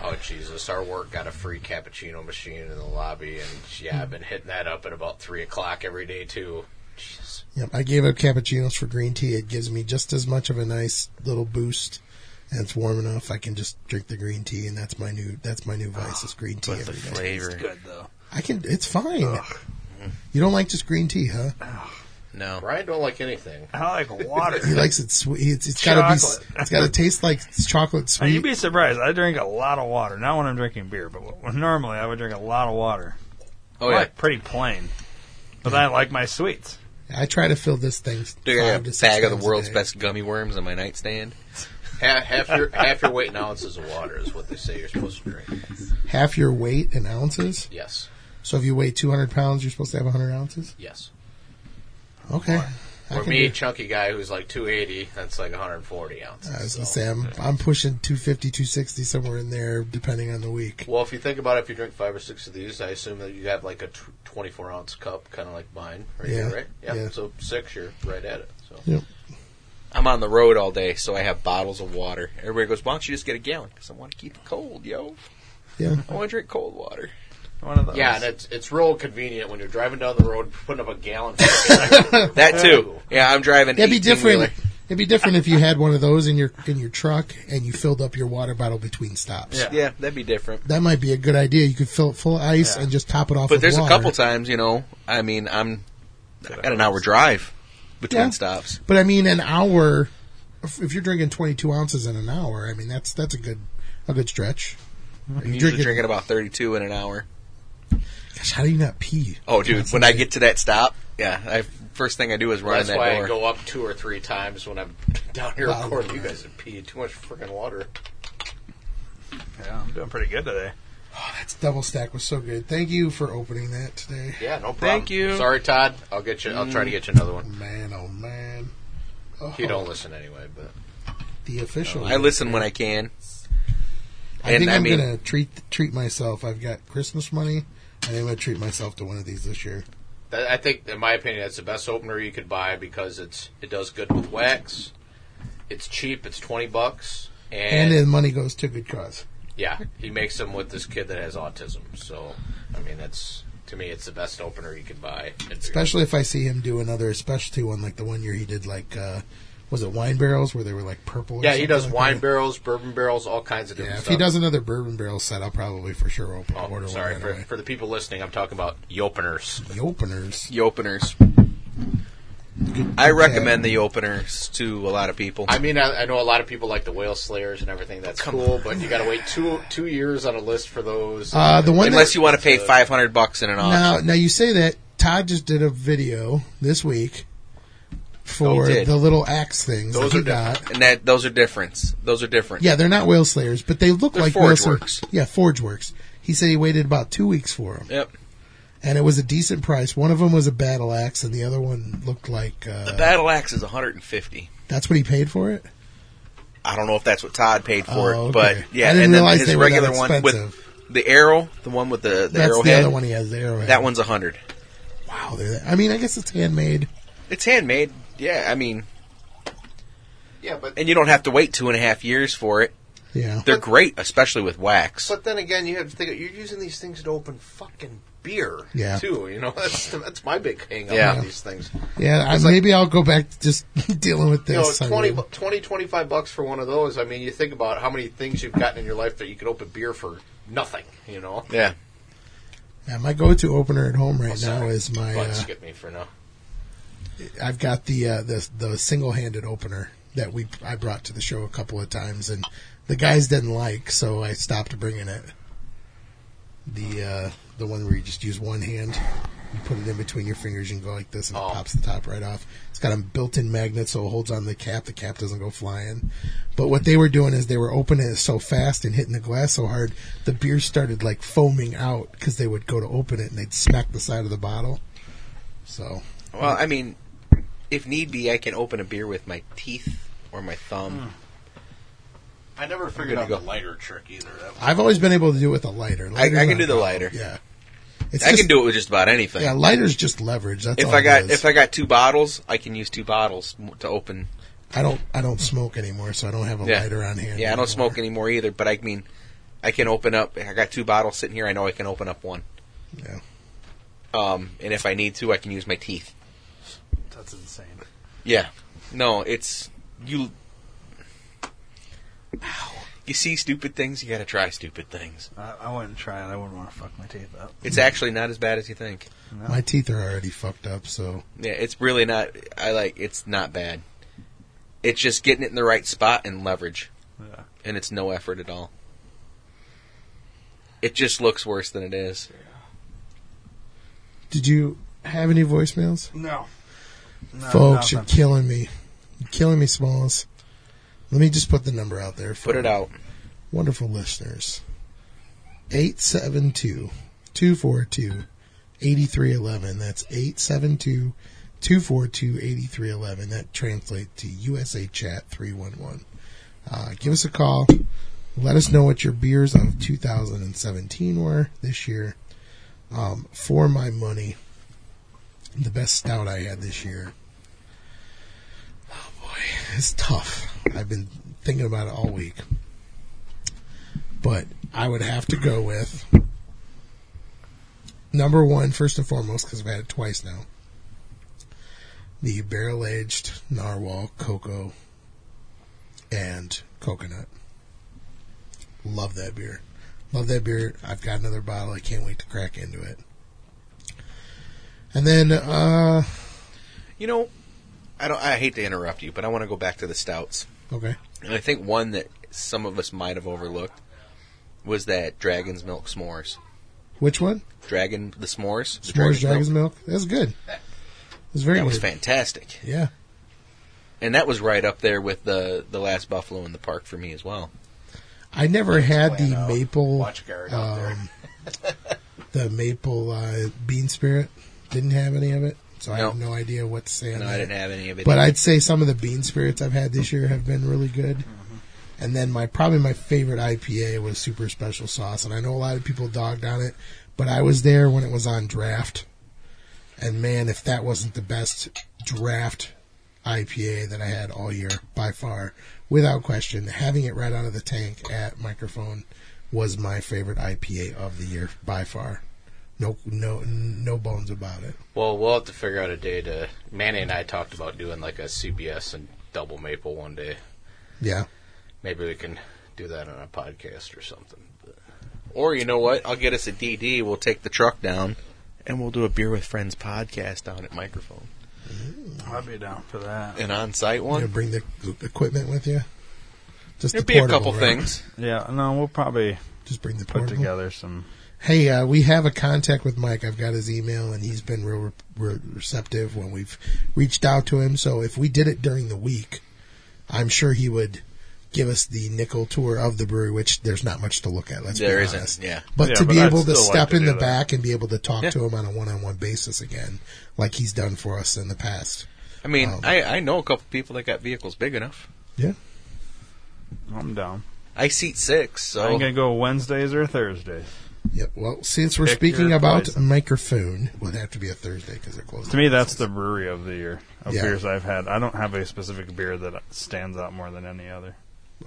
Speaker 4: Oh Jesus! Our work got a free cappuccino machine in the lobby, and yeah, I've been hitting that up at about three o'clock every day too. Jeez.
Speaker 1: Yep, I gave up cappuccinos for green tea. It gives me just as much of a nice little boost, and it's warm enough. I can just drink the green tea, and that's my new that's my new vice is green tea
Speaker 2: But the
Speaker 1: every day.
Speaker 2: flavor?
Speaker 3: Good though.
Speaker 1: I can. It's fine. You don't like just green tea, huh?
Speaker 2: No,
Speaker 4: Brian don't like anything.
Speaker 3: I like water.
Speaker 1: He likes it sweet. It's, it's gotta be. s-
Speaker 3: Chocolate.
Speaker 1: It's gotta taste like chocolate
Speaker 3: Now, you'd
Speaker 1: sweet.
Speaker 3: be surprised. I drink a lot of water. Not when I'm drinking beer, but when- normally I would drink a lot of water.
Speaker 2: oh
Speaker 3: I
Speaker 2: yeah,
Speaker 3: like pretty plain, but I like my sweets.
Speaker 1: I try to fill this thing.
Speaker 2: do I
Speaker 1: five
Speaker 2: have
Speaker 1: to
Speaker 2: a
Speaker 1: six
Speaker 2: bag of the
Speaker 1: times a
Speaker 2: world's
Speaker 1: day.
Speaker 2: best gummy worms on my nightstand?
Speaker 4: Half, half your half your weight in ounces of water is what they say you're supposed to drink.
Speaker 1: Half your weight in ounces.
Speaker 4: Yes,
Speaker 1: So if you weigh 200 pounds, you're supposed to have 100 ounces.
Speaker 4: yes.
Speaker 1: Okay. I
Speaker 4: Or
Speaker 1: can
Speaker 4: me,
Speaker 1: do-
Speaker 4: chunky guy who's like 280, that's like 140 ounces.
Speaker 1: I was
Speaker 4: so.
Speaker 1: gonna say I'm, I'm pushing 250, 260 somewhere in there, depending on the week.
Speaker 4: Well, if you think about it, if you drink five or six of these, I assume that you have like a tw 24 ounce cup, kind of like mine, right
Speaker 1: Yeah,
Speaker 4: here, right? Yeah.
Speaker 1: yeah.
Speaker 4: So six, you're right at it. So
Speaker 1: Yep.
Speaker 2: I'm on the road all day, so I have bottles of water. Everybody goes, "Why don't you just get a gallon?" Because I want to keep it cold, yo.
Speaker 1: Yeah.
Speaker 2: I want to drink cold water.
Speaker 3: One of those.
Speaker 4: yeah, and it's it's real convenient when you're driving down the road putting up a gallon. that
Speaker 2: That too. Yeah, I'm driving.
Speaker 1: It'd be
Speaker 2: 18
Speaker 1: different.
Speaker 2: wheeler.
Speaker 1: It'd be different if you had one of those in your in your truck and you filled up your water bottle between stops.
Speaker 3: Yeah.
Speaker 2: Yeah, that'd be different.
Speaker 1: That might be a good idea. You could fill it full of ice
Speaker 3: Yeah.
Speaker 1: and just top it off.
Speaker 2: But
Speaker 1: with
Speaker 2: there's a
Speaker 1: water.
Speaker 2: couple times, you know. I mean, I'm I got an hour drive between
Speaker 1: Yeah.
Speaker 2: stops.
Speaker 1: But I mean, an hour. If if you're drinking 22 ounces in an hour, I mean that's that's a good a good stretch.
Speaker 2: I'm
Speaker 1: You
Speaker 2: usually
Speaker 1: drink it-
Speaker 2: drinking about 32 in an hour.
Speaker 1: Gosh, how do you not pee?
Speaker 2: Oh, dude, when I get to that stop, yeah, I, first thing I do is run
Speaker 4: That's
Speaker 2: in that
Speaker 4: why
Speaker 2: door.
Speaker 4: I go up two or three times when I'm down here
Speaker 1: Wow.
Speaker 4: recording. You guys have peed too much freaking water.
Speaker 3: yeah, I'm doing pretty good today.
Speaker 1: That's double stack was so good. Thank you for opening that today.
Speaker 4: Yeah, no problem.
Speaker 2: Thank you. Mm.
Speaker 4: Sorry, Todd. I'll get you. I'll try to get you another one.
Speaker 1: Man, oh man. Oh,
Speaker 4: You don't listen anyway, but
Speaker 1: the official.
Speaker 2: I listen when I can.
Speaker 1: I think
Speaker 2: and I
Speaker 1: I'm
Speaker 2: mean-
Speaker 1: gonna treat treat myself. I've got Christmas money. I think I'm gonna treat myself to one of these this year.
Speaker 4: that, I think, in my opinion, that's the best opener you could buy because it's it does good with wax. It's cheap. It's twenty bucks,
Speaker 1: And
Speaker 4: and,
Speaker 1: then money goes to good cause.
Speaker 4: yeah, he makes them with this kid that has autism. So, I mean, that's to me, it's the best opener you could buy. It's-
Speaker 1: Especially if I see him do another specialty one, like the one year he did, like uh, was it wine barrels where they were like purple? Or
Speaker 4: yeah, he
Speaker 1: something
Speaker 4: does
Speaker 1: like
Speaker 4: wine
Speaker 1: that?
Speaker 4: barrels, bourbon barrels, all kinds of
Speaker 1: Yeah,
Speaker 4: different
Speaker 1: if
Speaker 4: stuff.
Speaker 1: he does another bourbon barrel set, I'll probably for sure open,
Speaker 4: Oh,
Speaker 1: order
Speaker 4: sorry
Speaker 1: one.
Speaker 4: for,
Speaker 1: Right
Speaker 4: for the people listening. I'm talking about yopeners.
Speaker 1: away. the openers.
Speaker 2: The openers. I recommend the openers to a lot of people.
Speaker 4: I mean, I, I know a lot of people like the whale slayers and everything. That's cool, but you got to wait two two years on a list for those.
Speaker 1: Uh, the one
Speaker 2: Unless
Speaker 1: that,
Speaker 2: you want to pay 500 bucks in an
Speaker 1: now,
Speaker 2: auction.
Speaker 1: now you say that Todd just did a video this week for
Speaker 2: Oh, he did.
Speaker 1: the little axe things
Speaker 4: Those
Speaker 1: that
Speaker 4: are
Speaker 1: he got.
Speaker 2: And that those are different. Those are different.
Speaker 1: Yeah, they're not whale slayers, but they look
Speaker 2: They're
Speaker 1: like
Speaker 2: Forge
Speaker 1: whale slayers.
Speaker 2: Works.
Speaker 1: Yeah, Forge Works. He said he waited about two weeks for them,
Speaker 2: Yep.
Speaker 1: and it was a decent price. One of them was a battle axe, and the other one looked like
Speaker 2: The
Speaker 1: uh,
Speaker 2: battle axe is 150.
Speaker 1: that's what he paid for it.
Speaker 2: I don't know if that's what Todd paid for
Speaker 1: Oh,
Speaker 2: it,
Speaker 1: okay.
Speaker 2: but yeah,
Speaker 1: I didn't
Speaker 2: and then
Speaker 1: realize
Speaker 2: his
Speaker 1: they were that
Speaker 2: regular one with
Speaker 1: expensive.
Speaker 2: the arrow, the one with the, the
Speaker 1: that's
Speaker 2: arrowhead.
Speaker 1: the other one he has the arrowhead.
Speaker 2: That one's 100.
Speaker 1: Wow, they're that. I mean, I guess it's handmade.
Speaker 2: It's handmade. Yeah, I mean,
Speaker 4: yeah, but
Speaker 2: and you don't have to wait two and a half years for it.
Speaker 1: Yeah,
Speaker 2: They're great, especially with wax.
Speaker 4: but then again, you have to think you're using these things to open fucking beer.
Speaker 1: Yeah.
Speaker 4: too. You know, that's that's my big hang up
Speaker 2: Yeah.
Speaker 4: on these things.
Speaker 1: yeah. I, maybe I'll go back to just dealing with
Speaker 4: You know,
Speaker 1: this. I
Speaker 4: 20,
Speaker 1: mean.
Speaker 4: bu- 20, 25 bucks for one of those. I mean, you think about how many things you've gotten in your life that you could open beer for nothing. You know,
Speaker 2: Yeah.
Speaker 1: Yeah, my go-to opener at home right
Speaker 4: sorry.
Speaker 1: now is my.
Speaker 4: But
Speaker 1: Uh,
Speaker 4: skip me for now.
Speaker 1: I've got the uh, the the single-handed opener that we I brought to the show a couple of times, and the guys didn't like, so I stopped bringing it. The uh, the one where you just use one hand, you put it in between your fingers, and go like this, and
Speaker 4: Oh.
Speaker 1: it pops the top right off. It's got a built-in magnet, so it holds on the cap. The cap doesn't go flying. But what they were doing is they were opening it so fast and hitting the glass so hard, the beer started like foaming out because they would go to open it and they'd smack the side of the bottle. So
Speaker 2: Well, I mean, if need be, I can open a beer with my teeth or my thumb.
Speaker 8: I never figured out the lighter trick either. That was
Speaker 1: I've always been able to do it with a lighter.
Speaker 2: I,
Speaker 1: Lighter's
Speaker 2: I
Speaker 1: not
Speaker 2: can
Speaker 1: a
Speaker 2: do the
Speaker 1: problem.
Speaker 2: lighter.
Speaker 1: Yeah. It's
Speaker 2: I
Speaker 1: just,
Speaker 2: can do it with just about anything.
Speaker 1: Yeah, lighter's just leverage. That's
Speaker 2: if
Speaker 1: all
Speaker 2: I
Speaker 1: it
Speaker 2: got
Speaker 1: is.
Speaker 2: if I got two bottles, I can use two bottles m- to open.
Speaker 1: I don't I don't smoke anymore, so I don't have a
Speaker 2: Yeah.
Speaker 1: lighter on hand.
Speaker 2: Yeah, I
Speaker 1: anymore.
Speaker 2: don't smoke anymore either, but I mean, I can open up. I got two bottles sitting here. I know I can open up one.
Speaker 1: Yeah.
Speaker 2: Um, and if I need to, I can use my teeth.
Speaker 3: That's insane.
Speaker 2: Yeah. No, it's you. You see stupid things, you gotta try stupid things.
Speaker 3: I, I wouldn't try it. I wouldn't want to fuck my teeth up.
Speaker 1: Hmm.
Speaker 2: It's actually not as bad as you think.
Speaker 1: My teeth are already fucked up, so
Speaker 2: Yeah, it's really not. I like. It's not bad. It's just getting it in the right spot and leverage,
Speaker 3: Yeah.
Speaker 2: and it's no effort at all. It just looks worse than it is.
Speaker 1: did you have any voicemails?
Speaker 3: No. no
Speaker 1: Folks, you're
Speaker 3: nothing.
Speaker 1: killing me. You're killing me, Smalls. Let me just put the number out there. For
Speaker 2: Put it out.
Speaker 1: Wonderful listeners. 872 242 8311. That's 872 242 8311. That translates to USA Chat 311. Uh, give us a call. Let us know what your beers of 2017 were this year. Um, for my money, the best stout I had this year. Oh boy, it's tough. I've been thinking about it all week. But I would have to go with number one, first and foremost, because I've had it twice now. The barrel aged narwhal cocoa and coconut. Love that beer. Love that beer. I've got another bottle. I can't wait to crack into it. And then, uh,
Speaker 2: You know, I don't. I hate to interrupt you, but I want to go back to the stouts.
Speaker 1: okay.
Speaker 2: And I think one that some of us might have overlooked was that dragon's milk s'mores.
Speaker 1: Which one?
Speaker 2: Dragon the s'mores. The
Speaker 1: S'mores Dragon's Milk. That's good. It's very
Speaker 2: That was
Speaker 1: good.
Speaker 2: fantastic,
Speaker 1: Yeah.
Speaker 2: and that was right up there with the the last buffalo in the park for me as well.
Speaker 1: I never had the
Speaker 4: Plano.
Speaker 1: maple,
Speaker 4: Watch Garrett out there.
Speaker 1: um, the maple uh, bean spirit. Didn't have any of it, so I
Speaker 2: No.
Speaker 1: have no idea what to say on
Speaker 2: No,
Speaker 1: that.
Speaker 2: I didn't have any of it.
Speaker 1: But I'd say some of the bean spirits I've had this year have been really good. And then my probably my favorite IPA was Super Special Sauce, and I know a lot of people dogged on it, but I was there when it was on draft. And man, if that wasn't the best draft IPA that I had all year by far, without question, having it right out of the tank at microphone was my favorite IPA of the year by far. No, no, no bones about it.
Speaker 4: Well, we'll have to figure out a day to. Manny and I talked about doing like a CBS and double maple one day.
Speaker 1: Yeah.
Speaker 4: Maybe we can do that on a podcast or something. But
Speaker 2: or you know what? I'll get us a DD. We'll take the truck down, and we'll do a beer with friends podcast down at microphone.
Speaker 3: I'd be down for that.
Speaker 2: An on site
Speaker 1: You know,
Speaker 2: one.
Speaker 1: bring the equipment with you. Just
Speaker 2: There'd
Speaker 1: the
Speaker 2: be a
Speaker 1: portable,
Speaker 2: couple
Speaker 1: right?
Speaker 2: things.
Speaker 3: Yeah, no, we'll probably
Speaker 1: Just bring the
Speaker 3: put
Speaker 1: portable.
Speaker 3: together some.
Speaker 1: Hey, uh, we have a contact with Mike. I've got his email, and he's been real re- re- receptive when we've reached out to him. So if we did it during the week, I'm sure he would give us the nickel tour of the brewery, which there's not much to look at. Let's
Speaker 2: There
Speaker 1: be
Speaker 2: isn't,
Speaker 1: honest.
Speaker 2: yeah.
Speaker 1: But
Speaker 3: Yeah,
Speaker 1: to
Speaker 3: but
Speaker 1: be
Speaker 3: I'd
Speaker 1: able to
Speaker 3: still like
Speaker 1: step
Speaker 3: to
Speaker 1: in
Speaker 3: do
Speaker 1: the
Speaker 3: that.
Speaker 1: back and be able to talk
Speaker 2: Yeah.
Speaker 1: to him on a one-on-one basis again, like he's done for us in the past.
Speaker 2: I mean,
Speaker 1: Um,
Speaker 2: I, I know a couple people that got vehicles big enough.
Speaker 1: Yeah.
Speaker 3: I'm down.
Speaker 2: I seat six, so
Speaker 3: I'm gonna go Wednesdays or Thursdays.
Speaker 1: Yeah. Well, since we're
Speaker 3: Pick
Speaker 1: speaking
Speaker 3: your
Speaker 1: about
Speaker 3: poison.
Speaker 1: microphone, it would have to be a Thursday because they're closed.
Speaker 3: To me, that's the brewery of the year of
Speaker 1: Yeah.
Speaker 3: beers I've had. I don't have a specific beer that stands out more than any other.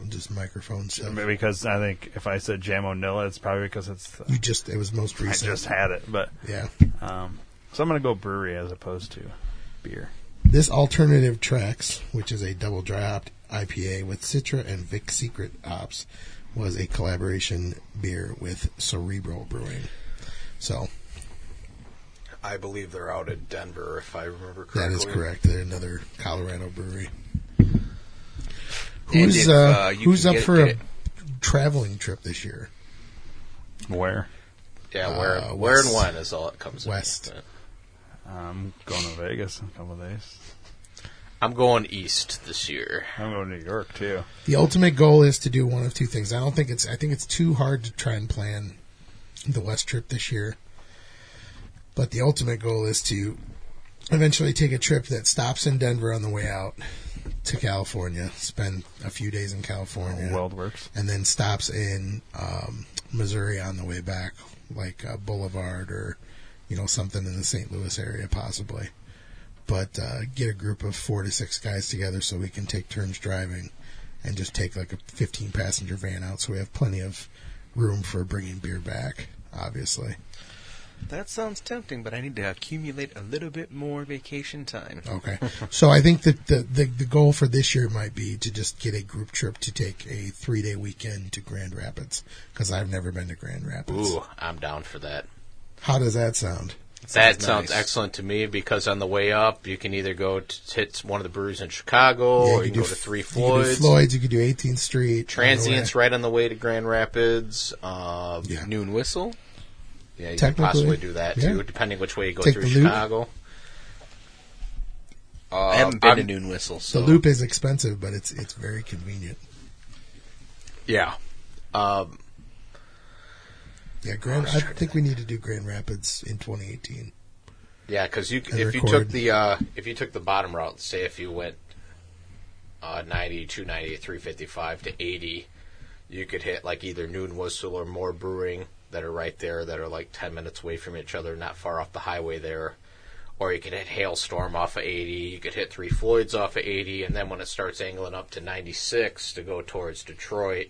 Speaker 1: just microphone stuff.
Speaker 3: Because I think if I said Jamonilla, it's probably because it's the,
Speaker 1: You just it was most
Speaker 3: I
Speaker 1: recent.
Speaker 3: just had it. But
Speaker 1: yeah.
Speaker 3: um, so I'm gonna go brewery as opposed to beer.
Speaker 1: This alternative tracks, which is a double dry opt IPA with Citra and Vic Secret Ops, was a collaboration beer with Cerebral Brewing. So
Speaker 4: I believe they're out in Denver, if I remember correctly.
Speaker 1: that is correct. They're another Colorado brewery.
Speaker 2: And
Speaker 1: Who's
Speaker 2: if,
Speaker 1: uh,
Speaker 2: uh, you
Speaker 1: who's
Speaker 2: can
Speaker 1: up
Speaker 2: get it-
Speaker 1: for
Speaker 2: get
Speaker 1: a
Speaker 2: it.
Speaker 1: traveling trip this year?
Speaker 3: Where
Speaker 4: Yeah, where
Speaker 1: Uh,
Speaker 4: where and
Speaker 1: west.
Speaker 4: when is all it comes in.
Speaker 1: West.
Speaker 3: I'm Um, going to Vegas in a couple of days.
Speaker 4: I'm going east this year.
Speaker 3: I'm going to New York too.
Speaker 1: The ultimate goal is to do one of two things. I don't think it's I think it's too hard to try and plan the West trip this year. But the ultimate goal is to eventually take a trip that stops in Denver on the way out to California, spend a few days in California,
Speaker 3: Weld works.
Speaker 1: and then stops in um, Missouri on the way back, like uh, Boulevard or you know something in the St. Louis area possibly. But uh, get a group of four to six guys together so we can take turns driving, and just take like a 15 passenger van out so we have plenty of room for bringing beer back. Obviously,
Speaker 2: That sounds tempting, but I need to accumulate a little bit more vacation time.
Speaker 1: okay. so I think that the, the the goal for this year might be to just get a group trip to take a three day weekend to Grand Rapids because I've never been to Grand Rapids.
Speaker 4: Ooh, I'm down for that.
Speaker 1: How does that sound?
Speaker 4: That
Speaker 2: Sounds
Speaker 4: sounds
Speaker 2: nice.
Speaker 4: excellent to me because on the way up, you can either go to hit one of the breweries in Chicago,
Speaker 1: Yeah,
Speaker 4: or you can
Speaker 1: do
Speaker 4: go to
Speaker 1: f-
Speaker 4: Three
Speaker 1: You
Speaker 4: Floyds.
Speaker 1: could do Floyd's. You could do 18th Street.
Speaker 4: Transient's
Speaker 1: on
Speaker 4: right on the way to Grand Rapids. Um,
Speaker 1: the way. Yeah.
Speaker 2: Noon whistle.
Speaker 4: yeah, you could
Speaker 1: Technically,
Speaker 4: possibly do that
Speaker 1: yeah.
Speaker 4: too, depending which way you go
Speaker 1: Take
Speaker 4: through
Speaker 1: the loop.
Speaker 4: Chicago. Uh,
Speaker 2: I haven't been
Speaker 4: I'm-
Speaker 2: to noon whistle,
Speaker 1: The
Speaker 2: so
Speaker 1: loop is expensive, but it's it's very convenient.
Speaker 4: Yeah. Um,
Speaker 1: Yeah, Grand.
Speaker 4: I was
Speaker 1: I
Speaker 4: trying to
Speaker 1: think we need to do Grand Rapids in 2018.
Speaker 4: Yeah, because you
Speaker 1: And
Speaker 4: if you
Speaker 1: record.
Speaker 4: took the uh, if you took the bottom route, say if you went uh, 90, 290, 355 to 80, you could hit like either Noon Whistle or More Brewing that are right there that are like 10 minutes away from each other, not far off the highway there. Or you could hit Hailstorm off of 80, you could hit Three Floyds off of 80, and then when it starts angling up to 96 to go towards Detroit,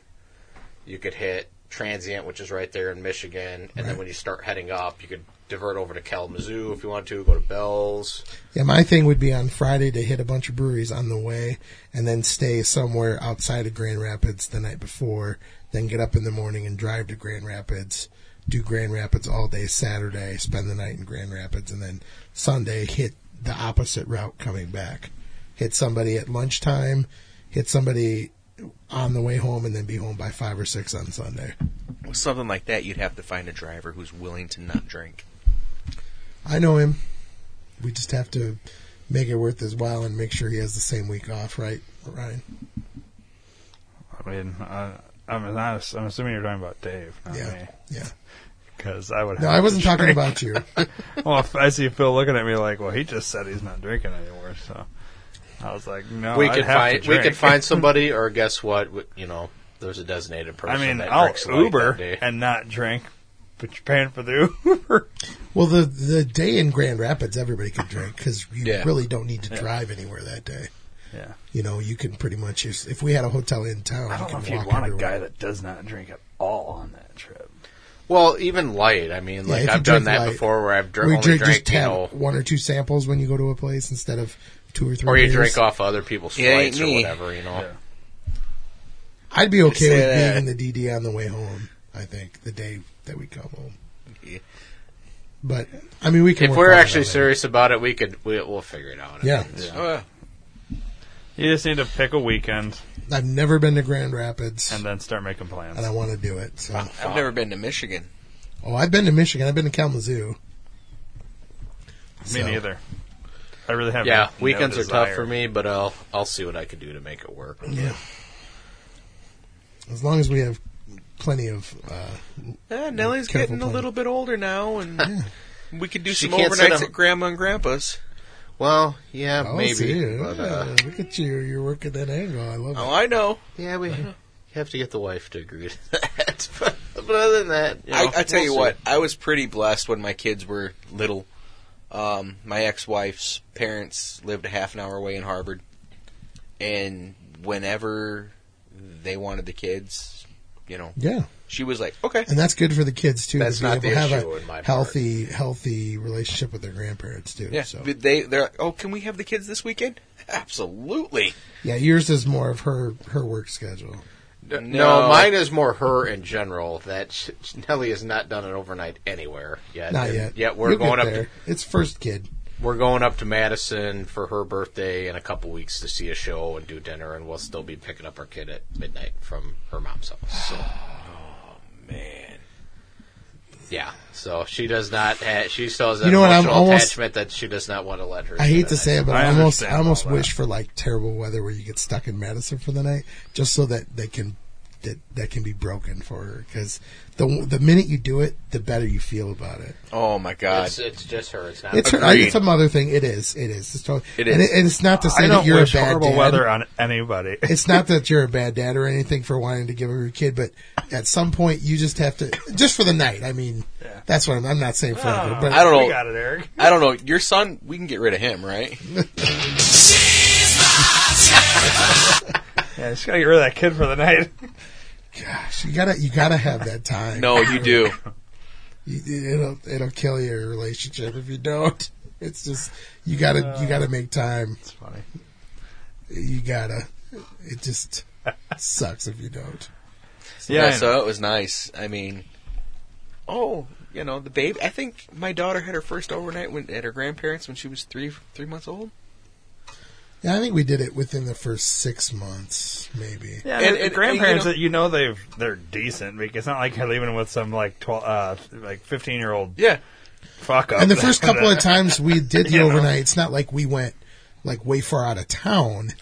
Speaker 4: you could hit Transient, which is right there in Michigan, and then when you start heading up, you could divert over to Kalamazoo if you want to, go to Bell's.
Speaker 1: Yeah, my thing would be on Friday to hit a bunch of breweries on the way, and then stay somewhere outside of Grand Rapids the night before. Then get up in the morning and drive to Grand Rapids. Do Grand Rapids all day Saturday. Spend the night in Grand Rapids, and then Sunday hit the opposite route coming back. Hit somebody at lunchtime. Hit somebody on the way home, and then be home by five or six on Sunday.
Speaker 2: with something like that, you'd have to find a driver who's willing to not drink.
Speaker 1: I know him. We just have to make it worth his while and make sure he has the same week off, right, Ryan?
Speaker 3: I mean, I, I'm not. I'm assuming you're talking about Dave, not
Speaker 1: Yeah.
Speaker 3: me,
Speaker 1: Yeah.
Speaker 3: because I would.
Speaker 1: No,
Speaker 3: have
Speaker 1: I wasn't
Speaker 3: to
Speaker 1: talking
Speaker 3: drink.
Speaker 1: about you.
Speaker 3: Well, if I see Phil looking at me like, well, he just said he's not drinking anymore, so I was like, no,
Speaker 4: we
Speaker 3: Oh, I'd
Speaker 4: could
Speaker 3: have to
Speaker 4: find we
Speaker 3: drink.
Speaker 4: could find somebody, or guess what? w- You know, there's a designated
Speaker 3: I
Speaker 4: person.
Speaker 3: mean,
Speaker 4: that
Speaker 3: I'll
Speaker 4: drinks light
Speaker 3: Uber
Speaker 4: that day.
Speaker 3: and not drink, but you're paying for the Uber.
Speaker 1: Well, the the day in Grand Rapids, everybody could drink because you
Speaker 2: Yeah.
Speaker 1: really don't need to drive anywhere that day.
Speaker 3: yeah,
Speaker 1: You know, you can pretty much just, if we had a hotel in town,
Speaker 3: I
Speaker 1: you
Speaker 3: don't know
Speaker 1: can
Speaker 3: if you'd
Speaker 1: walk
Speaker 3: want a
Speaker 1: everywhere.
Speaker 3: guy that does not drink at all on that trip.
Speaker 4: well, even light. I mean,
Speaker 1: Yeah,
Speaker 4: like
Speaker 1: if you
Speaker 4: I've done
Speaker 1: drink
Speaker 4: that
Speaker 1: light-
Speaker 4: before, where I've dr-
Speaker 1: or you
Speaker 4: only
Speaker 1: drink,
Speaker 4: drank,
Speaker 1: just
Speaker 4: you
Speaker 1: have
Speaker 4: know,
Speaker 1: one or two samples when you go to a place instead of two or three.
Speaker 4: or you
Speaker 1: beers.
Speaker 4: drink off other people's
Speaker 2: Yeah, ain't
Speaker 4: flights or
Speaker 2: me.
Speaker 4: whatever. You know,
Speaker 1: I'd be okay
Speaker 2: Say
Speaker 1: with
Speaker 2: that.
Speaker 1: being in the DD on the way home. I think the day that we come home.
Speaker 2: Yeah.
Speaker 1: But I mean, we can.
Speaker 4: if
Speaker 1: work
Speaker 4: we're
Speaker 1: all that
Speaker 4: actually
Speaker 1: out.
Speaker 4: serious about it, we could we, we'll figure it out.
Speaker 1: yeah.
Speaker 2: Uh,
Speaker 3: You just need to pick a weekend
Speaker 1: I've never been to Grand Rapids,
Speaker 3: and
Speaker 1: and,
Speaker 3: then start making plans.
Speaker 1: I want to do it. So,
Speaker 2: I've never been to Michigan.
Speaker 1: oh, I've been to Michigan. I've been to Kalamazoo.
Speaker 3: Me
Speaker 1: So,
Speaker 3: neither. I really have.
Speaker 4: yeah.
Speaker 3: no
Speaker 4: Weekends are tough
Speaker 3: desire.
Speaker 4: for me, but I'll I'll see what I can do to make it work.
Speaker 1: Yeah. As long as we have plenty of, uh,
Speaker 2: Yeah, Nellie's
Speaker 1: Careful
Speaker 2: getting a
Speaker 1: planning.
Speaker 2: little bit older now, and we could do
Speaker 4: She
Speaker 2: some
Speaker 4: can't sit
Speaker 2: overnights
Speaker 4: on-
Speaker 2: at Grandma and Grandpa's.
Speaker 4: Well, yeah,
Speaker 1: oh,
Speaker 4: maybe.
Speaker 1: see,
Speaker 4: but, uh,
Speaker 1: yeah, look at you. You're working that angle. I love
Speaker 2: Oh, I know.
Speaker 4: yeah, we you have to get the wife to agree to that. but, but other than that, you know,
Speaker 2: I, I tell
Speaker 4: we'll
Speaker 2: you
Speaker 4: see.
Speaker 2: what, I was pretty blessed when my kids were little. Um, my ex-wife's parents lived a half an hour away in Harvard, and whenever they wanted the kids, you know,
Speaker 1: it. Yeah.
Speaker 2: she was like, "Okay,
Speaker 1: And that's good for the kids too.
Speaker 4: That's
Speaker 1: to be
Speaker 4: not
Speaker 1: able
Speaker 4: the
Speaker 1: to have
Speaker 4: issue
Speaker 1: a
Speaker 4: in my part.
Speaker 1: healthy, healthy relationship with their grandparents too.
Speaker 2: yeah."
Speaker 1: So.
Speaker 2: But they they're like, "Oh, can we have the kids this weekend?" Absolutely.
Speaker 1: Yeah, yours is more of her her work schedule.
Speaker 4: No,
Speaker 2: No. uh,
Speaker 4: mine is more her in general. That sh- Nelly has not done it overnight anywhere yet.
Speaker 1: Not
Speaker 4: And
Speaker 1: yet.
Speaker 4: Yet we're
Speaker 1: You'll get
Speaker 4: going up.
Speaker 1: there.
Speaker 4: To,
Speaker 1: it's first kid.
Speaker 4: we're going up to Madison for her birthday in a couple weeks to see a show and do dinner, and we'll still be picking up our kid at midnight from her mom's house. So.
Speaker 2: Man,
Speaker 4: Yeah, so she does not. Ha- she still has an
Speaker 1: You know what, I'm
Speaker 4: emotional
Speaker 1: almost-
Speaker 4: attachment that she does not want to let her.
Speaker 1: I hate to say it, but I,
Speaker 3: I
Speaker 1: almost I
Speaker 3: understand
Speaker 1: almost
Speaker 3: all that.
Speaker 1: wish for like terrible weather where you get stuck in Madison for the night, just so that they can that that can be broken for her because the the minute you do it, the better you feel about it.
Speaker 2: Oh my god.
Speaker 4: It's, it's just her. It's not.
Speaker 1: It's her,
Speaker 2: Agreed.
Speaker 1: it's a mother thing. It is. It is. It's totally,
Speaker 2: It
Speaker 1: And,
Speaker 2: is.
Speaker 1: and it's not to say
Speaker 3: I
Speaker 1: that
Speaker 3: don't
Speaker 1: you're a
Speaker 3: wish
Speaker 1: bad
Speaker 3: horrible
Speaker 1: dad.
Speaker 3: weather on anybody.
Speaker 1: It's not that you're a bad dad or anything for wanting to give her your kid, but at some point you just have to, just for the night. I mean, that's what I'm, I'm not saying forever, but
Speaker 2: I don't know.
Speaker 3: We got it, Eric.
Speaker 2: I don't know. Your son, we can get rid of him, right?
Speaker 3: Yeah, just gotta get rid of that kid for the night.
Speaker 1: gosh, you gotta, you gotta have that time.
Speaker 2: No, you do.
Speaker 1: You- it'll, it'll kill your relationship if you don't. It's just, you gotta,
Speaker 2: Uh.
Speaker 1: you gotta make time.
Speaker 3: It's funny.
Speaker 1: You gotta, it just sucks if you don't.
Speaker 3: Yeah, I know.
Speaker 2: so it was nice. I mean, oh, you know, the baby. I think my daughter had her first overnight when, at her grandparents when she was three three months old.
Speaker 1: Yeah, I think we did it within the first six months, maybe.
Speaker 3: Yeah,
Speaker 2: And-
Speaker 3: and,
Speaker 2: and- and, you
Speaker 3: grandparents
Speaker 2: know-
Speaker 3: that you know they've they're decent because it's not like you're living with some like twelve uh like fifteen year old
Speaker 2: Yeah,
Speaker 3: fuck up.
Speaker 1: And the first couple of times we did the
Speaker 3: You know.
Speaker 1: overnight, it's not like we went like way far out of town,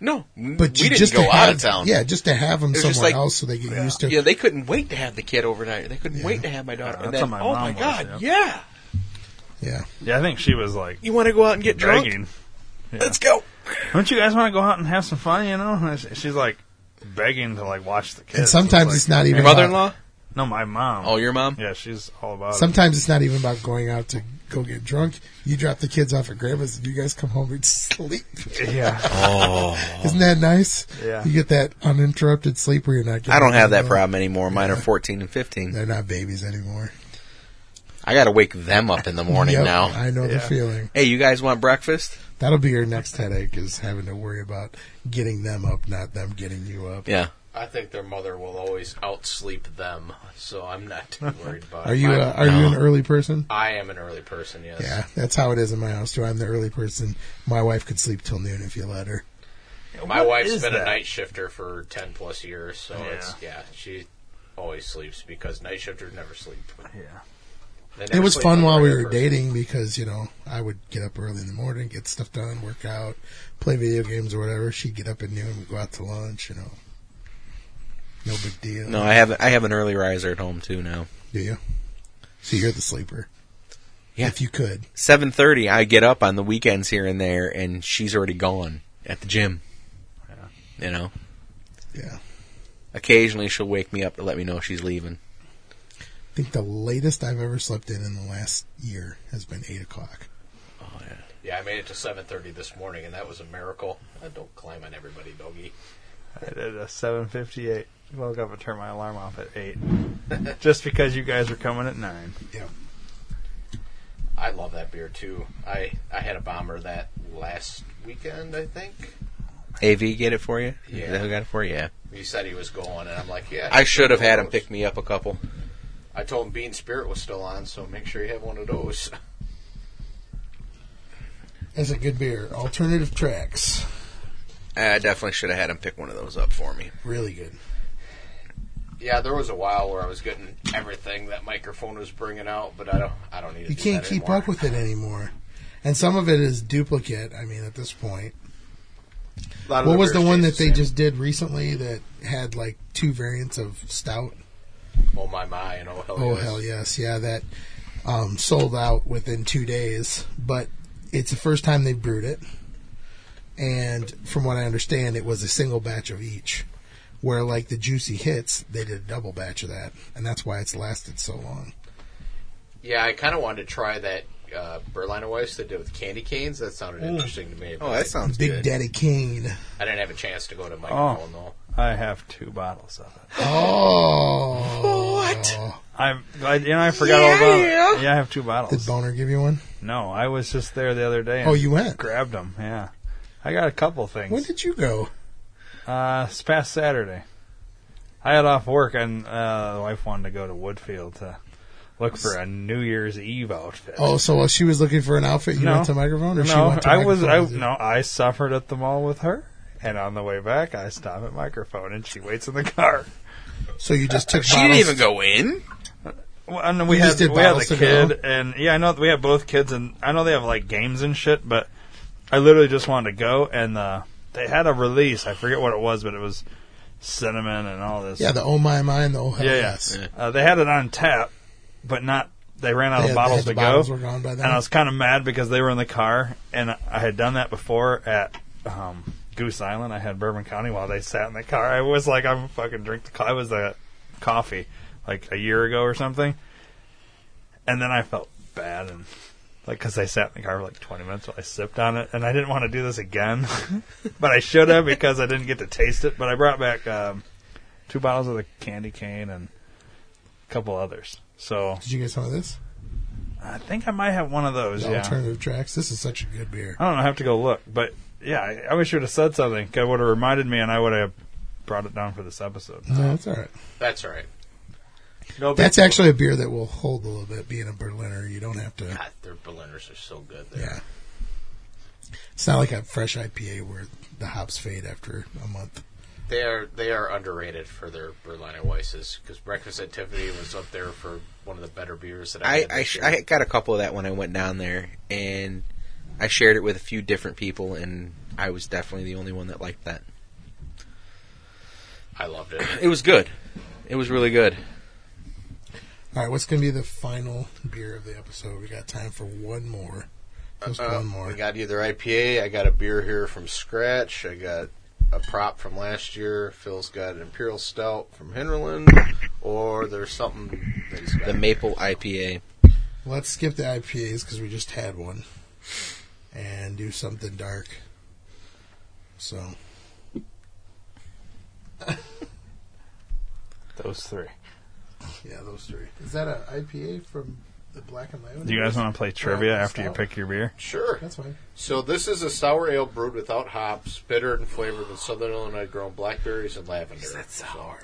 Speaker 2: no,
Speaker 1: but
Speaker 2: we
Speaker 1: you
Speaker 2: didn't
Speaker 1: just
Speaker 2: go
Speaker 1: to
Speaker 2: out
Speaker 1: have,
Speaker 2: of town.
Speaker 1: Yeah, just to have them
Speaker 2: was just
Speaker 1: somewhere
Speaker 2: like-
Speaker 1: else so they get used to.
Speaker 2: yeah, they couldn't wait to have the kid overnight. They couldn't wait to have my daughter.
Speaker 3: Yeah,
Speaker 2: and
Speaker 3: Uh, that's
Speaker 2: then,
Speaker 3: how my
Speaker 2: oh
Speaker 3: mom
Speaker 2: my
Speaker 3: was,
Speaker 2: god, yeah,
Speaker 3: yeah.
Speaker 1: Yeah.
Speaker 3: Yeah, I think she was like
Speaker 2: you want to go out and get drunk?
Speaker 3: begging.
Speaker 2: Let's go.
Speaker 3: Don't you guys want to go out and have some fun? You know, And she- she's like begging to like watch the kids.
Speaker 1: And sometimes
Speaker 3: like-
Speaker 1: it's not even
Speaker 2: Your mother-in-law?
Speaker 3: No, my mom.
Speaker 2: Oh, your mom?
Speaker 3: yeah, she's all about.
Speaker 1: About,
Speaker 3: it.
Speaker 1: sometimes it's not even about going out to go get drunk. You drop the kids off at grandma's, and you guys come home and sleep.
Speaker 3: Yeah,
Speaker 2: Oh.
Speaker 1: Isn't that nice?
Speaker 3: Yeah.
Speaker 1: You get that uninterrupted sleep where you're not. Getting
Speaker 2: I don't have that
Speaker 1: anything done.
Speaker 2: problem anymore. Mine are fourteen and fifteen.
Speaker 1: They're not babies anymore.
Speaker 2: I got to wake them up in the morning
Speaker 1: Yep,
Speaker 2: now.
Speaker 1: I know the
Speaker 3: Yeah.
Speaker 1: feeling.
Speaker 2: Hey, you guys want breakfast?
Speaker 1: That'll be your next headache is having to worry about getting them up, not them getting you up.
Speaker 2: Yeah.
Speaker 4: I think their mother will always outsleep them, so I'm not too worried about
Speaker 1: Are
Speaker 4: it.
Speaker 1: you
Speaker 4: I'm-
Speaker 1: uh, are you an early person?
Speaker 4: I am an early person. Yes.
Speaker 1: Yeah, that's how it is in my house too. I'm the early person. My wife could sleep till noon if you let her.
Speaker 4: My
Speaker 3: What
Speaker 4: wife's
Speaker 3: is
Speaker 4: been a
Speaker 3: that?
Speaker 4: night shifter for ten plus years, so it's yeah. She always sleeps because night shifters never sleep.
Speaker 3: Yeah.
Speaker 4: They never
Speaker 1: It was
Speaker 4: sleep
Speaker 1: fun
Speaker 4: like a
Speaker 1: while we
Speaker 4: regular
Speaker 1: were
Speaker 4: person.
Speaker 1: dating because you know I would get up early in the morning, get stuff done, work out, play video games or whatever. She'd get up at noon, we'd go out to lunch. You know, no big deal.
Speaker 2: No, I have I have an early riser at home too now.
Speaker 1: do you? So you're the sleeper.
Speaker 2: Yeah.
Speaker 1: if you could.
Speaker 2: Seven thirty, I get up on the weekends here and there, and she's already gone at the gym. You know,
Speaker 1: Yeah,
Speaker 2: occasionally she'll wake me up to let me know she's leaving.
Speaker 1: I think the latest I've ever slept in in the last year has been eight o'clock.
Speaker 2: Oh,
Speaker 4: Yeah, I made it to seven thirty this morning, and that was a miracle. I don't climb on everybody, doggy.
Speaker 3: I did a seven fifty eight. Woke up and turned my alarm off at eight, just because you guys were coming at nine.
Speaker 1: Yeah.
Speaker 4: I love that beer too. I I had a bomber that last weekend, I think.
Speaker 2: Av, get it for you?
Speaker 4: Yeah.
Speaker 2: Is that who got it for you? Yeah.
Speaker 4: He said he was going, and I'm like, yeah.
Speaker 2: I should have had him pick me up a couple.
Speaker 4: I told him Bean Spirit was still on, so make sure you have one of those.
Speaker 1: That's a good beer. Alternative tracks.
Speaker 2: I definitely should have had him pick one of those up for me.
Speaker 1: Really good.
Speaker 4: Yeah, there was a while where I was getting everything that microphone was bringing out, but I don't. I don't need. To
Speaker 1: You
Speaker 4: do
Speaker 1: can't
Speaker 4: that
Speaker 1: keep
Speaker 4: anymore.
Speaker 1: up with it anymore. And some of it is duplicate, I mean, at this point.
Speaker 4: A lot of
Speaker 1: What was the
Speaker 4: beers
Speaker 1: one that
Speaker 4: taste
Speaker 1: they
Speaker 4: same.
Speaker 1: just did recently that had like two variants of stout?
Speaker 4: Oh my my! And oh hell.
Speaker 1: Oh,
Speaker 4: yes.
Speaker 1: hell yes. Yeah, that um, sold out within two days. But it's the first time they brewed it. And from what I understand, it was a single batch of each. Where like the juicy hits, they did a double batch of that. And that's why it's lasted so long.
Speaker 4: Yeah, I kind of wanted to try that uh, Berliner Weiss they did with candy canes. That sounded interesting to me. but
Speaker 2: Oh, that sounds
Speaker 1: Big
Speaker 2: good.
Speaker 1: Daddy Kane.
Speaker 4: I didn't have a chance to go to microphone though.
Speaker 3: I have two bottles of it.
Speaker 1: Oh.
Speaker 2: What?
Speaker 3: I'm glad you know I forgot all about it. Yeah, I have two
Speaker 1: Did
Speaker 3: bottles.
Speaker 1: Boner give you one?
Speaker 3: no, I was just there the other day. And
Speaker 1: Oh, you went.
Speaker 3: grabbed them. Yeah, I got a couple things.
Speaker 1: When did you go?
Speaker 3: Uh, it's past Saturday. I had off work, and uh, the wife wanted to go to Woodfield to look for a New Year's Eve outfit.
Speaker 1: Oh, so while she was looking for an outfit, you
Speaker 3: No.
Speaker 1: went to microphone, or
Speaker 3: no,
Speaker 1: she went to
Speaker 3: I was I,
Speaker 1: Microphone with you?
Speaker 3: no, I suffered at the mall with her, and on the way back, I stop at microphone, and she waits in the car.
Speaker 1: So you just took.
Speaker 2: She didn't even go in.
Speaker 3: Well, and we
Speaker 1: You
Speaker 3: had
Speaker 1: just did
Speaker 3: we had
Speaker 1: bottles
Speaker 3: the
Speaker 1: to go.
Speaker 3: kid, and yeah, I know we have both kids, and I know they have like games and shit, but I literally just wanted to go, and uh, they had a release. I forget what it was, but it was cinnamon and all this.
Speaker 1: Yeah, the oh my my and the oh hell
Speaker 3: yeah, yeah.
Speaker 1: yes.
Speaker 3: Uh, they had it on tap, but not. They ran out
Speaker 1: They
Speaker 3: of
Speaker 1: had-
Speaker 3: bottles
Speaker 1: they had the
Speaker 3: to
Speaker 1: bottles
Speaker 3: go,
Speaker 1: were gone by then.
Speaker 3: and I was kind of mad because they were in the car, and I had done that before at um, Goose Island. I had Bourbon County while they sat in the car. I was like, I'm fucking drink the. Co- I was at coffee like a year ago or something, and then I felt bad and. Like, because I sat in the car for like 20 minutes while I sipped on it, and I didn't want to do this again, but I should have because I didn't get to taste it. But I brought back um, two bottles of the candy cane and a couple others. So
Speaker 1: Did you get some of this?
Speaker 3: I think I might have one of those.
Speaker 1: The
Speaker 3: yeah,
Speaker 1: alternative tracks. This is such a good beer.
Speaker 3: I don't know. I have to go look. But yeah, I, I wish you would have said something. It would have reminded me, and I would have brought it down for this episode.
Speaker 1: No, it's all right.
Speaker 4: That's all right.
Speaker 3: No,
Speaker 1: That's actually a beer that will hold a little bit. Being a Berliner, you don't have to.
Speaker 4: God, their Berliners are so good. There.
Speaker 1: Yeah, it's not like a fresh IPA where the hops fade after a month.
Speaker 4: They are they are underrated for their Berliner Weisses because Breakfast at Tiffany was up there for one of the better beers that I
Speaker 2: I
Speaker 4: had
Speaker 2: I,
Speaker 4: this
Speaker 2: sh-
Speaker 4: year.
Speaker 2: I got a couple of that when I went down there, and I shared it with a few different people, and I was definitely the only one that liked that.
Speaker 4: I loved it.
Speaker 2: It was good. It was really good.
Speaker 1: All right, what's going to be the final beer of the episode? We got time for one more. Just
Speaker 4: Uh,
Speaker 1: one more.
Speaker 4: I got either IPA. I got a beer here from scratch. I got a prop from last year. Phil's got an Imperial Stout from Hinterland, or there's something that he's got.
Speaker 2: The maple IPA.
Speaker 1: Let's skip the IPAs because we just had one, and do something dark. So
Speaker 3: those three.
Speaker 1: yeah, those three. Is that an IPA from the Black and Lemon?
Speaker 3: Do you guys want to play trivia
Speaker 1: Alright,
Speaker 3: after you
Speaker 1: stop.
Speaker 3: pick your beer?
Speaker 4: Sure.
Speaker 1: That's fine.
Speaker 4: So this is a sour ale brewed without hops, bitter and flavored with Southern Illinois grown blackberries and lavender.
Speaker 1: sour?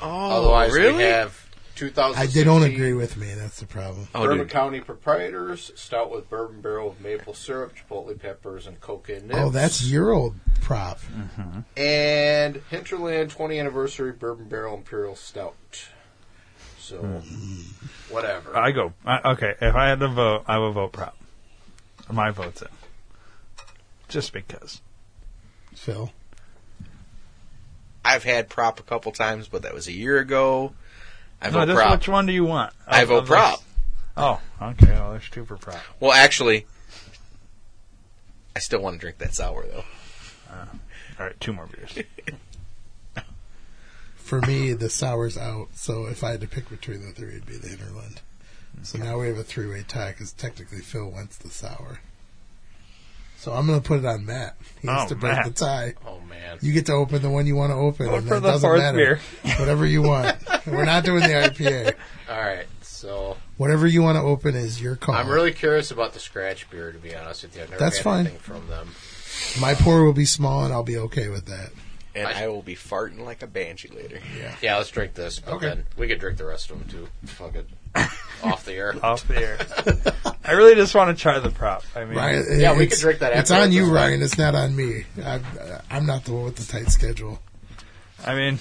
Speaker 4: Otherwise,
Speaker 2: Oh, really?
Speaker 4: we have 2016
Speaker 1: I they don't agree with me. That's the problem.
Speaker 2: Oh,
Speaker 4: Bourbon
Speaker 2: dude.
Speaker 4: County proprietors stout with bourbon barrel with maple syrup, chipotle peppers, and coca nibs.
Speaker 1: Oh, that's your old prop.
Speaker 4: and Hinterland 20 anniversary bourbon barrel imperial stout. So
Speaker 1: Hmm.
Speaker 4: whatever.
Speaker 3: I go. I, okay, if I had to vote, I would vote prop. My vote's in. Just because.
Speaker 1: Phil.
Speaker 2: I've had prop a couple times, but that was a year ago. I
Speaker 3: No,
Speaker 2: vote
Speaker 3: just
Speaker 2: prop.
Speaker 3: which one do you want?
Speaker 2: I
Speaker 3: Of-
Speaker 2: vote
Speaker 3: of
Speaker 2: prop.
Speaker 3: this- Oh, okay. Well, there's two for prop.
Speaker 2: Well, actually, I still want to drink that sour though.
Speaker 3: All right, two more beers.
Speaker 1: For me, the sour's out. So if I had to pick between the three, it'd be the Hinterland. So now we have a three-way tie because technically Phil wants the sour. So I'm going to put it on Matt. He has
Speaker 3: Oh,
Speaker 1: to break
Speaker 3: Matt.
Speaker 1: the tie.
Speaker 4: oh man.
Speaker 1: You get to open the one you want to open,
Speaker 3: Vote
Speaker 1: and
Speaker 3: for
Speaker 1: then it
Speaker 3: the
Speaker 1: doesn't
Speaker 3: fourth
Speaker 1: matter.
Speaker 3: beer.
Speaker 1: Whatever you want. We're not doing the IPA.
Speaker 4: All right. So
Speaker 1: Whatever you want to open is your call.
Speaker 4: I'm really curious about the scratch beer to be honest with you. I've never
Speaker 1: That's
Speaker 4: had
Speaker 1: fine.
Speaker 4: anything from them.
Speaker 1: My pour will be small, and I'll be okay with that.
Speaker 2: And
Speaker 4: I-
Speaker 2: I will be farting like a banshee later.
Speaker 4: Yeah, let's drink this. But
Speaker 1: Okay.
Speaker 4: then we could drink the rest of them too. Fuck it. Off the air.
Speaker 3: Off the air. I really just want to try the prop. I mean,
Speaker 1: Ryan,
Speaker 4: Yeah, we
Speaker 1: it's-
Speaker 4: could drink that
Speaker 1: It's
Speaker 4: after
Speaker 1: on you,
Speaker 4: this, right?
Speaker 1: Ryan. It's not on me. I'm, uh, I'm not the one with the tight schedule.
Speaker 3: I mean,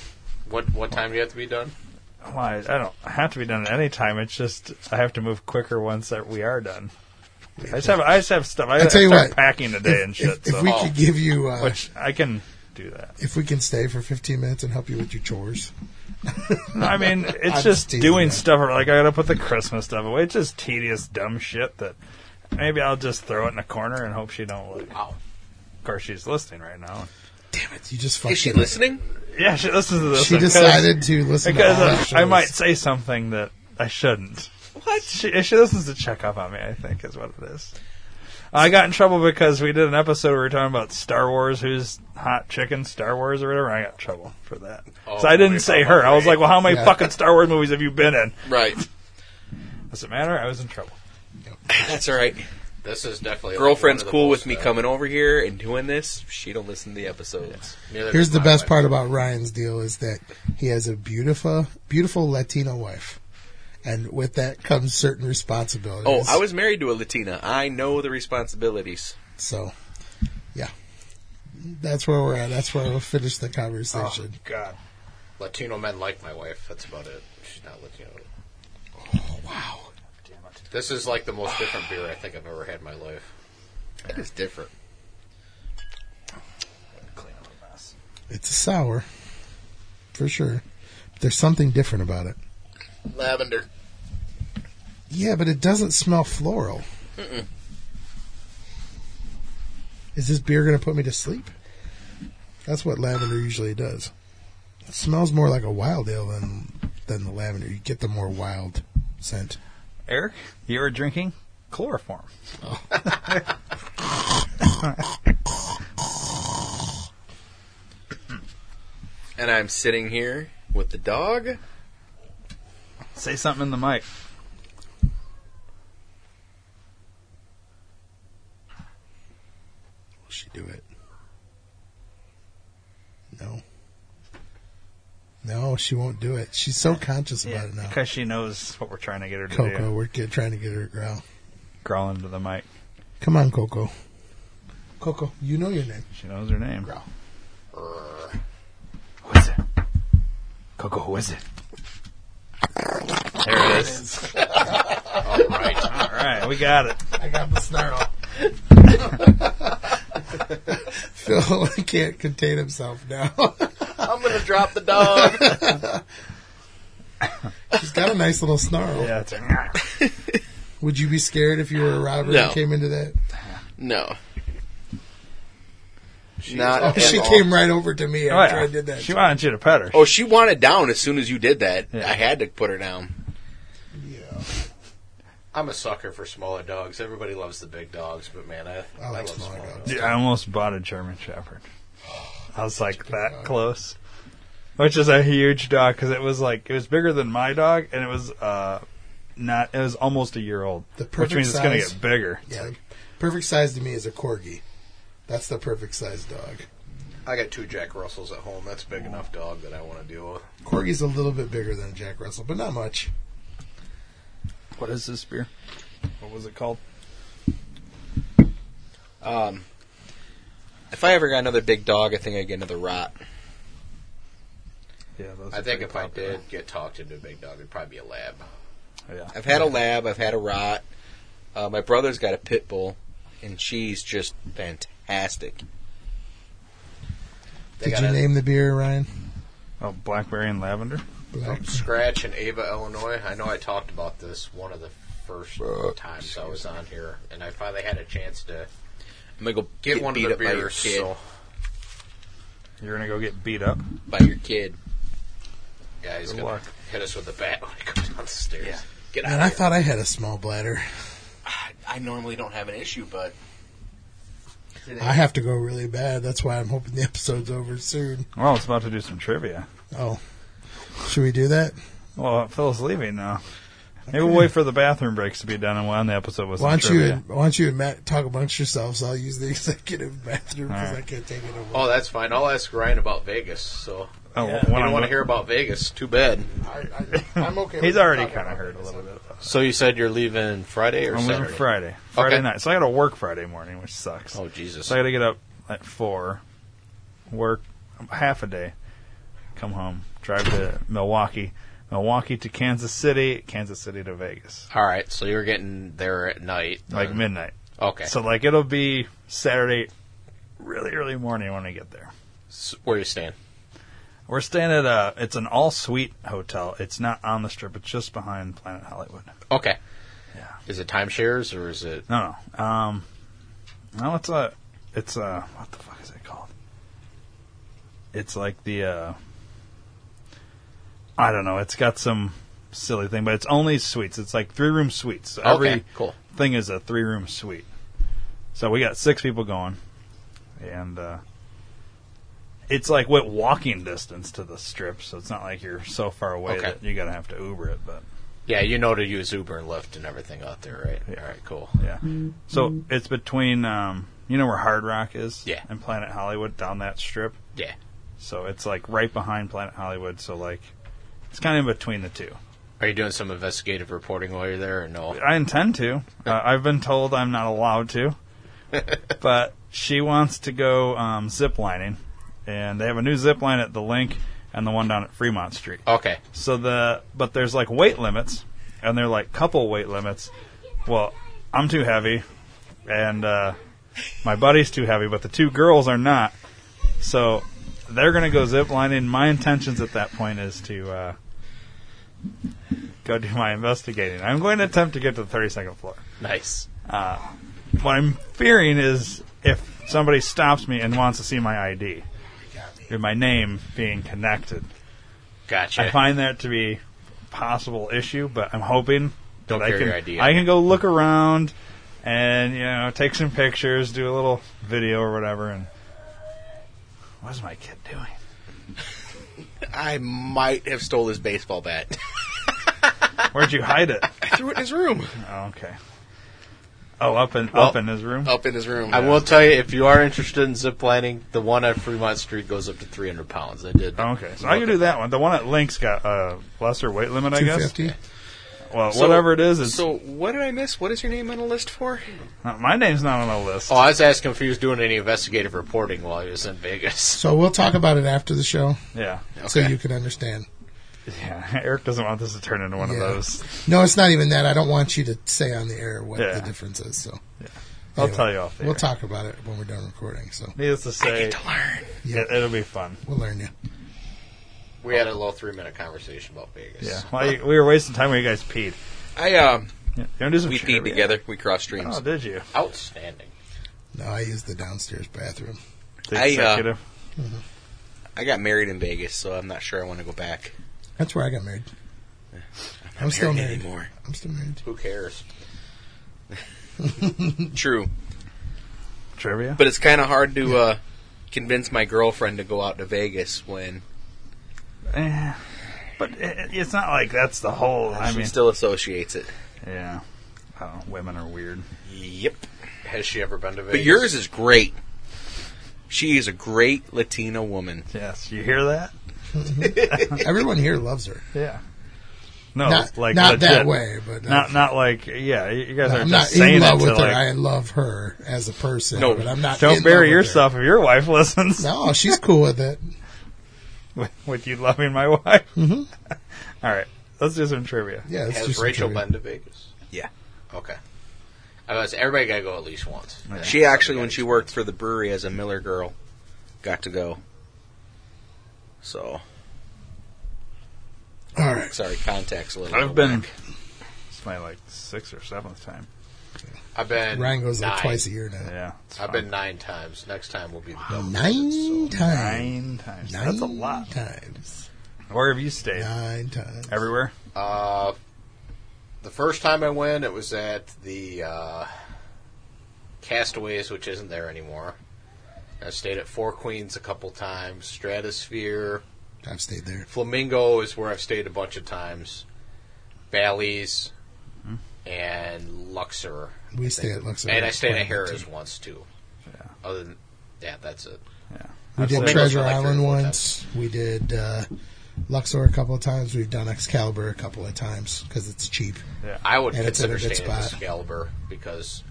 Speaker 4: What what time do you have to be done?
Speaker 3: why? I don't have to be done at any time. It's just I have to move quicker once that we are done. I just have I just have stuff. I,
Speaker 1: I tell you
Speaker 3: start
Speaker 1: what,
Speaker 3: packing today and
Speaker 1: If-
Speaker 3: shit.
Speaker 1: If,
Speaker 3: so,
Speaker 1: we could give you, uh,
Speaker 3: which I can do that.
Speaker 1: if we can stay for 15 minutes and help you with your chores,
Speaker 3: No, I mean, it's
Speaker 1: I'm
Speaker 3: just
Speaker 1: teasing
Speaker 3: doing
Speaker 1: you.
Speaker 3: stuff. or, Like I gotta put the Christmas stuff away. It's just tedious, dumb shit that maybe I'll just throw it in a corner and hope she don't look.
Speaker 4: Wow.
Speaker 3: Of course, she's listening right now.
Speaker 1: damn it, you just fucked
Speaker 2: Is she
Speaker 1: it up.
Speaker 2: listening?
Speaker 3: Yeah, she listens to this.
Speaker 1: She
Speaker 3: one 'cause-
Speaker 1: decided to listen
Speaker 3: because uh,
Speaker 1: to all our
Speaker 3: I, I
Speaker 1: shows.
Speaker 3: might say something that I shouldn't. What? She, she listens to check up on me. I think is what it is. I got in trouble because we did an episode where we were talking about Star Wars, who's hot chicken Star Wars or whatever. and I got in trouble for that. so I didn't say her. I was like, well, how many
Speaker 1: Yeah.
Speaker 3: fucking Star Wars movies have you been in?
Speaker 2: Right.
Speaker 3: Does it matter? I was in trouble.
Speaker 2: That's all right.
Speaker 4: This is definitely
Speaker 2: Girlfriend's
Speaker 4: one of the
Speaker 2: cool
Speaker 4: most,
Speaker 2: with me
Speaker 4: uh,
Speaker 2: coming over here and doing this. She don't listen to the episodes.
Speaker 4: neither
Speaker 1: Here's
Speaker 4: does
Speaker 1: the
Speaker 4: my
Speaker 1: best
Speaker 4: wife.
Speaker 1: part about Ryan's deal is that he has a beautiful, beautiful Latino wife, and with that comes certain responsibilities.
Speaker 2: Oh, I was married to a Latina. I know the responsibilities.
Speaker 1: so, yeah. That's where we're at. That's where we'll finish the conversation.
Speaker 2: Oh.
Speaker 3: God.
Speaker 4: Latino men like my wife. That's about it. She's not Latino.
Speaker 1: Wow.
Speaker 4: This is like the most different beer I think I've ever had in my life. It is different.
Speaker 1: It's a sour, for sure. But there's something different about it.
Speaker 9: Lavender.
Speaker 1: Yeah, but it doesn't smell floral. Is this beer going to put me to sleep? That's what lavender usually does. It smells more like a wild ale than than the lavender. You get the more wild scent.
Speaker 3: Eric, you were drinking chloroform.
Speaker 2: And I'm sitting here with the dog.
Speaker 3: Say something in the mic.
Speaker 1: Will she do it? No. No, she won't do it. She's so conscious about it now.
Speaker 3: because she knows what we're trying to get her to
Speaker 1: Coco,
Speaker 3: do.
Speaker 1: we're get, trying to get her to growl.
Speaker 3: Growl into the mic.
Speaker 1: Come on, Coco. Coco, you know your name.
Speaker 3: She knows her name.
Speaker 1: Growl.
Speaker 3: Who is it? Coco, who is it? There it is. All right. All right, we got it.
Speaker 1: I got the snarl. Phil can't contain himself now.
Speaker 9: I'm gonna drop the dog.
Speaker 1: She's got a nice little snarl.
Speaker 3: Yeah, it's a-
Speaker 1: Would you be scared if you were a robber
Speaker 2: No.
Speaker 1: and came into that?
Speaker 2: No.
Speaker 4: She
Speaker 2: Not
Speaker 1: Oh,
Speaker 4: was
Speaker 2: at
Speaker 1: she
Speaker 2: all.
Speaker 1: came right over to me
Speaker 3: Oh,
Speaker 1: after I
Speaker 3: yeah.
Speaker 1: did that.
Speaker 3: She wanted you to pet her.
Speaker 2: Oh, she wanted down as soon as you did that.
Speaker 3: Yeah.
Speaker 2: I had to put her down.
Speaker 4: I'm a sucker for smaller dogs. Everybody loves the big dogs, but man, I, I,
Speaker 1: like
Speaker 4: love
Speaker 1: smaller
Speaker 4: smaller
Speaker 1: dogs.
Speaker 4: dogs.
Speaker 3: Dude, I almost bought a German Shepherd. I was like that close, which is a huge dog because it was like it was bigger than my dog, and it was uh not it was almost a year old,
Speaker 1: The
Speaker 3: which
Speaker 1: perfect
Speaker 3: means it's gonna
Speaker 1: size.
Speaker 3: get bigger.
Speaker 1: Yeah. Perfect size to me is a corgi. That's the perfect size dog.
Speaker 4: I got two Jack Russells at home. That's a big enough dog that I want to deal with.
Speaker 1: Corgi's a little bit bigger than a Jack Russell, but not much.
Speaker 3: What is this beer? What was it called?
Speaker 2: Um, if I ever got another big dog, I think I'd get another rot.
Speaker 3: Yeah, those
Speaker 4: I
Speaker 3: are
Speaker 4: think
Speaker 3: pretty
Speaker 4: if
Speaker 3: popular.
Speaker 4: I did get talked into a big dog, it'd probably be a lab.
Speaker 3: yeah.
Speaker 2: I've had a lab. I've had a rot. Uh, my brother's got a pit bull, and she's just fantastic.
Speaker 4: They
Speaker 1: Did
Speaker 4: got
Speaker 1: you
Speaker 4: a-
Speaker 1: name the beer, Ryan?
Speaker 3: Oh, blackberry and lavender.
Speaker 1: Black.
Speaker 4: Scratch in Ava, Illinois. I know I talked about this one of the first times I was on here, and I finally had a chance to
Speaker 2: I'm gonna go
Speaker 4: get, one of
Speaker 2: beat
Speaker 4: the
Speaker 2: up by your
Speaker 4: beers.
Speaker 2: kid.
Speaker 4: So,
Speaker 3: You're gonna go get beat up.
Speaker 2: By your kid.
Speaker 4: yeah, he's
Speaker 3: Good
Speaker 4: gonna
Speaker 3: luck.
Speaker 4: hit us with a bat when he comes down the stairs.
Speaker 2: Yeah.
Speaker 4: Get out!
Speaker 1: Man,
Speaker 4: of
Speaker 1: I
Speaker 4: here.
Speaker 1: thought I had a small bladder.
Speaker 2: I normally don't have an issue, but
Speaker 1: I have to go really bad. That's why I'm hoping the episode's over soon.
Speaker 3: Well, it's about to do some trivia.
Speaker 1: Oh. Should we do that?
Speaker 3: Well, Phil's leaving now. Maybe we'll wait for the bathroom breaks to be done and we'll end the episode with
Speaker 1: Why
Speaker 3: some
Speaker 1: don't you
Speaker 3: trivia.
Speaker 1: and, why don't you and Matt talk amongst yourselves? I'll use the executive bathroom because
Speaker 3: Alright.
Speaker 1: I can't take it over.
Speaker 4: Oh, that's fine. I'll ask Ryan about Vegas. So
Speaker 3: Oh,
Speaker 4: you
Speaker 3: when
Speaker 4: don't
Speaker 3: I'm
Speaker 4: want to
Speaker 3: done-
Speaker 4: hear about Vegas. Too bad.
Speaker 1: I, I, am okay.
Speaker 3: He's
Speaker 1: with
Speaker 3: already
Speaker 1: talking
Speaker 3: kind of
Speaker 1: about
Speaker 3: heard a
Speaker 1: this.
Speaker 3: little bit. About it.
Speaker 4: So you said you're leaving Friday or
Speaker 3: I'm
Speaker 4: Saturday?
Speaker 3: leaving Friday, Friday
Speaker 4: Okay.
Speaker 3: night. So I got to work Friday morning, which sucks.
Speaker 4: Oh Jesus!
Speaker 3: So I got to get up at four, work half a day, come home, drive to Milwaukee, Milwaukee to Kansas City, Kansas City to Vegas,
Speaker 4: All right, so you're getting there at night.
Speaker 3: like midnight.
Speaker 4: Uh, Okay,
Speaker 3: So like it'll be Saturday, really early morning when I get there.
Speaker 4: S- where you staying?
Speaker 3: We're staying at a. It's an all suite hotel. It's not on the strip. It's just behind Planet Hollywood.
Speaker 4: Okay.
Speaker 3: Yeah.
Speaker 4: Is it timeshares or is it?
Speaker 3: No, no. Um, no, it's a, it's a, what the fuck is it called? It's like the, uh, I don't know. It's got some silly thing, but it's only suites. It's like three room suites. So Every
Speaker 4: okay, cool.
Speaker 3: thing is a three room suite. So we got six people going, and uh, it's like what walking distance to the strip. So it's not like you're so far away
Speaker 4: Okay.
Speaker 3: that you gotta have to Uber it, but.
Speaker 4: Yeah, you know to use Uber and Lyft and everything out there, right?
Speaker 3: Yeah.
Speaker 4: All right, cool.
Speaker 3: Yeah. So it's between um, you know where Hard Rock is,
Speaker 4: Yeah.
Speaker 3: and Planet Hollywood down that strip.
Speaker 4: Yeah.
Speaker 3: So it's like right behind Planet Hollywood. So like it's kind of in between the two.
Speaker 4: Are you doing some investigative reporting while you're there or no?
Speaker 3: I intend to. Uh, I've been told I'm not allowed to, but she wants to go um, zip lining, and they have a new zip line at the Link and the one down at Fremont Street.
Speaker 4: Okay.
Speaker 3: So the but there's like weight limits, and they're like couple weight limits. Well, I'm too heavy, and uh, my buddy's too heavy, but the two girls are not. So they're going to go zip lining. My intentions at that point is to uh, go do my investigating. I'm going to attempt to get to the 32nd floor.
Speaker 4: Nice.
Speaker 3: Uh, what I'm fearing is if somebody stops me and wants to see my ID, or my name being connected.
Speaker 4: Gotcha.
Speaker 3: I find that to be a possible issue, but I'm hoping
Speaker 4: Don't
Speaker 3: that I
Speaker 4: carry
Speaker 3: can
Speaker 4: your ID
Speaker 3: I
Speaker 4: on
Speaker 3: can go look around and you know take some pictures, do a little video or whatever. And what is my kid doing?
Speaker 2: I might have stole his baseball bat.
Speaker 3: Where'd you hide it?
Speaker 2: I threw it in his room.
Speaker 3: Oh, okay. Oh, up in up
Speaker 4: Well-
Speaker 3: in his room.
Speaker 2: Up in his room.
Speaker 4: I will tell you, if you are interested in zip lining, the one at Fremont Street goes up to 300 pounds. I did.
Speaker 3: Oh, okay, so I can do that one. The one at Link's got a lesser weight limit, I guess.
Speaker 1: 250.
Speaker 3: Well,
Speaker 2: So-
Speaker 3: whatever it is, it's
Speaker 2: So what did I miss? What is your name on the list for?
Speaker 3: not, my name's not on the list.
Speaker 4: Oh, I was asking if he was doing any investigative reporting while he was in Vegas.
Speaker 1: So we'll talk about it after the show
Speaker 3: Yeah,
Speaker 1: so you can understand.
Speaker 3: yeah. Eric doesn't want this to turn into one of
Speaker 1: Yeah.
Speaker 3: those.
Speaker 1: No, it's not even that. I don't want you to say on the air what
Speaker 3: Yeah.
Speaker 1: the difference is. So
Speaker 3: I'll
Speaker 1: Anyway,
Speaker 3: tell you off the
Speaker 1: We'll
Speaker 3: air.
Speaker 1: talk about it when we're done recording. So
Speaker 3: Needless to say,
Speaker 1: Yeah.
Speaker 3: it, it'll be fun.
Speaker 1: we'll learn you.
Speaker 4: We had a little three minute conversation about Vegas.
Speaker 3: Yeah, well, you- we were wasting time when you guys peed.
Speaker 2: I uh,
Speaker 3: Yeah. You wanna do some
Speaker 2: we
Speaker 3: trivia?
Speaker 2: peed together. We crossed streams.
Speaker 3: Oh, did you?
Speaker 4: Outstanding.
Speaker 1: No, I use the downstairs bathroom.
Speaker 3: The
Speaker 2: I, uh,
Speaker 3: executive.
Speaker 2: I got married in Vegas, so I'm not sure I want to go back.
Speaker 1: That's where I got married.
Speaker 2: not
Speaker 1: I'm still married.
Speaker 2: anymore.
Speaker 1: I'm still married.
Speaker 4: Who cares?
Speaker 2: True,
Speaker 3: trivia.
Speaker 2: but it's kind of hard to uh, convince my girlfriend to go out to Vegas when
Speaker 3: Eh, But it, it's not like that's the whole. I
Speaker 2: she
Speaker 3: mean,
Speaker 2: still associates it.
Speaker 3: yeah. Oh, women are weird.
Speaker 4: Yep. Has she ever been to Vegas?
Speaker 2: But yours is great. She is a great Latina woman.
Speaker 3: Yes, you hear that?
Speaker 1: Everyone here loves her.
Speaker 3: Yeah. No,
Speaker 1: not
Speaker 3: Oh, like
Speaker 1: not
Speaker 3: legit.
Speaker 1: that way, but uh,
Speaker 3: Not not like yeah. You you guys are
Speaker 1: I'm not
Speaker 3: just
Speaker 1: in
Speaker 3: saying
Speaker 1: love
Speaker 3: it to
Speaker 1: with her.
Speaker 3: like
Speaker 1: I love her as a person.
Speaker 2: No,
Speaker 1: but I'm not. in
Speaker 3: don't
Speaker 1: love
Speaker 3: bury
Speaker 1: with
Speaker 3: yourself if your wife listens
Speaker 1: Her. No, she's cool with it.
Speaker 3: with, with you loving my wife.
Speaker 1: Mm-hmm.
Speaker 3: All right, let's do some trivia.
Speaker 1: Yeah, it's
Speaker 4: Has
Speaker 1: just
Speaker 4: Rachel
Speaker 1: trivia.
Speaker 4: been to Vegas?
Speaker 2: Yeah.
Speaker 4: Okay. I was, everybody got to go at least once.
Speaker 2: She actually, when she worked for the brewery as a Miller girl, got to go. So
Speaker 1: All right.
Speaker 2: sorry, context a little.
Speaker 3: I've been. It's my like sixth or seventh time.
Speaker 4: I've been.
Speaker 1: Ryan goes
Speaker 4: nine.
Speaker 1: like twice a year now.
Speaker 3: Yeah, it's
Speaker 4: I've
Speaker 3: fun.
Speaker 4: been nine times. Next time will be the double.
Speaker 1: Nine times.
Speaker 3: nine times.
Speaker 1: Nine
Speaker 3: That's a lot.
Speaker 1: Times.
Speaker 3: Where have you stayed?
Speaker 1: Nine times.
Speaker 3: Everywhere.
Speaker 4: Uh, the first time I went, it was at the uh, Castaways, which isn't there anymore. I stayed at Four Queens a couple times. Stratosphere,
Speaker 1: I've stayed there.
Speaker 4: Flamingo is where I've stayed a bunch of times. Bally's and Luxor,
Speaker 1: We stay at Luxor.
Speaker 4: and I stayed at
Speaker 1: Quite a bit,
Speaker 4: Harrah's
Speaker 1: too.
Speaker 4: once too. Other than yeah, that's it.
Speaker 1: We did
Speaker 4: Flamingo's
Speaker 1: Treasure
Speaker 4: been like three or
Speaker 1: Island
Speaker 4: four
Speaker 1: once. We did uh, Luxor a couple of times. We've done Excalibur a couple of times because it's cheap.
Speaker 4: I would
Speaker 1: And it's in a
Speaker 4: consider
Speaker 1: good
Speaker 4: staying at
Speaker 1: spot.
Speaker 4: Excalibur because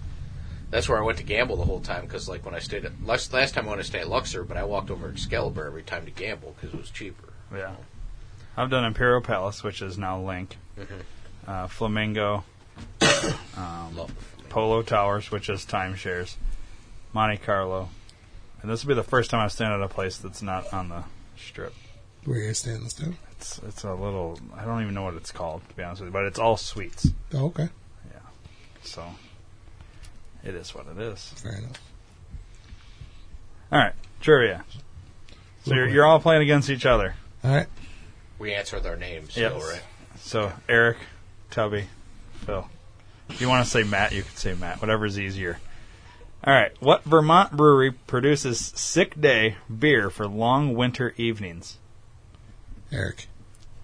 Speaker 4: that's where I went to gamble the whole time. Because like when I stayed at last, last time I went to stay at Luxor, but I walked over to Excalibur every time to gamble because it was cheaper.
Speaker 3: Yeah, I've done Imperial Palace, which is now Link. Uh, Flamingo, Um,
Speaker 4: Love it.
Speaker 3: Polo Towers, which is timeshares, Monte Carlo, and this will be the first time I've stayed at a place that's not on the strip.
Speaker 1: Where you're staying this time?
Speaker 3: It's it's a little I don't even know what it's called to be honest with you, but it's all suites,
Speaker 1: Oh, okay.
Speaker 3: so it is what it is.
Speaker 1: Fair enough.
Speaker 3: All right, trivia. So you're,
Speaker 1: Lovely.
Speaker 3: you're all playing against each other.
Speaker 1: All right.
Speaker 4: We answer with our names,
Speaker 3: Yes.
Speaker 4: yes. right?
Speaker 3: So Eric, Tubby, Phil. If you want to say Matt, you can say Matt. Whatever's easier. All right. What Vermont brewery produces sick day beer for long winter evenings?
Speaker 1: Eric,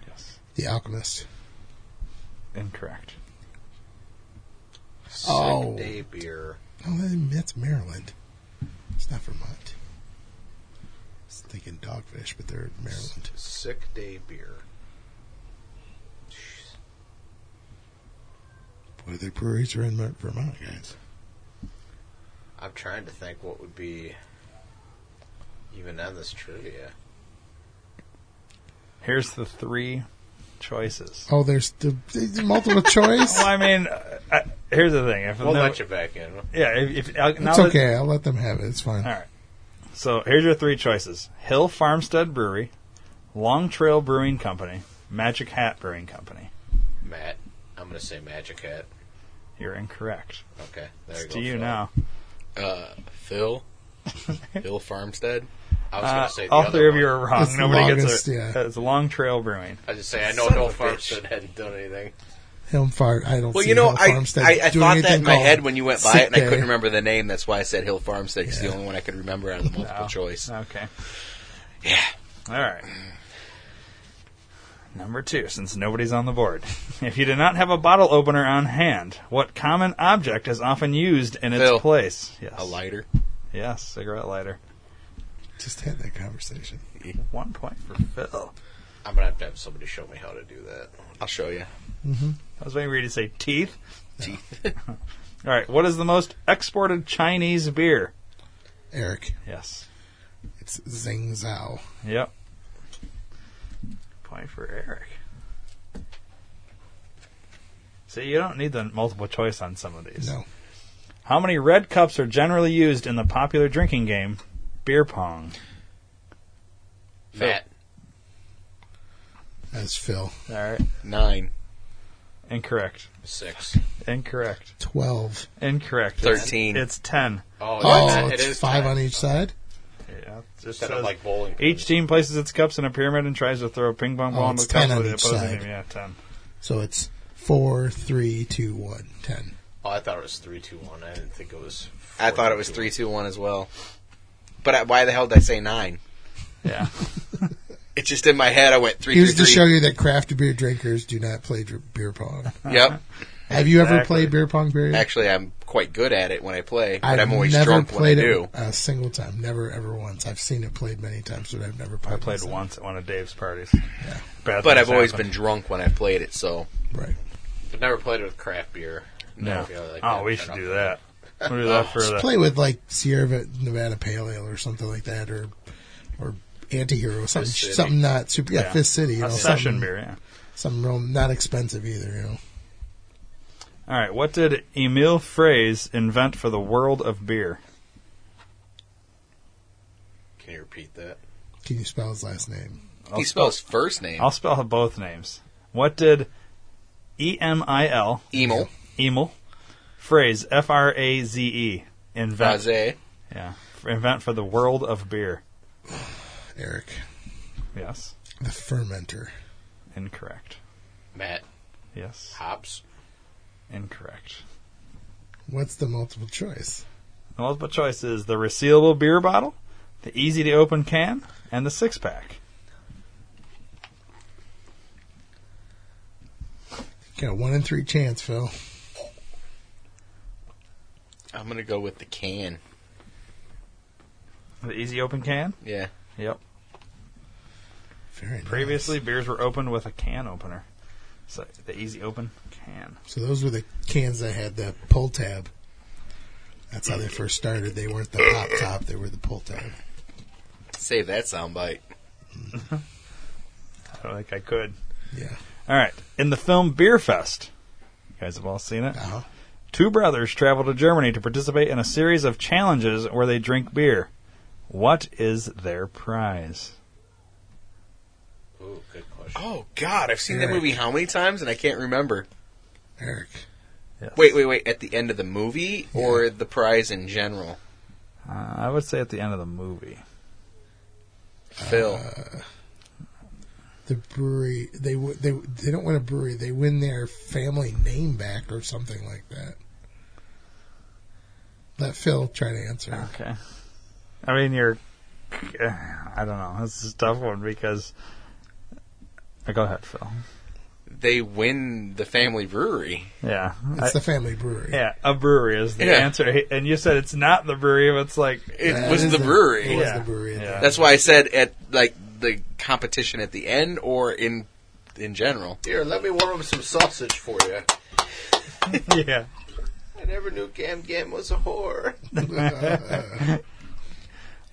Speaker 3: Yes.
Speaker 1: The Alchemist.
Speaker 3: Incorrect.
Speaker 4: Sick
Speaker 1: Oh.
Speaker 4: day beer.
Speaker 1: Oh, then that's Maryland. It's not Vermont. I was thinking dogfish, but they're in Maryland.
Speaker 4: Sick day beer.
Speaker 1: Boy, the breweries are in Ver- Vermont, guys.
Speaker 4: I'm trying to think what would be even on this trivia.
Speaker 3: Here's the three choices.
Speaker 1: Oh, there's the, the multiple choice.
Speaker 3: Well, I mean, uh, I, here's the thing. If
Speaker 4: We'll
Speaker 3: no-
Speaker 4: let you back in.
Speaker 3: yeah, if, if uh, now
Speaker 1: It's
Speaker 3: that-
Speaker 1: okay. I'll let them have it. It's fine.
Speaker 3: All right. So here's your three choices: Hill Farmstead Brewery, Long Trail Brewing Company, Magic Hat Brewing Company.
Speaker 4: Matt. I'm gonna say Magic Hat.
Speaker 3: You're incorrect.
Speaker 4: Okay, there
Speaker 3: It's
Speaker 4: you go.
Speaker 3: to you
Speaker 4: Phil.
Speaker 3: now.
Speaker 2: Uh, Phil, Phil Farmstead.
Speaker 4: I was gonna
Speaker 3: Uh,
Speaker 4: say the
Speaker 3: all
Speaker 4: other
Speaker 3: three of
Speaker 4: one.
Speaker 3: you are wrong.
Speaker 1: It's the
Speaker 3: Nobody gets
Speaker 1: longest,
Speaker 3: it.
Speaker 1: yeah.
Speaker 3: It's Long Trail Brewing.
Speaker 4: I just say I know
Speaker 2: Son
Speaker 4: Hill
Speaker 2: of a bitch.
Speaker 4: Farmstead hadn't done anything.
Speaker 1: Helm Farm. I don't.
Speaker 2: Well,
Speaker 1: see
Speaker 2: you know,
Speaker 1: Hill
Speaker 2: I,
Speaker 1: Farmstead
Speaker 2: I, I
Speaker 1: doing
Speaker 2: thought that
Speaker 1: anything
Speaker 2: in my
Speaker 1: called
Speaker 2: head when you went by
Speaker 1: sick eh?
Speaker 2: it, and I
Speaker 1: day.
Speaker 2: couldn't remember the name. That's why I said Hill Farmstead. 'cause It's the only one I could remember out of the multiple
Speaker 3: No.
Speaker 2: choice.
Speaker 3: Okay. Yeah. All right. Number two, since nobody's on the board. If you do not have a bottle opener on hand, what common object is often used in its
Speaker 2: Phil.
Speaker 3: place? Yes.
Speaker 2: A lighter.
Speaker 3: Yes, cigarette lighter.
Speaker 1: Just had that conversation.
Speaker 4: E.
Speaker 3: One point for Phil.
Speaker 4: I'm gonna have to have somebody show me how to do that.
Speaker 2: I'll show you.
Speaker 3: I was waiting for you to say teeth. Teeth. All right. What is the most exported Chinese beer?
Speaker 1: Eric,
Speaker 3: Yes.
Speaker 1: it's Zing Zhao.
Speaker 3: Yep. Point for Eric. See, you don't need the multiple choice on some of these.
Speaker 1: No,
Speaker 3: How many red cups are generally used in the popular drinking game beer pong?
Speaker 4: Matt.
Speaker 1: that's Phil.
Speaker 3: All right.
Speaker 2: Nine.
Speaker 3: Incorrect.
Speaker 4: Six.
Speaker 3: Incorrect.
Speaker 1: Twelve.
Speaker 3: Incorrect. It's-
Speaker 2: Thirteen.
Speaker 3: It's, ten.
Speaker 4: Oh,
Speaker 1: Oh,
Speaker 4: it
Speaker 1: it's
Speaker 4: is
Speaker 1: five
Speaker 4: time.
Speaker 1: on each side.
Speaker 3: Yeah. it just
Speaker 4: Kind of
Speaker 3: says-
Speaker 4: like bowling.
Speaker 3: each team places its cups in a pyramid and tries to throw a ping pong
Speaker 1: Oh,
Speaker 3: ball into
Speaker 1: it's
Speaker 3: the cup
Speaker 1: 10
Speaker 3: of
Speaker 1: on
Speaker 3: the
Speaker 1: each
Speaker 3: opposing
Speaker 1: side.
Speaker 3: team. Yeah, ten.
Speaker 1: So it's four, three, two, one, ten.
Speaker 4: Oh, I thought it was three, two, one. I didn't think it was. Four,
Speaker 2: I thought it was three, two, one as well. But I, why the hell did I say nine?
Speaker 3: Yeah.
Speaker 2: It's just in my head. I went three,
Speaker 1: Here's
Speaker 2: two,
Speaker 1: to
Speaker 2: three.
Speaker 1: show you that craft beer drinkers do not play dr- beer pong.
Speaker 2: Yep.
Speaker 1: Have you ever
Speaker 3: Exactly.
Speaker 1: played beer pong, Barry?
Speaker 2: Actually, I'm quite good at it when I play, but
Speaker 1: I've
Speaker 2: I'm always
Speaker 1: never
Speaker 2: drunk when I
Speaker 1: played
Speaker 2: do.
Speaker 1: it a single time. Never, ever once. I've seen it played many times, but I've never played.
Speaker 3: I played
Speaker 1: myself.
Speaker 3: once at one of Dave's parties.
Speaker 2: But I've always been drunk when I played it, so
Speaker 1: Right.
Speaker 4: But never played it with craft beer.
Speaker 3: No.
Speaker 4: Yeah, like
Speaker 3: oh,
Speaker 4: that.
Speaker 3: we should do that. We'll do that for
Speaker 1: Just
Speaker 3: the.
Speaker 1: play with like Sierra Nevada Pale Ale or something like that, or or Antihero, something
Speaker 4: Fist City.
Speaker 1: something not super. Yeah,
Speaker 3: Yeah.
Speaker 1: Fist City. You know,
Speaker 3: a session
Speaker 1: something-
Speaker 3: beer, yeah.
Speaker 1: Something real not expensive either. You know,
Speaker 3: All right, what did Emil Fraze invent for the world of beer?
Speaker 4: Can you repeat that?
Speaker 1: can you spell his last name?
Speaker 2: he spells first name.
Speaker 3: I'll spell both names. What did E M I L
Speaker 2: Emil.
Speaker 3: Emil Fraze F R A Z E invent?
Speaker 2: Vaze.
Speaker 3: yeah, f- invent for the world of beer.
Speaker 1: Eric,
Speaker 3: Yes,
Speaker 1: the fermenter.
Speaker 3: incorrect.
Speaker 4: Matt
Speaker 3: Yes,
Speaker 4: Hobbs.
Speaker 3: incorrect.
Speaker 1: What's the multiple choice?
Speaker 3: The multiple choice is the resealable beer bottle, the easy to open can, and the six pack.
Speaker 1: Got a one in three chance, Phil.
Speaker 2: I'm gonna go with the can.
Speaker 3: The easy open can.
Speaker 2: Yeah.
Speaker 3: Yep.
Speaker 1: Very nice.
Speaker 3: Previously, beers were opened with a can opener. So the easy open can.
Speaker 1: So those were the cans that had the pull tab. That's how they first started. They weren't the pop top; they were the pull tab.
Speaker 2: Save that soundbite.
Speaker 3: I don't think I could.
Speaker 1: Yeah.
Speaker 3: All right. In the film Beer Fest, you guys have all seen it.
Speaker 1: Uh-huh.
Speaker 3: Two brothers travel to Germany to participate in a series of challenges where they drink beer. What is their prize?
Speaker 4: Ooh, good question.
Speaker 2: Oh God, I've seen that
Speaker 1: Eric.
Speaker 2: movie how many times and I can't remember.
Speaker 1: Eric,
Speaker 3: Yes.
Speaker 2: Wait, wait, wait. At the end of the movie or the prize in general?
Speaker 3: Uh, I would say at the end of the movie.
Speaker 2: Phil.
Speaker 1: Uh, the brewery they w- they they don't win a brewery. They win their family name back or something like that. Let Phil try to answer.
Speaker 3: Okay. I mean, you're. uh, I don't know. This is a tough one because. Uh, Go ahead, Phil.
Speaker 2: they win the family brewery.
Speaker 3: Yeah.
Speaker 1: It's
Speaker 3: I-
Speaker 1: the family brewery.
Speaker 3: Yeah, a brewery is the
Speaker 2: Yeah.
Speaker 3: answer. And you said it's not the brewery, but it's like
Speaker 2: It
Speaker 1: That
Speaker 2: was
Speaker 1: is
Speaker 2: the
Speaker 1: a-
Speaker 2: brewery.
Speaker 1: It was
Speaker 3: Yeah.
Speaker 1: the brewery.
Speaker 3: Yeah.
Speaker 2: That's why I said at like the competition at the end or in in general.
Speaker 9: Here, let me warm up some sausage for you.
Speaker 3: yeah.
Speaker 9: I never knew Gam Gam was a whore.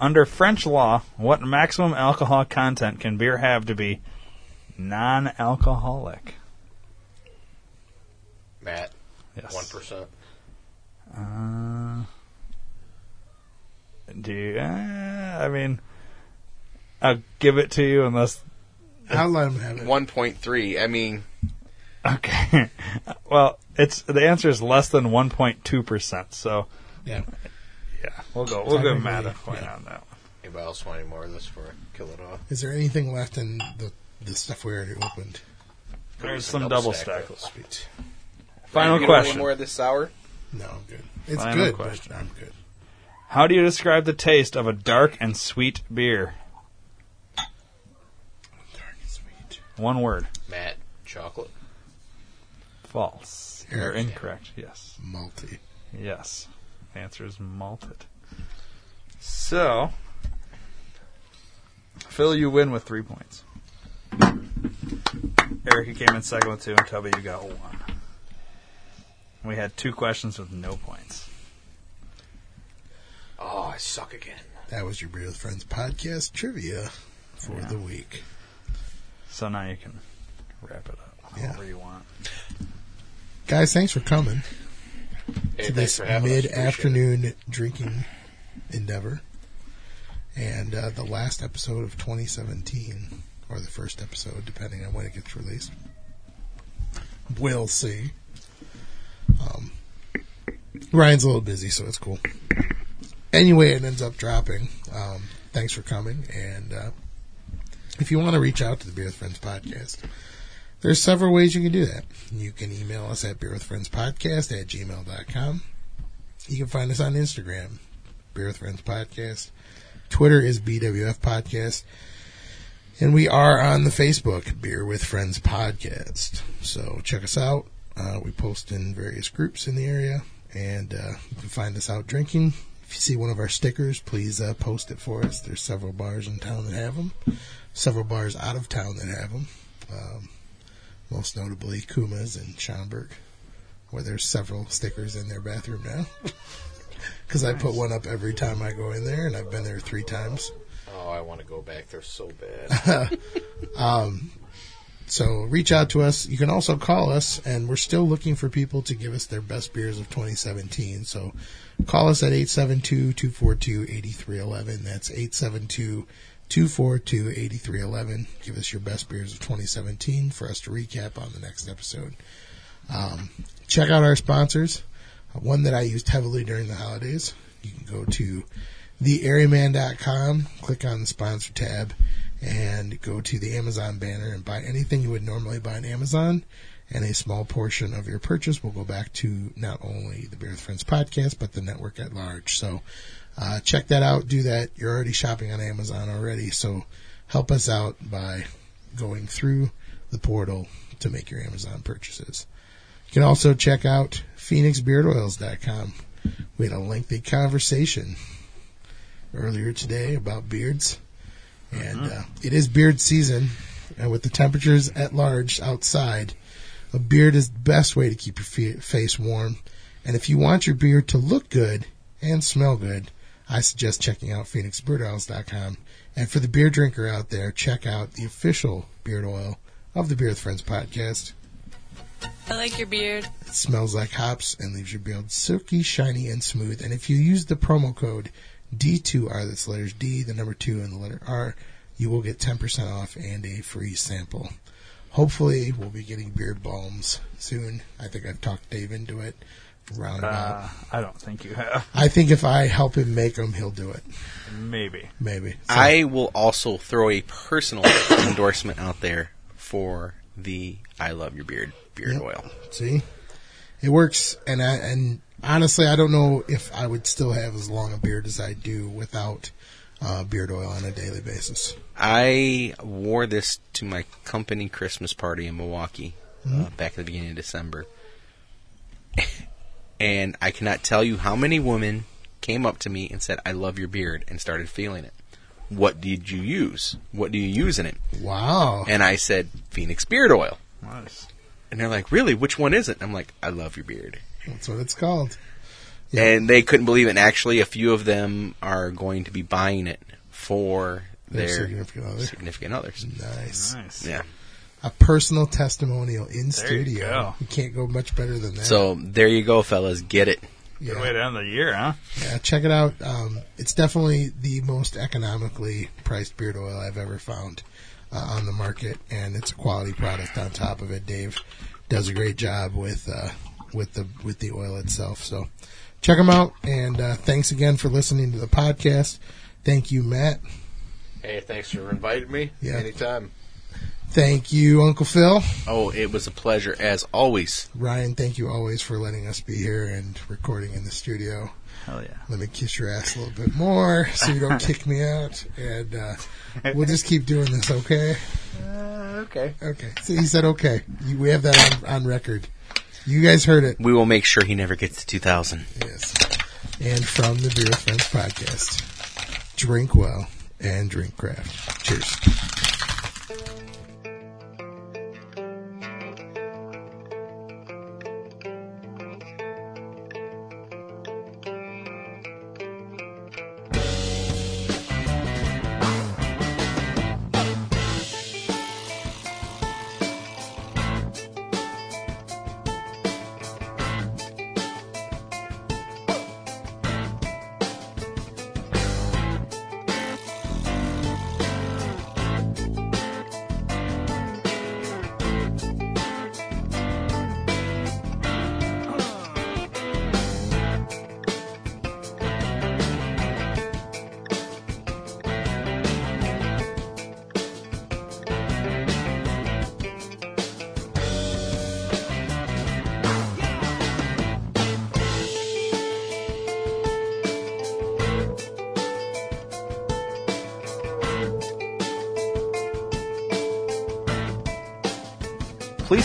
Speaker 3: Under French law, what maximum alcohol content can beer have to be non-alcoholic?
Speaker 4: Matt
Speaker 3: Yes.
Speaker 4: one percent.
Speaker 3: Uh, do you, uh, I mean, I'll give it to you unless.
Speaker 1: I'll let him have it.
Speaker 2: 1.3. I mean,
Speaker 3: Okay. well, it's the answer is less than 1.2%. So,
Speaker 1: Yeah.
Speaker 3: yeah, we'll go. We'll give Matt a
Speaker 1: Technically,
Speaker 3: point
Speaker 1: yeah.
Speaker 3: on that one.
Speaker 4: Anybody else want any more of this before I kill it off?
Speaker 1: Is there anything left in the the stuff we already opened?
Speaker 3: There's some double stack.
Speaker 1: Sweet.
Speaker 3: Final
Speaker 2: you gonna do any
Speaker 3: question.
Speaker 2: more of this sour?
Speaker 1: No, I'm good. It's
Speaker 3: Final
Speaker 1: good,
Speaker 3: question.
Speaker 1: but I'm good.
Speaker 3: How do you describe the taste of a dark and sweet beer?
Speaker 1: Dark and sweet.
Speaker 3: One word.
Speaker 4: Matt, chocolate.
Speaker 3: False. You're incorrect. Yes.
Speaker 1: Malty.
Speaker 3: Yes. The answer is malted. So, Phil, you win with three points. Eric, you came in second with two, and Tubby, you got one. We had two questions with no points.
Speaker 4: Oh, I suck again.
Speaker 1: That was your Beer with Friends podcast trivia for
Speaker 3: Yeah.
Speaker 1: the week.
Speaker 3: So now you can wrap it up
Speaker 1: Yeah.
Speaker 3: however you want.
Speaker 1: Guys, thanks for coming
Speaker 4: Hey,
Speaker 1: to
Speaker 4: thanks
Speaker 1: this
Speaker 4: for having us.
Speaker 1: mid
Speaker 4: Appreciate it.
Speaker 1: afternoon drinking endeavor. And uh, the last episode of 2017, or the first episode, depending on when it gets released. We'll see. Um, Ryan's a little busy, so it's cool. Anyway, it ends up dropping. Um, thanks for coming. And uh, if you want to reach out to the Beer with Friends podcast, there's several ways you can do that. You can email us at beerwithfriendspodcast at gmail.com. You can find us on Instagram, Beer with Friends Podcast. Twitter is BWF Podcast. And we are on the Facebook, Beer with Friends Podcast. So check us out. Uh, we post in various groups in the area, and uh, you can find us out drinking. If you see one of our stickers, please uh, post it for us. There's several bars in town that have them, several bars out of town that have them. Um, most notably Kuma's in Schaumburg, where there's several stickers in their bathroom now. Because I put one up every time I go in there, and I've been there three times.
Speaker 4: Oh, I want to go back there so bad.
Speaker 1: So reach out to us. You can also call us, and we're still looking for people to give us their best beers of 2017. So call us at 872 242 8311. That's 872 242 8311. Give us your best beers of 2017 for us to recap on the next episode. Um, check out our sponsors. One that I used heavily during the holidays. You can go to theairyman.com, click on the sponsor tab, and go to the Amazon banner and buy anything you would normally buy on Amazon. And a small portion of your purchase will go back to not only the Beer with Friends podcast, but the network at large. So uh, check that out. Do that. You're already shopping on Amazon already. So help us out by going through the portal to make your Amazon purchases. You can also check out PhoenixBeardOils.com. We had a lengthy conversation earlier today about beards, and uh, it is beard season. And with the temperatures at large outside, a beard is the best way to keep your fe- face warm. And if you want your beard to look good and smell good, I suggest checking out PhoenixBeardOils.com. And for the beer drinker out there, check out the official beard oil of the Beer with Friends podcast.
Speaker 10: I like your beard.
Speaker 1: It smells like hops and leaves your beard silky, shiny, and smooth. And if you use the promo code D2R, that's the letters D, the number 2, and the letter R, you will get 10% off and a free sample. Hopefully, we'll be getting beard balms soon. I think I've talked Dave into it. Roundabout.
Speaker 3: Uh, I don't think you have.
Speaker 1: I think if I help him make them, he'll do it.
Speaker 3: Maybe.
Speaker 1: Maybe. So,
Speaker 2: I will also throw a personal endorsement out there for the I Love Your Beard beard
Speaker 1: Yep.
Speaker 2: oil.
Speaker 1: see, it works. And I, and honestly, I don't know if I would still have as long a beard as I do without uh, beard oil on a daily basis.
Speaker 2: I wore this to my company Christmas party in Milwaukee
Speaker 1: Hmm?
Speaker 2: uh, back at the beginning of December. and I cannot tell you how many women came up to me and said, I love your beard, and started feeling it. What did you use? What do you use in it?
Speaker 1: Wow.
Speaker 2: And I said, Phoenix beard oil.
Speaker 3: Nice.
Speaker 2: And they're like, Really? Which one is it? And I'm like, I love your beard.
Speaker 1: That's what it's called. Yeah.
Speaker 2: And they couldn't believe it. And actually, a few of them are going to be buying it for
Speaker 1: Their
Speaker 2: their,
Speaker 1: significant other.
Speaker 2: significant others.
Speaker 1: Nice.
Speaker 3: Nice.
Speaker 2: Yeah.
Speaker 1: A personal testimonial in
Speaker 3: There you
Speaker 1: studio.
Speaker 3: go.
Speaker 1: You can't go much better than that.
Speaker 2: So there you go, fellas. Get it.
Speaker 3: Good way to end the year, huh?
Speaker 1: Yeah, check it out. Um, it's definitely the most economically priced beard oil I've ever found uh, on the market, and it's a quality product. On top of it, Dave does a great job with uh, with the with the oil itself. So check them out, and uh, thanks again for listening to the podcast. Thank you, Matt.
Speaker 4: Hey, thanks for inviting me.
Speaker 1: Yeah.
Speaker 4: Anytime.
Speaker 1: Thank you, Uncle Phil.
Speaker 2: Oh, it was a pleasure as always.
Speaker 1: Ryan, thank you always for letting us be here and recording in the studio.
Speaker 3: Hell yeah.
Speaker 1: Let me kiss your ass a little bit more so you don't kick me out. And uh, we'll just keep doing this, okay?
Speaker 3: Uh,
Speaker 4: okay.
Speaker 1: Okay. So he said, okay. You, we have that on, on record. You guys heard it.
Speaker 2: We will make sure he never gets to 2,000.
Speaker 1: Yes. And from the Beer with Friends podcast, drink well and drink craft. Cheers.
Speaker 3: Please